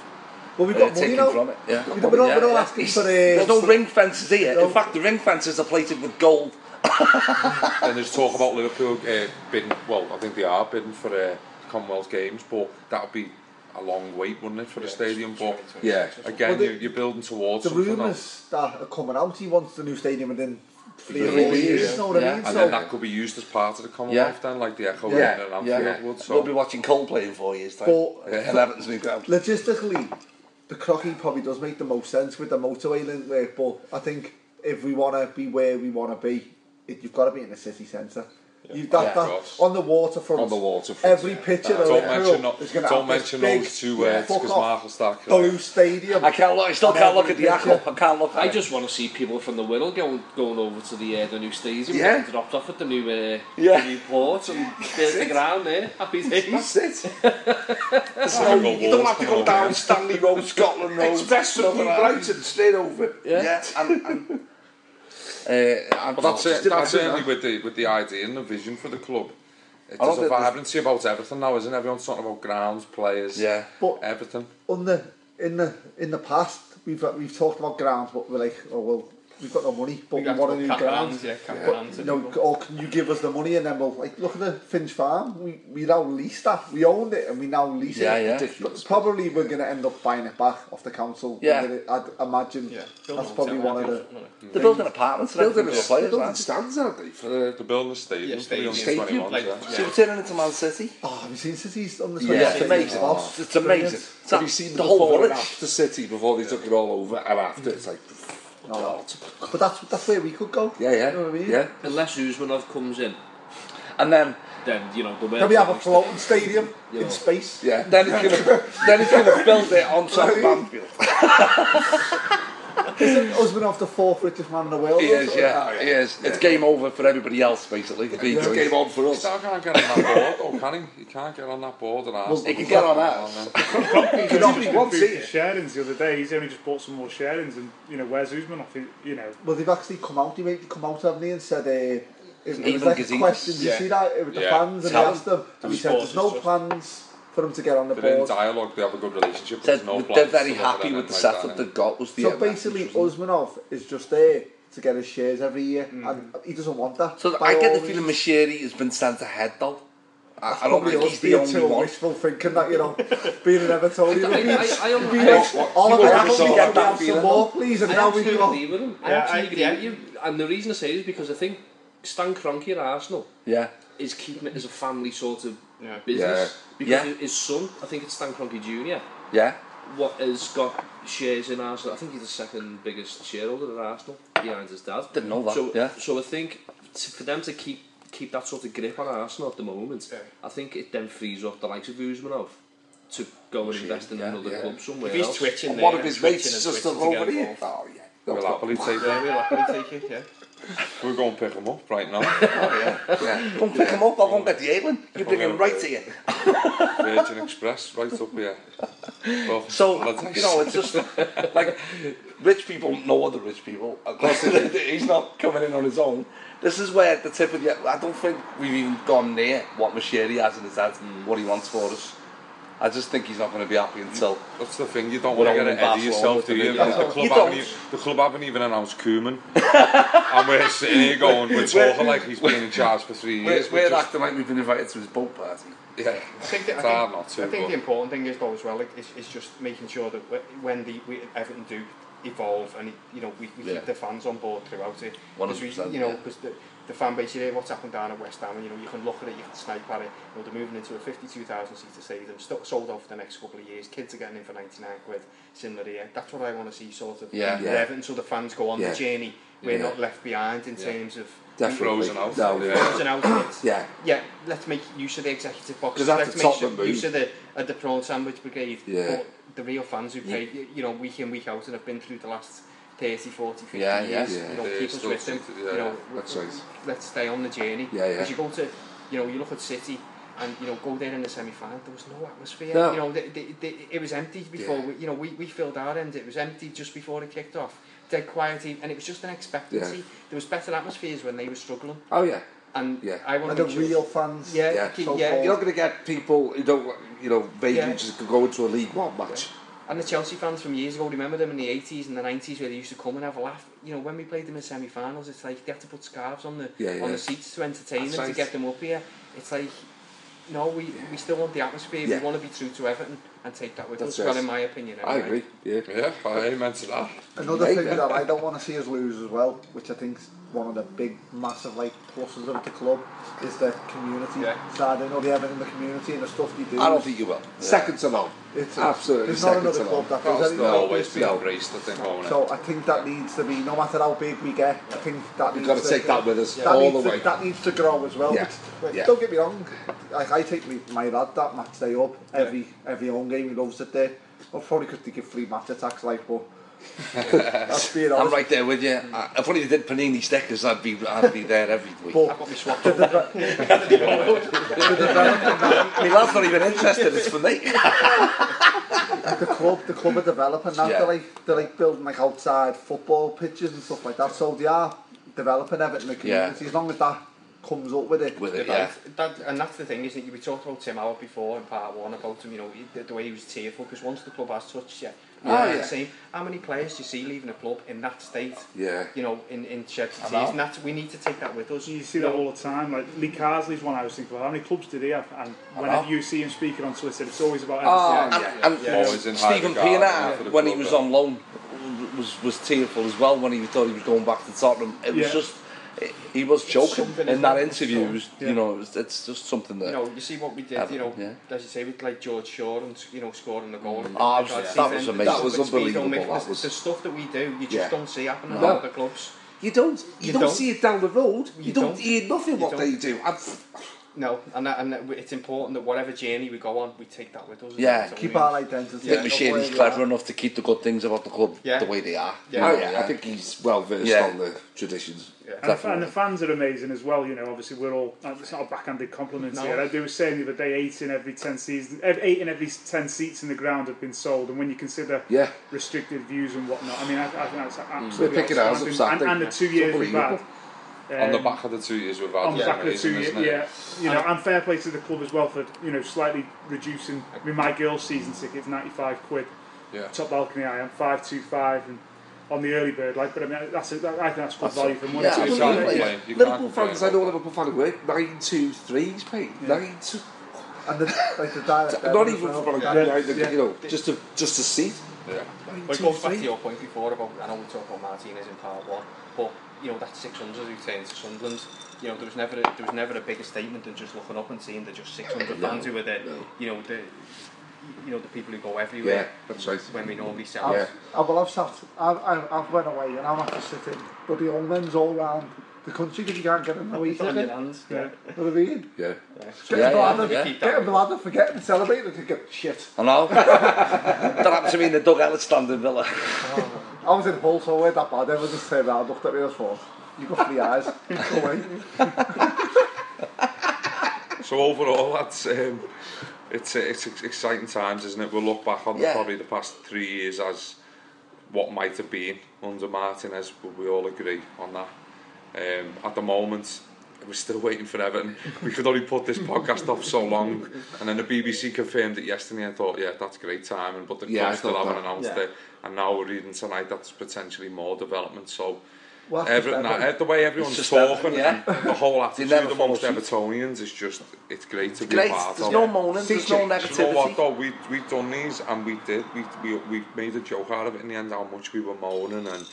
S10: Well, we've
S6: uh,
S10: got money
S6: taken
S10: now.
S6: from it. Yeah.
S10: We're not, we're not asking
S6: He's-
S10: for
S6: There's
S10: uh,
S6: no ring fences here.
S10: No.
S6: In fact, the ring fences are plated with gold.
S4: Then there's talk about Liverpool uh, bidding. Well, I think they are bidding for uh, Commonwealth Games, but that would be a long wait, wouldn't it, for the stadium? But
S6: Yeah.
S4: again,
S10: Well, the-
S4: you're, you're building towards
S10: the
S4: something. now.
S10: rumours that are coming out. He wants the new stadium within three or
S6: Three
S10: four years,
S6: years,
S10: you know what
S6: yeah.
S10: I mean?
S4: And
S10: so,
S4: then that could be used as part of the Commonwealth then, like the Echo
S6: Yeah,
S4: Arena and
S6: yeah.
S4: Anfield would. So
S6: We'll be watching Coldplay in four years' time.
S10: But-
S6: and Everton's new ground.
S10: logistically, the Crocky probably does make the most sense with the motorway link there, but I think if we want to be where we want to be, it, you've got to be in the city centre. You've got
S6: Yeah.
S10: that
S4: Yes.
S10: on the waterfront.
S6: On the waterfront,
S10: Every
S6: yeah.
S10: picture of
S4: don't
S10: Liverpool
S4: mention,
S10: is going to
S4: don't
S10: have this
S4: mention
S10: big
S4: those two words
S10: fuck
S4: because
S10: off
S4: Mark will start crying.
S10: blue stadium.
S6: I can't look. I still
S10: On
S6: can't look at
S10: every
S6: the
S10: picture.
S6: Akko. I can't look. At
S7: I
S6: it.
S7: just want to see people from the Whittle going going over to the uh, the new stadium.
S6: Yeah.
S7: getting dropped off at the new uh,
S6: Yeah.
S7: the new port
S6: (laughs)
S7: and there's the ground there. Happy (laughs) days.
S6: That's it.
S4: It's
S6: No,
S4: like a
S6: you
S4: wall
S6: don't have to
S4: coming
S6: go
S4: over
S6: down
S4: it.
S6: Stanley Road, Scotland Road.
S9: Express from
S6: nothing
S9: New
S6: like that.
S9: Brighton straight over.
S6: Yeah. and, and, uh, I-
S4: But that's
S6: I
S4: it.
S6: just didn't
S4: That's
S6: imagine
S4: certainly
S6: that.
S4: with the with the idea and the vision for the club. It,
S6: I
S4: there's
S6: love
S4: a
S6: that there's-
S4: vibrancy about everything now, isn't it? Everyone's talking about grounds, players,
S6: Yeah.
S10: But-
S4: everything.
S10: uh, on the in the in the past we've we've talked about grounds, but we're like, oh well, we've got no money, but we,
S5: We have
S10: want a
S5: to
S10: new
S5: cut
S10: ground.
S5: rounds, yeah, cut
S10: But,
S5: rounds
S10: you
S5: and
S10: know,
S5: people.
S10: or can you give us the money and then we'll like look at the Finch Farm. We we now lease that. We owned it and we now lease
S6: Yeah,
S10: it.
S6: yeah.
S10: Ridiculous. Probably we're going to end up buying it back off the council.
S6: Yeah.
S10: And then it- I'd imagine that's probably one of the.
S6: They're building apartments and
S9: Building
S6: everything
S9: a-
S6: for players,
S9: building
S6: aren't they?
S9: stands, aren't they? For
S4: The building a stadium. for the
S5: stadium.
S4: under
S9: Stadium,
S4: 21s,
S9: like,
S4: yeah.
S6: So we're turning into Man City.
S10: Oh, have you seen City's on the
S6: Yeah, it's
S10: 22nd?
S6: amazing.
S10: Oh,
S6: It's amazing.
S10: brilliant.
S6: It's
S9: Have
S6: that-
S9: you seen
S6: the
S9: the
S6: whole
S9: whole and
S6: village?
S9: after City before they took it all over and after? It's like,
S10: No, no. But that's that's where we could go.
S6: Yeah, (laughs) yeah,
S10: You know what I mean?
S6: yeah.
S7: Unless Uzmanov comes in,
S6: And then,
S7: then you know the way.
S10: Can we have a floating stadium in space?
S6: yeah, then he's gonna, then he's gonna build it on top
S10: (laughs)
S6: of Anfield.
S10: Husband of the fourth richest man in the world. Oh,
S6: He
S10: or
S6: is,
S10: something?
S6: yeah, he is. It's game over for everybody else, basically. The big
S9: it's
S6: boys.
S9: game on for us.
S4: Still can't get on that board, or can he? He can't get on that board and ask.
S6: He can get on that.
S8: He's
S9: not-
S8: only
S9: he
S8: been
S9: wants
S8: boosting
S9: it.
S8: Sharings the other day. He's only just bought some more Sharings, and you know where's Usman off? You know,
S10: Well, they've actually come out. They made they come out, haven't they, and said uh, it, it
S6: Even
S10: was like
S6: gazetas.
S10: questions. You see that with the
S4: Yeah.
S10: fans, and they
S6: Tell
S10: asked them, and we said,
S5: sports
S10: "There's no
S5: is just-
S10: plans for them to get on the
S4: They're in
S10: board."
S4: dialogue. They have a good relationship. but
S6: They're,
S4: there's no
S6: they're
S4: plans
S6: very
S4: to look at
S6: happy with
S4: anything
S6: the
S4: like that,
S6: setup
S4: innit?
S6: they've got. Was the
S10: So
S6: end,
S10: basically,
S6: which was-
S10: Usmanov is just there to get his shares every year, and
S5: Mm.
S10: he doesn't want that.
S6: So
S10: By
S6: I get
S10: all
S6: the feeling
S10: means.
S6: Mashiri has been sent ahead though. I, I don't
S10: Probably
S6: think
S10: us
S6: he's the
S10: being
S6: only
S10: too
S6: one.
S10: wishful thinking that you know being an
S7: (laughs)
S10: Evertonian.
S7: I-
S10: It'd be-
S7: I- I- I
S10: it'd be
S7: almost-
S10: like,
S9: I- what-
S10: all
S9: you
S10: of
S9: almost
S10: us
S9: saw
S10: need
S9: that
S10: to have some
S6: feeling.
S10: more, please, and
S7: I
S10: now we
S7: absolutely
S10: go.
S7: agree with him. I
S8: Yeah, I
S7: absolutely
S8: agree.
S7: agree with you. And the reason I say it is because I think Stan Kroenke at Arsenal
S6: Yeah.
S7: is keeping it as a family sort of
S5: Yeah.
S7: business.
S6: Yeah.
S7: Because
S6: Yeah.
S7: his son, I think it's Stan Kroenke Jr.,
S6: Yeah.
S7: what has got shares in Arsenal. I think he's the second biggest shareholder at Arsenal behind his dad.
S6: Didn't know that,
S7: So,
S6: yeah.
S7: so I think to, for them to keep keep that sort of grip on Arsenal at the moment,
S5: Yeah.
S7: I think it then frees up the likes of Uzmanov to go and invest in
S6: yeah,
S7: another
S6: yeah.
S7: club somewhere
S5: If he's
S7: else.
S5: twitching
S9: And
S5: there,
S9: one of
S5: and
S9: his
S5: twitching
S9: mates
S5: and
S9: is just
S5: twitching
S9: up
S5: to get
S9: over here.
S5: involved.
S9: Oh, yeah.
S4: We'll happily take
S5: Yeah,
S4: it.
S5: we'll happily take it, yeah.
S4: We'll go and pick him up right
S6: (laughs)
S4: now.
S6: Oh, yeah. Come pick him up, I'll go and get the alien. You bring him right to you.
S4: Virgin Express, right up here. (laughs) Well,
S6: So
S4: let's-
S6: you know, it's just like rich people know other rich people. Of
S4: (laughs)
S6: course, he's not coming in on his own. This is where the tip of the. I don't think we've even gone near what Mashiri has in his head, what he wants for us. I just think he's not going to be happy until.
S4: That's the thing, you don't
S6: We're
S4: want to
S6: all
S4: get
S6: in
S4: ahead of
S6: Barcelona
S4: yourself, do
S6: with
S4: you?
S6: the-
S4: The club,
S6: You don't.
S4: haven't even, the club haven't even announced
S6: (laughs)
S4: Koeman. and we're sitting here going, we're talking like he's been in charge for three
S6: We're,
S4: years.
S6: we're
S4: which is-
S6: acting like we've been invited to his boat party.
S4: yeah,
S5: I think, that,
S4: it's
S5: I
S4: hard
S5: think,
S4: not to.
S5: I think
S4: but-
S5: the important thing is though as well like, is, is just making sure that wh- when the we, everything do evolve and you know we, we
S6: Yeah.
S5: keep the fans on board throughout it. 'Cause we-
S6: 100%,
S5: You know
S6: yeah.
S5: because the, the fan base here, what's happened down at West Ham, and you know you can look at it, you can snipe at it. You know they're moving into a fifty-two thousand seat stadium, st- sold out for the next couple of years. Kids are getting in for ninety-nine quid. Similar here. That's what I want to see sort of.
S6: Yeah.
S5: with
S6: Yeah.
S5: Everton, so the fans go on
S6: Yeah.
S5: the journey. We're
S6: Yeah.
S5: not left behind in terms of.
S6: Definitely.
S4: Frozen out.
S6: No.
S4: Yeah.
S5: Frozen out of it.
S6: Yeah.
S5: yeah, let's make use of the executive box.
S6: 'Cause that's
S5: let's
S6: the
S5: make
S6: top
S5: sure-
S6: of the move.
S5: use of the at the prawn sandwich brigade.
S6: Yeah.
S5: But the real fans who played, you know, week in week out and have been through the last 30, 40, 50
S6: Yeah, yeah,
S5: years.
S6: yeah.
S5: You know,
S4: They
S5: keep us
S4: still
S5: with them.
S4: think-
S5: you
S4: yeah,
S5: know,
S6: that's
S5: w-
S6: right.
S5: Let's stay on the journey.
S6: Yeah, yeah.
S5: Because you go to, you know, you look at City. And you know, go there in the semi-final. There was no atmosphere.
S6: No.
S5: You know, they, they, they, it was empty before.
S6: Yeah.
S5: We, you know, we, we filled our end. It was empty just before it kicked off. Dead quiet, and it was just an expectancy.
S6: Yeah.
S5: There was better atmospheres when they were struggling.
S6: Oh yeah.
S5: And
S6: Yeah.
S5: I want
S10: And
S5: to
S10: the
S5: make sure-
S10: real fans.
S5: Yeah,
S6: Yeah.
S5: keep-
S10: So
S5: yeah.
S10: far.
S6: You're not going to get people who don't, you know, vaguely
S5: Yeah.
S6: just go into a League One match.
S5: And the Chelsea fans from years ago remember them in the 80s and the 90s where they used to come and have a laugh. You know, when we played them in semi-finals, it's like they had to put scarves on the
S6: Yeah,
S5: on
S6: yeah.
S5: the seats to entertain
S6: That's
S5: them
S6: right.
S5: to get them up here. It's like, no, we we still want the atmosphere.
S6: Yeah.
S5: We want to be true to Everton and take that with
S6: That's
S5: us.
S6: right.
S5: Well, in my opinion, anyway.
S6: I agree. Yeah.
S4: Yeah, I amen to that.
S10: Another
S6: Right,
S10: thing
S6: yeah.
S10: that I don't want to see us lose as well, which I think's one of the big, massive like pluses of the club, is the community
S5: Yeah.
S10: side. I know they have it in the community and the stuff they do.
S6: I don't think you will. Second to none.
S10: It's-
S6: Absolutely.
S10: there's not
S6: second
S10: another
S6: to
S10: club
S6: none.
S10: that does
S4: That's
S10: anything.
S4: not always
S10: like
S4: been
S10: this.
S4: embraced, I think, won't it?
S10: So I think that needs to be, no matter how big we get, I think that
S6: We've
S10: needs
S6: got to take that with us all
S10: needs
S6: the
S10: to,
S6: way.
S10: that needs to grow as well.
S6: Yeah.
S10: But
S6: Yeah.
S10: Don't get me wrong, like I take me, my lad that match day up every every home game. He loves it there. Well, probably because they give free match attacks, like, but that's being
S6: I'm
S10: honest.
S6: right there with you. I, if only they did panini stickers, I'd be I'd be there every week.
S10: But
S5: I've got my swap.
S6: (laughs) My lad's not even interested. It's for me. (laughs)
S10: the club, the club are developing now.
S6: Yeah.
S10: They're like they're like building like outside football pitches and stuff like that. So they are developing Everton in the
S6: Yeah.
S10: community. As long as that comes up with it.
S5: But that, and that's the thing, isn't it? We talked about Tim Howard before in part one about him, you know, the, the way he was tearful because once the club has touched you,
S6: Oh,
S5: you're
S6: yeah.
S5: the same. How many players do you see leaving a club in that state?
S6: Yeah.
S5: You know, in in shed
S8: I
S5: tears,
S8: know.
S5: and that's we need to take that with us.
S8: You see that all the time. Like Lee Carsley's one I was thinking about. How many clubs did he have? And
S5: I
S8: whenever
S5: know.
S8: you see him speaking on Twitter, it's always about.
S6: Oh,
S8: MCI.
S6: and, and Stephen Pienaar, when he was on loan, was, was tearful as well when he thought he was going back to Tottenham. It was
S5: Yeah.
S6: just, he was joking
S5: something,
S6: in
S5: isn't
S6: that
S5: it?
S6: interview.
S5: It's
S6: You
S5: something.
S6: know, it's, it's just something that.
S5: You know, you see what we did,
S6: Adam,
S5: you know,
S6: yeah.
S5: as you say, with like George Shaw and, you know, scoring the goal.
S6: Mm. Ah, I was-
S5: Like,
S6: that
S5: season,
S6: was
S5: the
S6: amazing.
S5: stuff
S6: That was
S5: with speed on
S6: unbelievable,
S5: Mick,
S6: that
S5: the-
S6: was-
S5: The stuff that we do, you just
S6: Yeah.
S5: don't see happening
S6: No.
S5: at other clubs.
S6: You don't. You,
S5: You
S6: don't,
S5: don't.
S6: see it down the road. You, don't,
S5: don't.
S6: hear nothing
S5: You
S6: what they
S5: don't.
S6: do. I've,
S5: No, and, that, and that, it's important that whatever journey we go on, we take that with us.
S6: yeah,
S5: So
S6: I
S5: we-
S6: think Machine clever enough to keep the good things about the club
S5: Yeah.
S6: the way they are.
S8: Yeah.
S6: You know,
S8: Oh, yeah, I think
S9: he's well versed
S6: Yeah.
S9: on the traditions.
S8: And the, fa- and the fans are amazing as well. You know, obviously we're all. uh, It's not a backhanded compliment
S9: No.
S8: here. They were saying the other day, eight in every ten season, ev- eight in every ten seats in the ground have been sold. And when you consider
S9: Yeah.
S8: restricted views and whatnot, I mean, I, I think that's
S9: We're
S8: absolutely
S9: picking ours up
S8: outstanding.
S9: Saturday.
S8: And, and the two
S9: It's
S8: years we've had.
S9: unbelievable.
S4: on the
S8: um,
S4: back of the two years we've had.
S8: on the
S4: yeah,
S8: back of the
S4: amazing,
S8: two years,
S4: isn't it?
S8: yeah. You know,
S4: And
S8: and fair play to the club as well for you know slightly reducing. I mean, my girls' season ticket's ninety five quid.
S4: Yeah.
S8: Top balcony, I am five two five, and on the early bird, like. But I mean, that's a, that, I think that's good value for money.
S6: Yeah,
S8: It's
S6: unbelievable.
S8: like-
S6: Yeah. Liverpool fans, I know a Liverpool fan at work. Nine two threes, mate. Nine two.
S10: And the, like the direct
S6: Not
S10: evidence
S6: even
S10: now.
S6: for
S10: Yeah.
S6: like,
S10: Yeah.
S6: you know, just a just a seat.
S4: Yeah.
S5: But it goes back to your point before about, I know we talked about Martinez in part one, but you know that 600 who turned to Sunderland, you know there was never a, there was never a bigger statement than just looking up and seeing the just 600
S6: No,
S5: fans who were the
S6: no.
S5: you know the you know the people who go everywhere.
S6: Yeah, that's right.
S5: When we normally sell.
S10: I've, I, well, I've sat, I've, I've, I've went away and I'm after sitting bloody old men's all round the country because you can't get them no
S5: It's on
S10: weekend.
S5: your hands, yeah.
S10: You know what I mean?
S6: Yeah.
S10: Get
S6: Yeah,
S10: a bladder,
S6: yeah, yeah.
S10: get a bladder, forget and celebrate and go, shit.
S6: I know. (laughs) that happened to me in the dugout at Standard Villa.
S10: I was in Hull, so I weren't that bad. Everyone just turned around, looked at me and thought, you got three eyes, go away.
S4: So overall, that's um, it's it's ex- exciting times, isn't it? We'll look back on
S6: Yeah.
S4: probably the past three years as what might have been under Martinez. But we all agree on that. Um, at the moment, we're still waiting for Everton. We could only put this podcast off so long, and then the BBC confirmed it yesterday. and thought, yeah, that's great timing, but the
S6: Yeah, I
S4: club still
S6: thought
S4: haven't
S6: that.
S4: announced
S6: Yeah.
S4: it. And now we're reading tonight that's potentially more development. So.
S6: Well, that's just
S4: Everton,
S6: Everton.
S4: the way
S6: It's
S4: everyone's
S6: just
S4: talking,
S6: Everton, yeah.
S4: (laughs) and the whole attitude
S6: never
S4: amongst
S6: follow
S4: Evertonians is just, it's great to be
S6: great.
S4: a part
S6: There's
S4: of.
S6: no moaning, there's no
S4: Do You know
S6: negativity.
S4: what, though? We, we've done these and we did. We, we, we made a joke out of it in the end how much we were moaning and.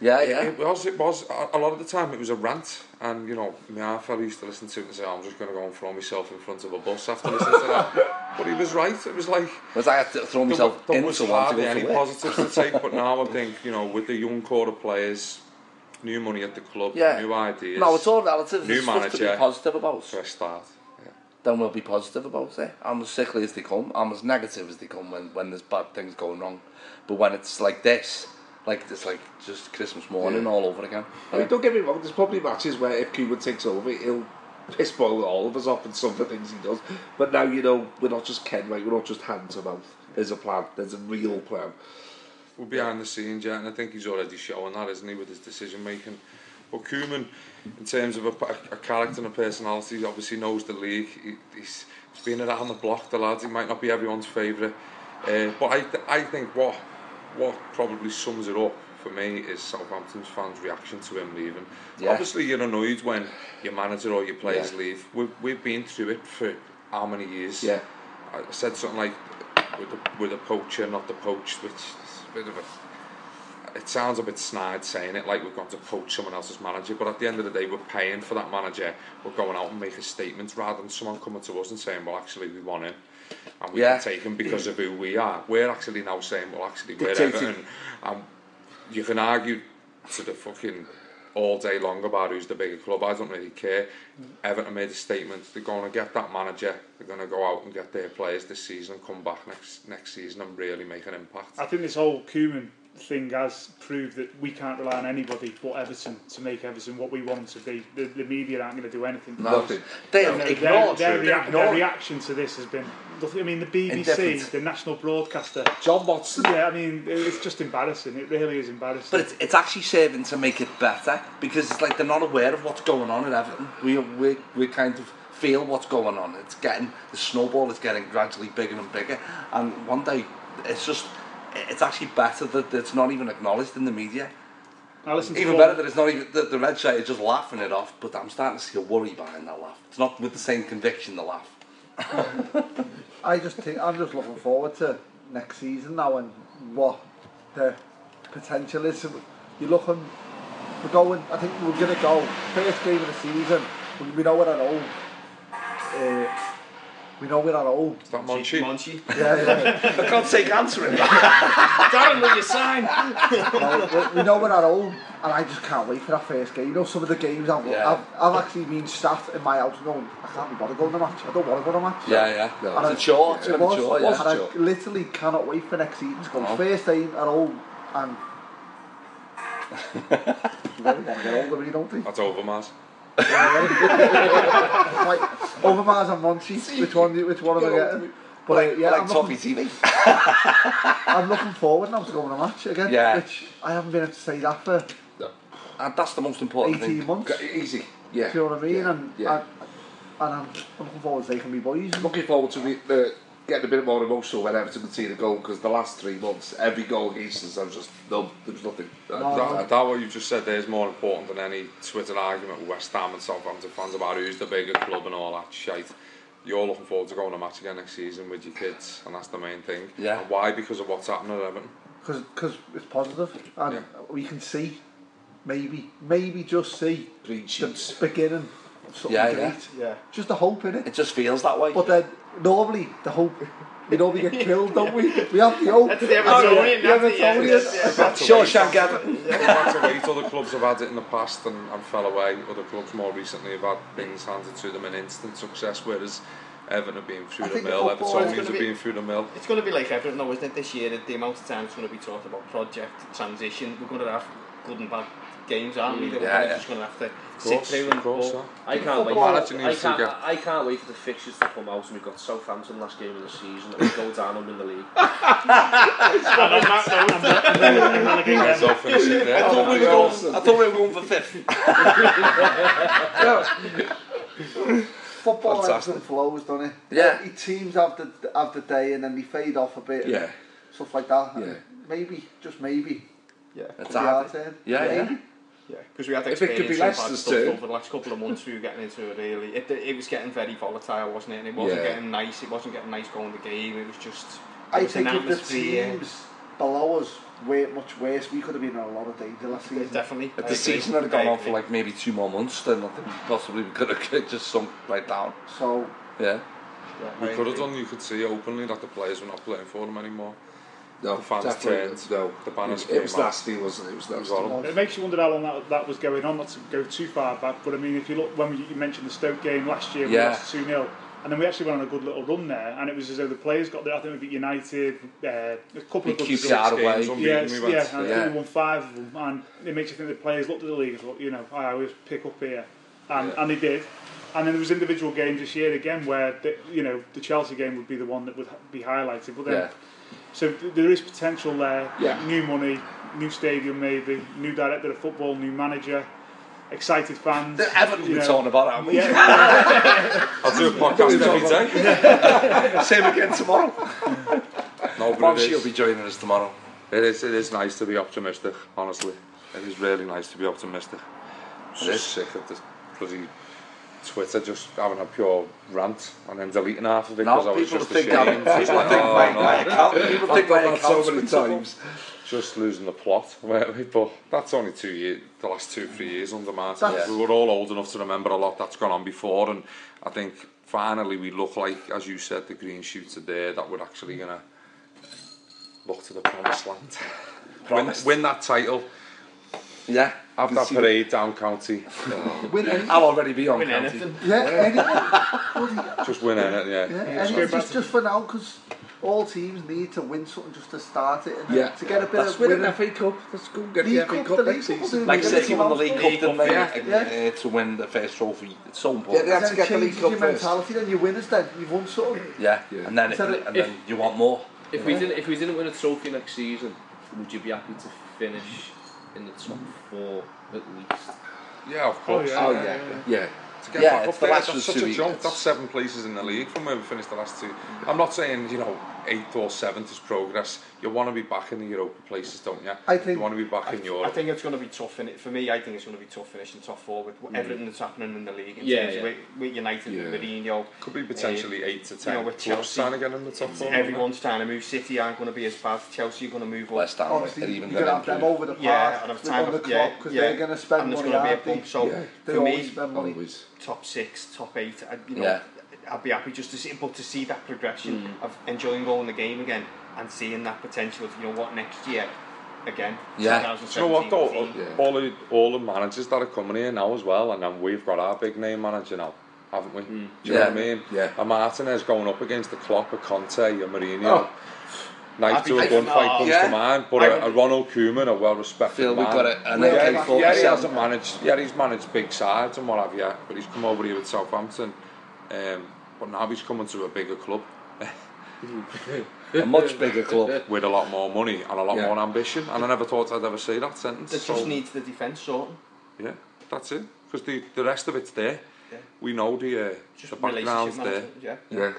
S6: Yeah,
S4: it,
S6: yeah.
S4: It was, it was. A a lot of the time it was a rant, and you know, my half fella used to listen to it and say, I'm just going to go and throw myself in front of a bus after listening to
S6: (laughs)
S4: that. But he was right. It was like.
S6: Was I had to throw myself
S4: there,
S6: into
S4: there was
S6: one to
S4: hardly
S6: go
S4: any
S6: to work.
S4: positives to take, but now I think, you know, with the young core of players, new money at the club,
S6: Yeah.
S4: new ideas.
S6: No, it's all relative.
S4: New
S6: There's stuff to be
S4: manager.
S6: positive about.
S4: Fresh start.
S6: Then we'll be positive about it. I'm as sickly as they come. I'm as negative as they come when, when there's bad things going wrong. But when it's like this, like it's like just Christmas morning
S9: Yeah.
S6: all over again.
S9: I mean, don't get me wrong. There's probably matches where if Cuban takes over, he'll piss boil all of us off in some of the things he does. But now you know we're not just Ken, right? We're not just hand to mouth. There's a plan. There's a real plan.
S4: We're behind the scenes, yeah, and I think he's already showing that, isn't he, with his decision making. But Koeman, in terms of a, a character and a personality, he obviously knows the league. He, he's, he's been around the block, the lad. He might not be everyone's favourite. Uh, but I, th- I think what what probably sums it up for me is Southampton's fans' reaction to him leaving.
S6: Yeah.
S4: Obviously, you're annoyed when your manager or your players
S6: Yeah.
S4: leave. We've, we've been through it for how many years?
S6: Yeah.
S4: I said something like, with the, with the poacher, not the poached, which is a bit of a. It sounds a bit snide saying it, like we've gone to poach someone else's manager, but at the end of the day, we're paying for that manager. We're going out and making statements rather than someone coming to us and saying, well, actually, we want him. And we
S6: Yeah.
S4: can take him because of who we are. We're actually now saying, well, actually, we're
S6: Dictating.
S4: Everton. And you can argue to the fucking all day long about who's the bigger club. I don't really care. Everton made a statement. They're going to get that manager. They're going to go out and get their players this season and come back next next season and really make an impact.
S8: I think this whole Koeman thing has proved that we can't rely on anybody but Everton to make Everton what we want them to be. The, the media aren't going to do anything. for us.
S6: Nothing. They have
S8: You know,
S6: ignored
S8: Their, their,
S6: you. They
S8: rea-
S6: ignored
S8: their
S6: you.
S8: reaction to this has been nothing. I mean, the BBC,
S6: Indifferent.
S8: the national broadcaster.
S4: John Watson.
S8: Yeah, I mean, it's just embarrassing. It really is embarrassing.
S6: But it's, it's actually serving to make it better because it's like they're not aware of what's going on in Everton. We we we kind of feel what's going on. It's getting the snowball is getting gradually bigger and bigger, and one day it's just it's actually better that it's not even acknowledged in the media.
S8: I listened to
S6: Even
S8: Paul-
S6: better that it's not even that the red shirt is just laughing it off. But I'm starting to see a worry behind that laugh. It's not with the same conviction the laugh.
S10: I just think I'm just looking forward to next season now and what the potential is. You're looking, we're going. I think we're gonna go first game of the season. We, we know we're at home. Uh, we know we're at home.
S4: Is that Monchi?
S10: Yeah, yeah.
S6: I can't take answering.
S7: Darren, will you sign?
S10: No, we, we know we're at home, and I just can't wait for that first game. You know, some of the games I've
S6: Yeah.
S10: I've, I've actually been sat in my house going, I can't be bothered going to the match. I don't want to go to the match.
S6: Yeah, yeah.
S10: And I-
S6: It's a chore. It's
S10: it
S6: been a
S10: was,
S6: chore. Yeah.
S10: and I literally cannot wait for next season to come.
S6: No.
S10: First game at home,
S6: (laughs)
S10: and you really want to get older, really, don't they?
S4: That's over, Maz.
S10: Like Overmars and Monty, which one? do- Which one am I getting? But uh,
S6: like,
S10: yeah,
S6: like
S10: I'm,
S6: Toffee
S10: looking,
S6: TV.
S10: (laughs) I'm looking forward now to going to a match again.
S6: Yeah.
S10: Which I haven't been able to say that for.
S6: And that's the most important
S10: 18
S6: thing.
S10: months.
S6: G- Easy. Yeah.
S10: Do you know what I mean?
S9: Yeah,
S10: And
S9: yeah.
S10: I, and I'm, I'm looking forward to taking me boys.
S9: Looking forward to the, the, getting a bit more emotional when Everton concede a goal because the last three months, every goal against us, I was just, no, there was nothing. Uh,
S10: No.
S4: That, that what you just said there is more important than any Twitter argument with West Ham and Southampton fans about who's the bigger club and all that shit. You're looking forward to going to a match again next season with your kids, and that's the main thing.
S6: Yeah.
S4: And why? Because of what's happening at Everton.
S10: because it's positive and
S4: Yeah.
S10: we can see maybe maybe just see
S6: Green sheets.
S10: the beginning of something
S6: Yeah, yeah.
S10: great
S8: Yeah.
S10: just the hope in it
S6: It just feels that way.
S10: but then normally the hope we normally
S6: (laughs)
S10: get killed don't we we have the hope
S8: the Evertonian,
S10: The
S8: that's the
S10: Evertonian.
S4: (laughs)
S6: Shawshank Everton.
S4: That's the way other clubs have had it in the past and, and fell away. Other clubs more recently have had things handed to them in instant success, whereas Everton have been through
S10: I
S4: the
S10: think the
S4: mill,
S10: football is
S4: Evertonians
S10: gonna
S4: have
S10: be-
S4: been through the mill.
S5: It's going to be like everything though, isn't it? This year, the amount of time it's going to be talked about project, transition, we're going to have good and bad games, aren't we? That we're
S6: Yeah,
S5: probably
S6: yeah.
S5: just going to have to
S4: Of
S5: sit
S4: course,
S5: through
S4: of
S5: and
S4: course.
S5: but-
S4: yeah.
S7: I can't wait.
S4: Manager
S7: I
S4: needs to
S7: can't,
S4: get-
S7: I can't wait for the fixtures to come out and we've got Southampton last game of the season and we go down and win the league.
S4: Let's all finish it there.
S6: I thought we were going. I thought we were going for fifth.
S10: football ebbs
S6: Fantastic.
S10: and flows doesn't it
S6: Yeah.
S10: Your teams have the have the day and then they fade off a bit
S6: Yeah.
S10: and stuff like that And
S6: Yeah.
S10: maybe just maybe
S5: Yeah,
S6: It's
S10: it'll be our
S6: happening.
S10: turn.
S6: Yeah, yeah.
S10: Maybe.
S5: yeah. Because we had
S9: If it could be
S5: experience of bad
S9: Leicester's
S5: stuff
S9: too.
S5: over the last couple of months. We were getting into a really. It, it was getting very volatile, wasn't it? And it wasn't
S9: Yeah.
S5: getting nice. It wasn't getting nice going the game. It was just. it
S10: I
S5: was an
S10: think if the
S5: atmosphere.
S10: teams below us were much worse we could have been in a lot of danger last season
S5: Definitely.
S6: If
S5: I
S6: the
S5: agree.
S6: season had
S5: I
S6: gone on
S5: agree.
S6: for like maybe two more months, then I think possibly
S9: (laughs)
S6: we could have just sunk right down.
S10: so
S6: Yeah.
S5: Yeah,
S4: We
S5: I
S4: could have
S5: agree.
S4: done, you could see openly that the players were not playing for them anymore.
S9: No,
S4: The fans
S9: definitely
S4: turned.
S9: No,
S4: The banners
S9: It was
S4: came out.
S9: nasty, wasn't it? It was
S4: was
S9: nasty.
S4: horrible.
S8: It makes you wonder how long that, that was going on, not to go too far back, but I mean, if you look, when we, you mentioned the Stoke game last year, we
S6: Yeah.
S8: lost 2 0, and then we actually went on a good little run there, and it was as though the players got there. I think we beat United, uh, a couple
S6: We
S8: of good
S6: keep
S8: results.
S6: out of
S4: Games
S6: way.
S4: unbeaten,
S8: Yes,
S4: we
S8: yeah,
S4: went.
S8: and I
S6: Yeah.
S8: think we won five of them, and it makes you think the players looked at the league and thought, you know, I always pick up here, and, and they did. And then there was individual games this year again where, the, you know, the Chelsea game would be the one that would be highlighted, but then.
S6: Yeah.
S8: So th- there is potential there.
S9: Yeah.
S8: New money, new stadium maybe, new director of football, new manager, excited fans.
S6: The Everton
S8: you
S6: we're
S8: know.
S6: talking about, aren't we? (laughs)
S8: Yeah,
S4: I'll do a podcast every day.
S10: (laughs)
S6: Same again tomorrow.
S4: No, but
S6: Bob,
S4: it is.
S6: she'll be joining us tomorrow.
S4: It is, it is nice to be optimistic, honestly. It is really nice to be optimistic. I'm
S6: is.
S4: just sick of this bloody Twitter just having a pure rant and then deleting half of it because I
S6: Now
S4: was
S6: people
S4: just
S6: think
S4: ashamed.
S6: I'm. People think my, my
S4: (laughs)
S6: account. People
S9: I've
S6: think my
S9: done that so
S6: account's
S9: many
S6: printable.
S9: times.
S4: just losing the plot, (laughs) weren't we? But that's only two years, the last two, three years under Martin.
S10: That's-
S4: We were all old enough to remember a lot that's gone on before, and I think finally we look like, as you said, the green shoots are there that we're actually going to look to the
S7: (laughs)
S4: promised land. Win,
S6: Promised.
S4: win that title,
S6: Yeah.
S4: have that
S6: See,
S4: parade
S7: (laughs)
S4: down county,
S10: win any
S6: I'll already be on
S5: Win
S6: county.
S5: anything.
S10: (laughs) yeah any
S4: just win it, yeah.
S10: Yeah, and it's just, just for now, because all teams need to win something just to start it and
S6: Yeah,
S10: to get a bit
S6: that's
S10: of
S6: winning
S10: winning.
S6: FA Cup. Let's go get
S10: League
S6: the FA
S10: Cup,
S6: Cup
S10: the League
S6: next
S10: Cup will
S6: season.
S10: do
S6: Like
S10: it.
S6: City won the League Cup, didn't they?
S10: Yeah,
S6: And,
S10: yeah.
S6: uh, to win the first trophy. It's so
S10: Yeah,
S6: important.
S10: they have to get the league your mentality, then you win us then. You've won something.
S6: Yeah, and then, it,
S10: So
S6: and
S10: that-
S6: then you want more.
S7: If we didn't, if we didn't win a trophy next season, would you be happy to finish in the top four at least?
S4: Yeah, of course.
S7: Oh, yeah, yeah, yeah.
S4: To get
S7: Yeah, it's
S4: back up
S7: the
S4: there,
S7: last
S4: that's
S7: was
S4: such
S7: two
S4: a jump.
S7: weeks.
S4: That's seven places in the league from where we finished the last two. I'm not saying, you know, eighth or seventh is progress. You want to be back in the Europa places, don't you?
S10: I think-
S4: you want to be back
S5: I,
S4: in Europe.
S5: I think it's going to be tough in it for me. I think it's going to be tough finishing top four with
S4: Mm.
S5: everything that's happening in the league. In
S4: Yeah,
S5: terms of
S4: yeah.
S5: with, with United,
S4: Yeah.
S5: with Mourinho,
S4: Could be potentially
S5: um,
S4: eight to
S5: You know,
S4: ten
S5: with
S4: clubs
S5: Chelsea
S4: trying to get in the top four,
S5: Everyone's trying to move. City aren't going to be as bad. Chelsea are going to move up. West
S6: Ham, Obviously, they're even you're gonna gonna have
S10: them improve. over the
S5: yeah,
S10: park,
S5: and have
S10: they're
S5: time
S10: on the
S5: of- yeah,
S10: clock 'cause
S5: yeah.
S10: they're gonna spend
S5: and there's
S10: money,
S5: gonna be a
S10: aren't they?
S5: bump. So
S10: Yeah. They
S5: for me,
S10: always spend money.
S5: top six, top eight. I, you know,
S6: Yeah.
S5: I'd be happy just to see, but to see that progression
S6: Mm.
S5: of enjoying going the game again and seeing that potential. Of, you know what, next year again.
S4: Do you know what
S5: 2017,
S4: though?
S5: 18.
S4: All the all the managers that are coming here now as well, and then we've got our big name manager now, haven't we? Do you know what I
S6: Mm. Yeah,
S4: mean? Yeah. And Martinez going up against the Klopp, a Conte, a Mourinho.
S6: Oh.
S4: Knife
S6: I'd
S4: to
S6: be
S4: a
S6: taking
S4: gunfight
S6: that.
S4: comes
S6: Yeah.
S4: to mind, but
S6: I
S4: a, a Ronald Koeman, a well-respected
S6: Phil, we've
S4: man.
S6: got a- an
S4: yeah,
S6: AK
S4: he- yeah, he
S6: 47.
S4: hasn't managed. Yeah, he's managed big sides and what have you, but he's come over here with Southampton, um, but now he's coming to a bigger club.
S6: (laughs) A much bigger club.
S4: with a lot more money and a lot
S6: Yeah.
S4: more ambition, and I never thought I'd ever say that sentence.
S5: It
S4: so-
S5: just needs the defence sorting.
S4: Yeah, that's it. Because the, the rest of it's there.
S5: Yeah.
S4: We know the, uh, the background's there.
S5: management, yeah.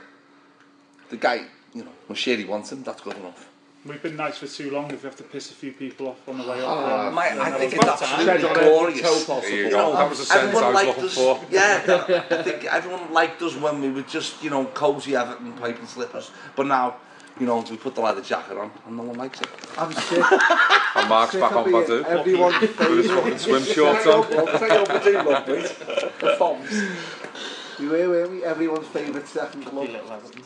S6: The guy, you know, Moshiri wants him. That's good enough.
S4: Oh,
S8: We've been nice for too long if we have to piss a few people off on the
S10: Ah,
S8: way
S6: Oh,
S8: up.
S6: mate, I think it's
S8: that's
S6: absolutely glorious. everyone liked us,
S4: (laughs)
S6: Yeah, I think everyone liked us when we were just, you know, cosy Everton pipe and slippers. But now, you know, we put the leather jacket on and no one likes it.
S10: I'm sick.
S4: (laughs) And Mark's
S10: Sick
S4: back
S10: of
S4: on
S10: being
S4: Badu.
S10: everyone's
S4: (laughs) With his
S10: (laughs) favourite.
S4: fucking swim shorts on.
S10: Say over two,
S4: (laughs)
S10: love, please. The Foms. We were, weren't we? Everyone's favourite second club.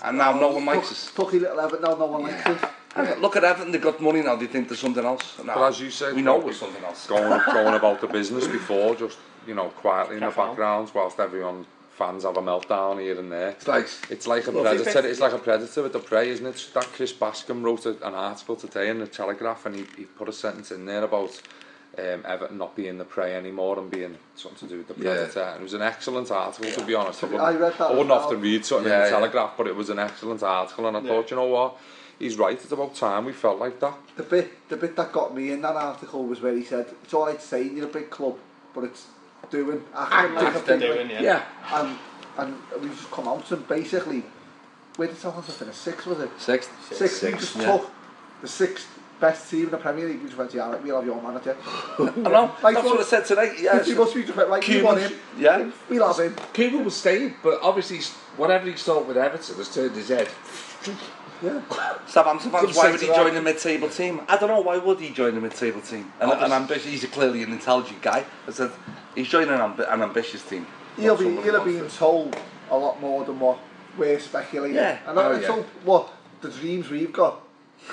S6: And now no one likes us.
S10: Fucky little Everton, now no one likes us.
S6: Look at Everton, they've got money now, they think there's something else. Now,
S4: But as you said,
S6: we know
S4: like,
S6: we're something else.
S4: Going, going about the business before, just, you know, quietly in the
S6: Crack on.
S4: background, whilst everyone, fans have a meltdown here and there. It's
S6: like,
S4: it's like a
S6: Well,
S4: predator.
S6: it's-
S4: It's like a predator with a prey, isn't it? That Chris Bascom wrote a, an article today in the Telegraph and he, he put a sentence in there about um, Everton not being the prey anymore and being something to do with the
S6: Yeah.
S4: predator. And it was an excellent article, to be honest. I,
S10: I
S4: wouldn't-
S10: read that
S4: I
S10: as
S4: wouldn't
S10: well.
S4: often read something in
S6: Yeah,
S4: the
S6: yeah.
S4: Telegraph, but it was an excellent article, and I
S10: Yeah.
S4: thought, you know what? He's right. It's about time we felt like that.
S10: The bit, the bit that got me in that article was where he said, it's all right saying you're a big club, but it's doing, acting like a big
S6: Acting, doing,
S10: league."
S6: yeah.
S10: And, and we've just come out and basically, where did Southampton finish? Six, was it?
S6: Sixth.
S10: Six, we
S6: Sixth,
S10: just
S6: yeah.
S10: took the sixth best team in the Premier League. We just went, yeah, right, we'll have your
S6: (laughs)
S10: manager.
S6: (laughs) I know, that's what I said tonight, yeah,
S10: He
S6: so-
S10: must be just went, right, we
S6: Cuban-
S10: want him.
S6: Yeah.
S10: We'll have him.
S9: Cable was staying, but obviously he's- whatever he started with Everton has turned his head.
S10: Yeah.
S6: Southampton fans,
S9: Good
S6: why would he
S9: centre back.
S6: join the mid-table team? I don't know, why would he join the mid-table team? And,
S10: Obvious-
S6: and ambitious, he's clearly an intelligent guy. I said, he's joining an, amb- an ambitious team.
S10: He'll
S6: Not
S10: be,
S6: someone
S10: he'll have
S6: who
S10: been
S6: wants
S10: told a lot more than what we're speculating.
S6: Yeah.
S10: And that-
S6: Oh,
S10: it's
S6: yeah.
S10: all what the dreams we've got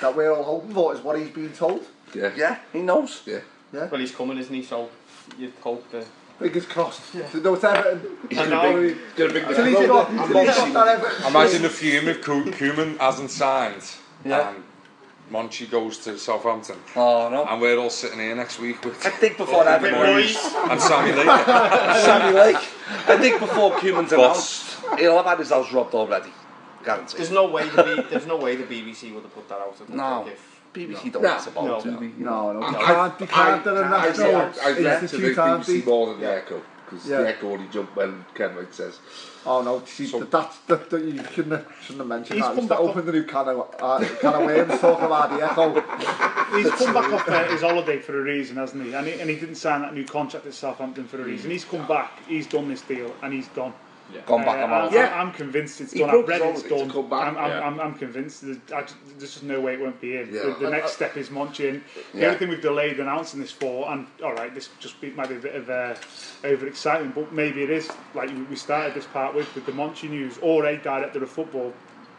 S10: that we're all hoping for is what he's been told.
S6: Yeah. Yeah, he knows.
S9: Yeah.
S10: Yeah.
S5: Well, he's coming, isn't he? So you'd hope that.
S10: Fingers crossed. So no, it's Everton.
S5: He's gonna bring-
S10: Till he's
S5: gonna bring the club up.
S10: got-
S5: I'm
S10: till he's got
S5: boxing.
S10: that Everton-
S4: Imagine the fume if Cu- Koeman hasn't signed. And Monchi goes to Southampton.
S6: Oh no!
S4: And we're all sitting here next week with. I
S6: think before that-
S4: and Sammy Lee.
S6: to- (laughs) Sammy Lake. I think before Cuman's
S4: Boss.
S6: announced, he'll have had his house robbed already. Guaranteed.
S5: There's no way the B, there's no way the BBC would have put that out. I don't
S6: No.
S5: think, if-
S6: BBC don't
S5: No.
S6: mess about.
S5: No.
S6: do they?
S10: No, no,
S5: I-
S10: you can't, you can't, they're a
S9: I,
S10: national
S9: I, I read to the
S10: institute, aren't
S9: BBC
S10: they?
S9: more than the Echo because
S10: Yeah.
S9: the Echo only jumped when Kenwright says,
S10: Oh no, she, that's, that, that, you shouldn't have, shouldn't have mentioned
S9: He's
S10: that.
S9: come
S10: Just open the new can of, uh, can of worms, talk about the
S6: (laughs)
S10: echo.
S8: He's come back off uh, his holiday for a reason, hasn't he? And, he? and he didn't sign that new contract at Southampton for a reason. He's come back, he's done this deal, and he's gone.
S6: Gone back on
S8: I-
S6: holiday.
S8: I, I'm convinced it's
S6: He
S8: done. I've
S6: broke
S8: read
S6: his
S8: it's
S6: holiday
S8: done.
S6: to come back,
S8: I'm, I'm,
S6: yeah.
S8: I'm, I'm convinced. There's, I just, there's just no way it won't be in.
S9: Yeah.
S8: The, the
S9: I-
S8: next
S9: I-
S8: step is Monchi. And the
S9: Yeah.
S8: only thing we've delayed announcing this for, and all right, this just be, might be a bit of uh, overexcitement, but maybe it is like we- we started this part with with the Monchi news or a director of football,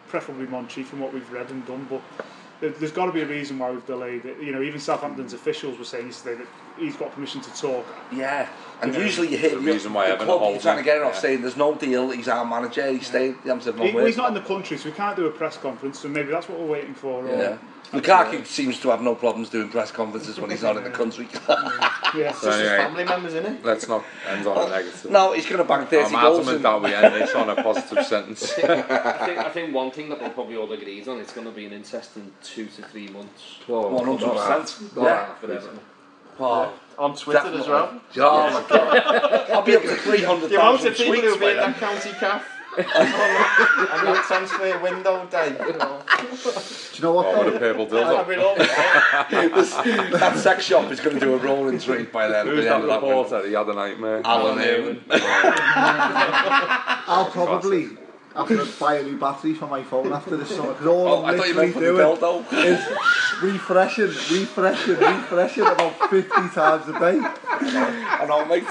S8: preferably Monchi, from what we've read and done. But there- there's got to be a reason why we've delayed it. You know, even Southampton's officials were saying yesterday that he's got permission to talk.
S6: Yeah, (laughs) and
S8: You know,
S6: usually you hit
S8: the
S6: the,
S8: reason why
S6: the
S8: Everton
S6: club, you're
S8: hold
S6: trying to
S8: him,
S6: get it off
S8: yeah.
S6: saying there's no deal, he's our manager, he's staying, he hasn't said no
S8: He- well,
S6: word.
S8: he's not in the country, so we can't do a press conference. So maybe that's what we're waiting for. Or,
S6: Yeah. Lukaku seems to have no problems doing press conferences when he's not in the country.
S8: Yeah.
S4: So Just his anyway, family
S6: members, in it?
S4: Let's not end on a negative.
S6: No, he's going to bank 30
S4: I'm
S6: goals.
S4: adamant
S6: and-
S4: that we end this on a
S6: (laughs)
S7: (laughs)
S4: positive sentence.
S7: I
S4: (laughs)
S7: think, I think one thing that we'll probably all agree on, it's going to be an interesting two to three months.
S6: Oh, 100%.
S7: Not
S6: Yeah.
S7: bad for Everton.
S6: Oh,
S13: On Twitter as well.
S6: Yeah, oh my God. I'll be up to
S13: (laughs)
S6: 300,000
S13: The amount of people
S6: tweets
S13: who'll be
S6: by
S13: in
S6: then.
S13: that county
S5: (laughs)
S13: calf on that transfer window day. You (laughs) know.
S10: you know what?
S6: Oh, what a
S10: though?
S6: purple
S10: I-
S6: dildo. This- (laughs) that sex shop is going to do a rolling trade by then.
S4: Who's
S6: the
S4: that
S6: end of that window.
S4: reporter? He had a nightmare.
S9: Oh,
S6: Alan Ewan.
S10: I'll probably have to buy a new battery for my phone after this summer because all
S6: Oh, I
S10: I'm
S6: thought you
S10: literally
S6: meant for the
S10: doing
S6: dildo.
S10: is refreshing, refreshing, refreshing about 50 times a day.
S6: I know, mate.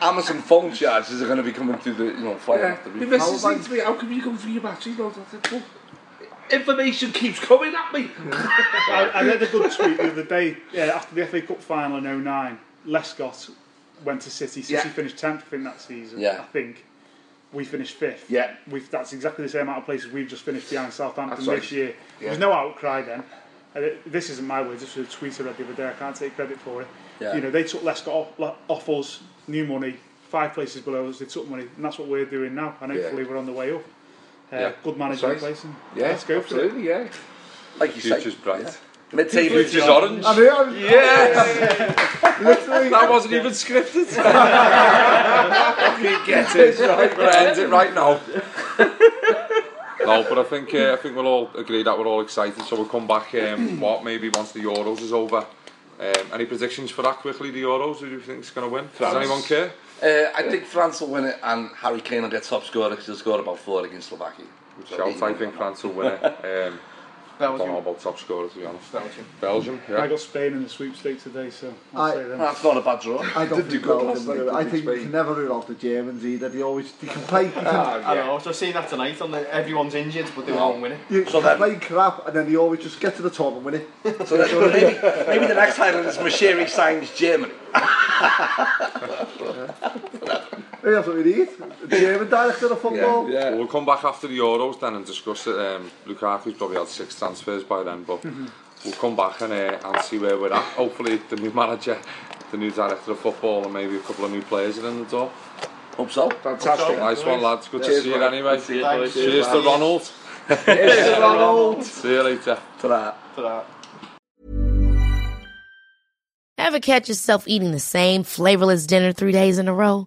S6: Amazon phone charges are going to be coming through the, you know, flying
S9: Yeah.
S6: off the
S9: The
S6: roof.
S9: missus said to me, how come you come through your battery load? I said, well,
S7: Information keeps coming at
S6: (laughs)
S7: me.
S8: I, I read a good tweet the other day uh, after the FA Cup final in 09. Lescott went to City. City
S9: Yeah.
S8: finished 10th, I think, that season.
S9: Yeah.
S8: I think. We finished 5th.
S9: Yeah.
S8: We've, that's exactly the same amount of places we've just finished behind Southampton
S9: That's right.
S8: this year. There was
S9: Yeah.
S8: no outcry then. And it- this isn't my words, this was a tweet I read the other day, I can't take credit for it.
S9: Yeah.
S8: You know, they took Lescott off, le- off us, new money, five places below us, they took money, and that's what we're doing now, and
S9: Yeah.
S8: hopefully we're on the way up. Uh,
S9: Yeah.
S8: Good
S9: That's
S8: management
S9: right.
S8: place, and
S9: Yeah,
S8: let's go for it.
S9: absolutely, yeah.
S6: Like you say.
S4: Future's bright.
S6: Mid-table.
S4: Future's orange.
S10: I mean, I'm,
S6: Yes!
S10: literally,
S4: That wasn't even scripted.
S6: (laughs)
S4: Fucking get it. Right, we'll end it right now. No, but I think uh, I think we'll all agree that we're all excited. So we'll come back. Um, what maybe once the Euros is over. Um, any predictions for that quickly? The Euros. Who do you think is going to win? Does
S6: France.
S4: anyone care?
S6: Uh, I think France will win it and Harry Kane will get top scorer because he'll score about four against Slovakia. Which will
S4: Shout!
S6: be-
S4: I think France will
S6: (laughs)
S4: win it. Um, don't know about top scorer to be honest.
S13: Belgium.
S4: Belgium.
S8: I
S4: Yeah.
S8: got Spain in the sweepstakes today, so I'll
S10: I-
S8: say them.
S6: That's not a bad draw.
S10: I don't
S9: Did do
S10: think
S9: good
S10: Belgium
S9: last night,
S10: do it. I
S9: didn't
S10: think you
S9: they?
S10: can never rule out the Germans either. They always they can play, they can,
S5: Ah,
S6: Ah,
S13: I know. I was just seeing that tonight. On the, everyone's injured, but they won't win it.
S10: you
S6: So
S10: can
S6: then-
S10: play crap, and then they always just get to the top and win it.
S6: So that's, maybe, maybe the
S10: (laughs)
S6: next title is Mashiri signs Germany.
S10: Hey, That's what we need. The German director of football.
S4: Well, We'll come back after the Euros then and discuss it. Um, Lukaku's probably had six transfers by then, but we'll come back and, uh, and see where we're at. Hopefully, the new manager, the new director of football, and maybe a couple of new players are in the door.
S6: Hope so.
S9: Fantastic.
S4: Nice one, lads. Good to
S9: Cheers,
S4: see you
S9: mate.
S4: anyway.
S7: See you, boys.
S4: Cheers to Ronald.
S10: Ronald.
S4: (laughs) See you later.
S6: Ta-ra.
S13: For that.
S2: Ever catch yourself eating the same flavorless dinner three days in a row?